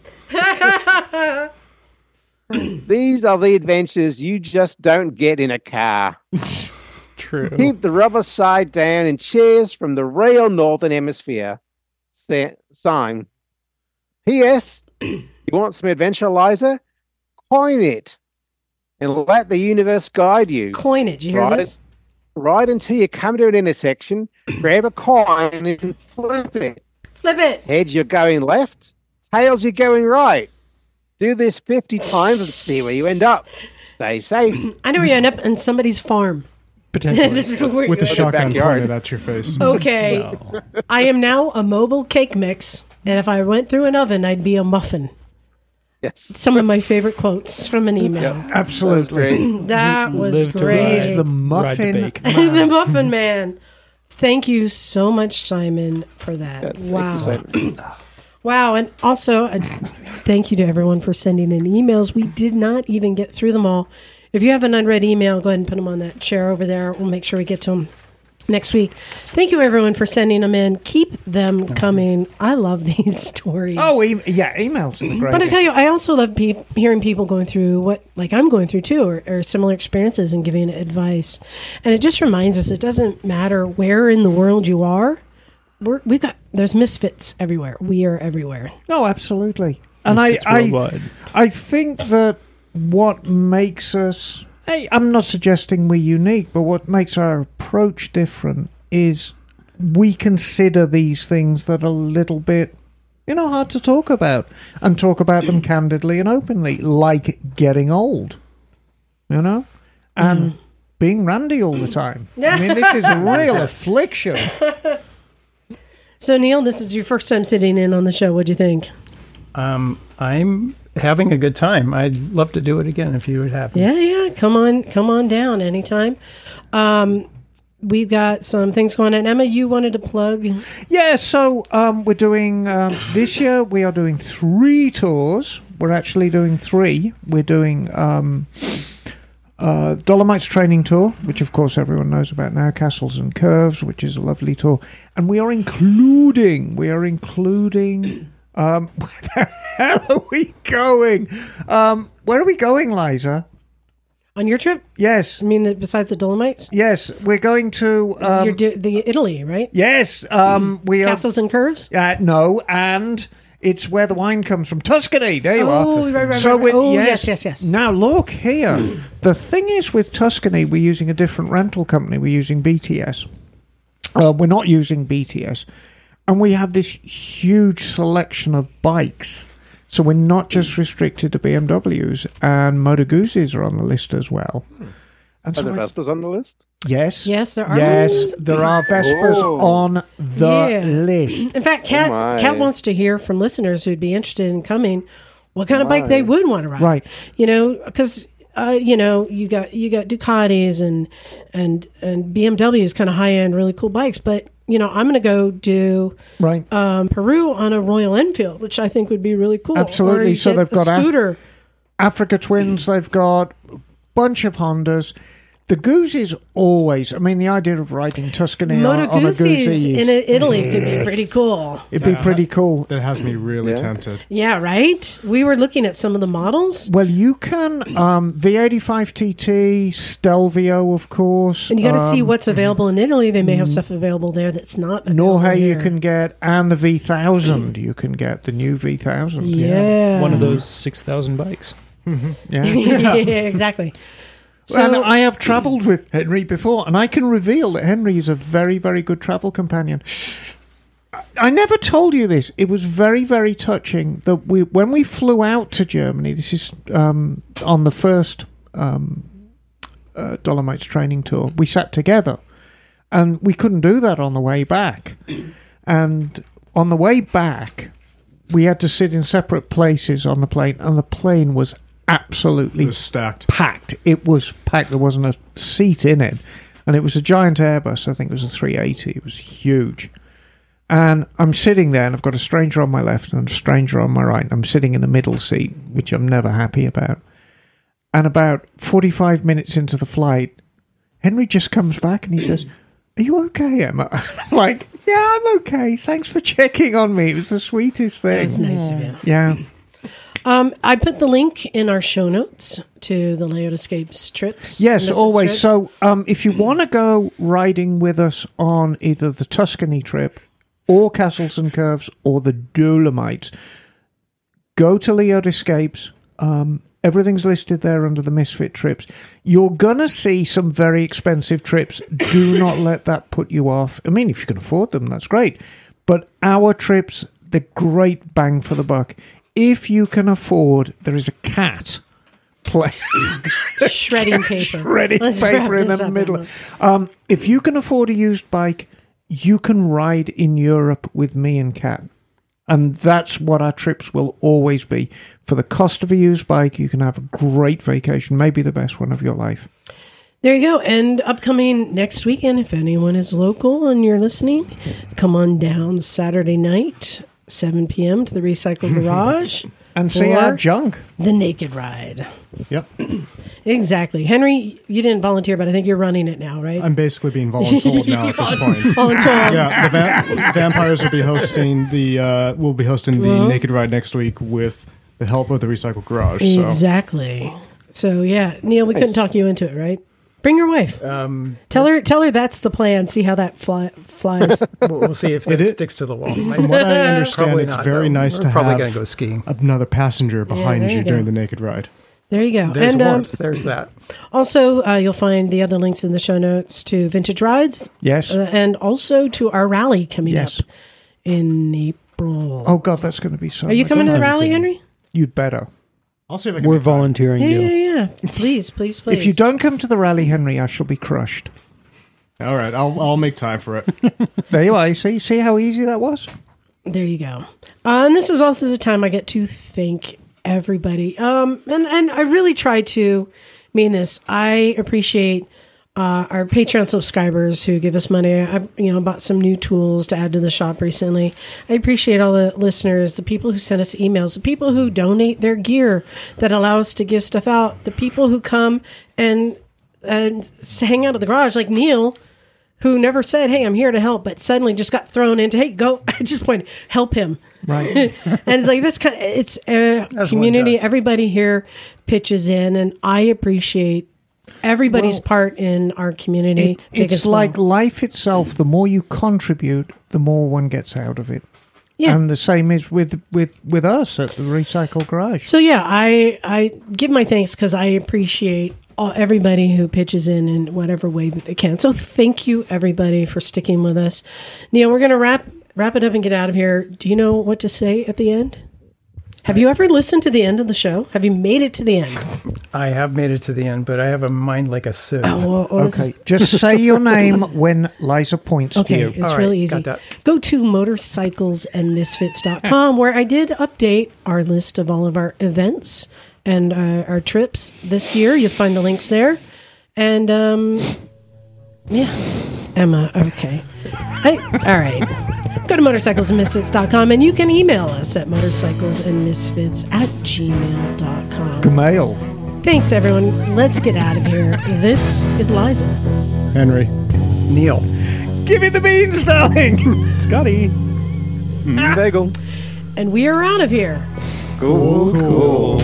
G: These are the adventures you just don't get in a car.
E: True.
G: Keep the rubber side down and cheers from the real Northern Hemisphere. Sa- Sign. P.S. You want some adventure, Liza? Coin it and let the universe guide you.
A: Coin it. Did you hear
G: Right.
A: this?
G: Right until you come to an intersection, grab a coin and flip it.
A: Flip it.
G: Heads, you're going left. Tails, you're going right. Do this 50 times and see where you end up. Stay safe.
A: I know where you end up on somebody's farm.
E: Potentially.
A: This is where you
F: with a
A: end up.
F: shotgun
G: backyard.
F: pointed at your face.
A: Okay.
E: No.
A: I am now a mobile cake mix, and if I went through an oven, I'd be a muffin.
G: Yes.
A: Some of my favorite quotes from an email.
B: Absolutely.
A: That was
E: Live to
A: great.
E: ride.
B: He's the muffin.
E: bake.
A: the Muffin Man. Thank you so much, Simon, for that. wow. wow. And also, a, thank you to everyone for sending in emails. We did not even get through them all. If you have an unread email, go ahead and put them on that chair over there. We'll make sure we get to them next week. Thank you, everyone, for sending them in. Keep them coming. I love these stories.
B: Oh, e- yeah, emails
E: Mm-hmm.
B: are great.
A: But I tell you, I also love peop hearing people going through what, like I'm going through too, or, or similar experiences and giving advice. And it just reminds us it doesn't matter where in the world you are. We're, we've got there's misfits everywhere. We are everywhere.
B: No, Oh, absolutely. And I,
E: It's
B: I,
E: worldwide.
B: I think that what makes us, hey, I'm not suggesting we're unique, but what makes our approach different is we consider these things that are a little bit, you know, hard to talk about and talk about
E: Mm.
B: them candidly and openly, like getting old, you know?
E: Mm.
B: And. Being randy all the time. I mean, this is a real affliction.
A: So Neil, this is your first time sitting in on the show. What'd you think?
H: Um, I'm having a good time. I'd love to do it again if you would have me.
A: Yeah, yeah. Come on, come on down anytime. Um, we've got some things going on. Emma, you wanted to plug.
B: Yeah, so um, we're doing um, this year. We are doing three tours. We're actually doing three. We're doing um, uh, Dolomites Training Tour, which of course everyone knows about now. Castles and Curves, which is a lovely tour, and we are including. We are including. Um, where the hell are we going? Um, where are we going, Liza?
A: On your trip?
B: Yes,
A: I mean, the, besides the Dolomites?
B: yes, we're going to. Um,
A: You're do, the Italy, right?
B: yes, um, we are.
A: Castles and curves?
B: Uh, no, and it's where the wine comes from, Tuscany. There you
A: Oh,
B: are.
A: right, right, right,
B: so
A: right.
B: with-
A: Oh,
B: yes,
A: yes, yes, yes.
B: Now look here. the thing is, with Tuscany, we're using a different rental company. We're using BTS. Uh, we're not using BTS, and we have this huge selection of bikes. So we're not just restricted to BMWs, and Moto Guzzi's are on the list as well. And
G: Are
B: so
G: the
B: I-
G: Vespas on the list?
B: yes,
A: Yes, there are
B: yes,
A: ones.
B: there are Vespas
G: Oh.
B: on the
A: Yeah.
B: list.
A: In fact, Kat,
G: my.
A: Kat wants to hear from listeners who'd be interested in coming what kind of bike they would want to ride.
B: Right.
A: You know, because. Uh, you know, you got you got Ducatis and and and BMWs, kind of high end, really cool bikes. But you know, I'm going to go do
B: Right.
A: um, Peru on a Royal Enfield, which I think would be really cool.
B: Absolutely.
A: Or you
B: So
A: get
B: they've
A: a
B: got a-
A: scooter.
B: Africa Twins, they've got a bunch of Hondas. The Goose is always, I mean, the idea of riding Tuscany on,
A: Moto
B: on a
A: Guzzi's
B: Goosey,
A: in
B: is,
A: Italy could be pretty cool.
B: it'd be pretty cool.
F: That has me really tempted.
A: Yeah, right. We were looking at some of the models,
B: Well, you can, um, V85TT, Stelvio, of course.
A: and you got to
B: um,
A: see what's available in Italy. They may have stuff available there that's not. available
B: Norhe you
A: here.
B: can get, and the V1000
A: Mm.
B: you can get, the new V1000.
A: Yeah.
E: One of those 6,000 bikes.
B: Yeah.
A: yeah, exactly. So
B: and I have travelled with Henry before, and I can reveal that Henry is a very, very good travel companion. I- I never told you this. It was very, very touching that we, when we flew out to Germany, this is um, on the first um, uh, Dolomites training tour, we sat together, and we couldn't do that on the way back. And on the way back, we had to sit in separate places on the plane, and the plane was
F: It
B: absolutely
F: was stacked.
B: packed. It was packed. There wasn't a seat in it, and it was a giant Airbus. I think it was a 380. It was huge. And I'm sitting there, and I've got a stranger on my left and a stranger on my right. And I'm sitting in the middle seat, which I'm never happy about. And about 45 minutes into the flight, Henry just comes back and he says, "Are you okay, Emma?" I'm like, "Yeah, I'm okay. Thanks for checking on me. It was the sweetest thing."
A: that's nice of you.
B: Yeah.
A: Um, I put the link in our show notes to the Layout Escapes trips.
B: Yes,
A: Missions
B: always.
A: trips.
B: So, um, if you want to go riding with us on either the Tuscany trip, or Castles and Curves, or the Dolomites, go to Leod Escapes. Um, everything's listed there under the Misfit trips. You're gonna see some very expensive trips. Do not let that put you off. I mean, if you can afford them, that's great. But our trips, they're great bang for the buck. If you can afford, there is a cat play
A: shredding paper,
B: shredding
A: Let's wrap
B: paper in
A: this
B: the
A: up,
B: middle.
A: Emma.
B: Um, if you can afford a used bike, you can ride in Europe with me and Kat. And that's what our trips will always be. For the cost of a used bike, you can have a great vacation, maybe the best one of your life.
A: There you go. And upcoming next weekend, if anyone is local and you're listening, come on down Saturday night, 7 p.m. to the Recycle Garage,
B: And see our
A: Or-
B: junk.
A: the Naked Ride.
F: Yep.
A: Exactly. Henry, you didn't volunteer, but I think you're running it now, right?
F: I'm basically being voluntold now at this point.
A: Volunteer.
F: Yeah, the va- vampires will be hosting the uh, will be hosting the naked ride next week with the help of the recycle garage. So
A: Exactly. So yeah, Neil, we couldn't talk you into it, right? Bring your wife.
H: Um,
A: Tell her. Tell her that's the plan. See how that fly, flies.
H: we'll, we'll see if that
F: It is-
H: sticks to the wall.
F: from what I understand,
H: Probably
F: it's
H: not,
F: very
H: though.
F: nice
H: We're
F: to
H: probably
F: have
H: gonna go skiing.
F: another passenger behind
A: there
F: you
A: you
F: during
A: go.
F: the naked ride.
A: there you go.
H: There's
A: and um,
H: warmth. There's that.
A: also, uh, you'll find the other links in the show notes to Vintage Rides,
B: Yes.
A: uh, and also to our rally coming
B: Yes.
A: up in April.
B: Oh, God, that's going to be so
A: Are you
B: much
A: coming to the
B: fun.
A: rally, Henry?
B: You'd better.
F: I'll see if I can.
E: We're
F: make time.
E: volunteering
A: Yeah,
E: you.
A: yeah, yeah. Please, please, please.
B: If you don't come to the rally, Henry, I shall be crushed.
F: All right, I'll I'll make time for it.
B: There you are. You see, see how easy that was?
A: There you go. Uh, and this is also the time I get to thank everybody. Um, and, and I really try to mean this. I appreciate uh, our Patreon subscribers who give us money. I you know bought some new tools to add to the shop recently. I appreciate all the listeners, the people who send us emails, the people who donate their gear that allow us to give stuff out, the people who come and and s- hang out at the garage like Neil who never said, "Hey, I'm here to help," but suddenly just got thrown into, "Hey, go!" I just point, help him,
B: Right.
A: and it's like this kind. Of, it's a community.
H: does.
A: Everybody here pitches in, and I appreciate everybody's
B: Well,
A: part in our community.
B: It,
A: big and
B: it's
A: small.
B: like life itself. The more you contribute, the more one gets out of it.
A: yeah.
B: And the same is with, with, with us at the Recycle Garage.
A: so yeah, I I give my thanks because I appreciate all, everybody who pitches in in whatever way that they can. So thank you everybody for sticking with us. Neil, we're gonna wrap wrap it up and get out of here. Do you know what to say at the end? Have you ever listened to the end of the show? Have you made it to the end?
H: I have made it to the end, but I have a mind like a sieve.
A: Oh, well, well, it's-
B: Okay, just say your name when Liza points
A: Okay,
B: to you.
A: it's
H: All
A: really
H: right, got
A: easy.
H: that.
A: Go to motorcyclesandmisfits.com where I did update our list of all of our events and uh, our trips this year. You'll find the links there. And um, yeah, Emma, okay. I, all right. Go to motorcyclesandmisfits.com and you can email us at motorcyclesandmisfits at gmail.com.
B: Mail.
A: Thanks, everyone. Let's get out of here. This is Liza.
F: Henry.
H: Neil.
B: Give me the beans, darling.
E: Scotty.
A: and we are out of here.
I: Cool, cool.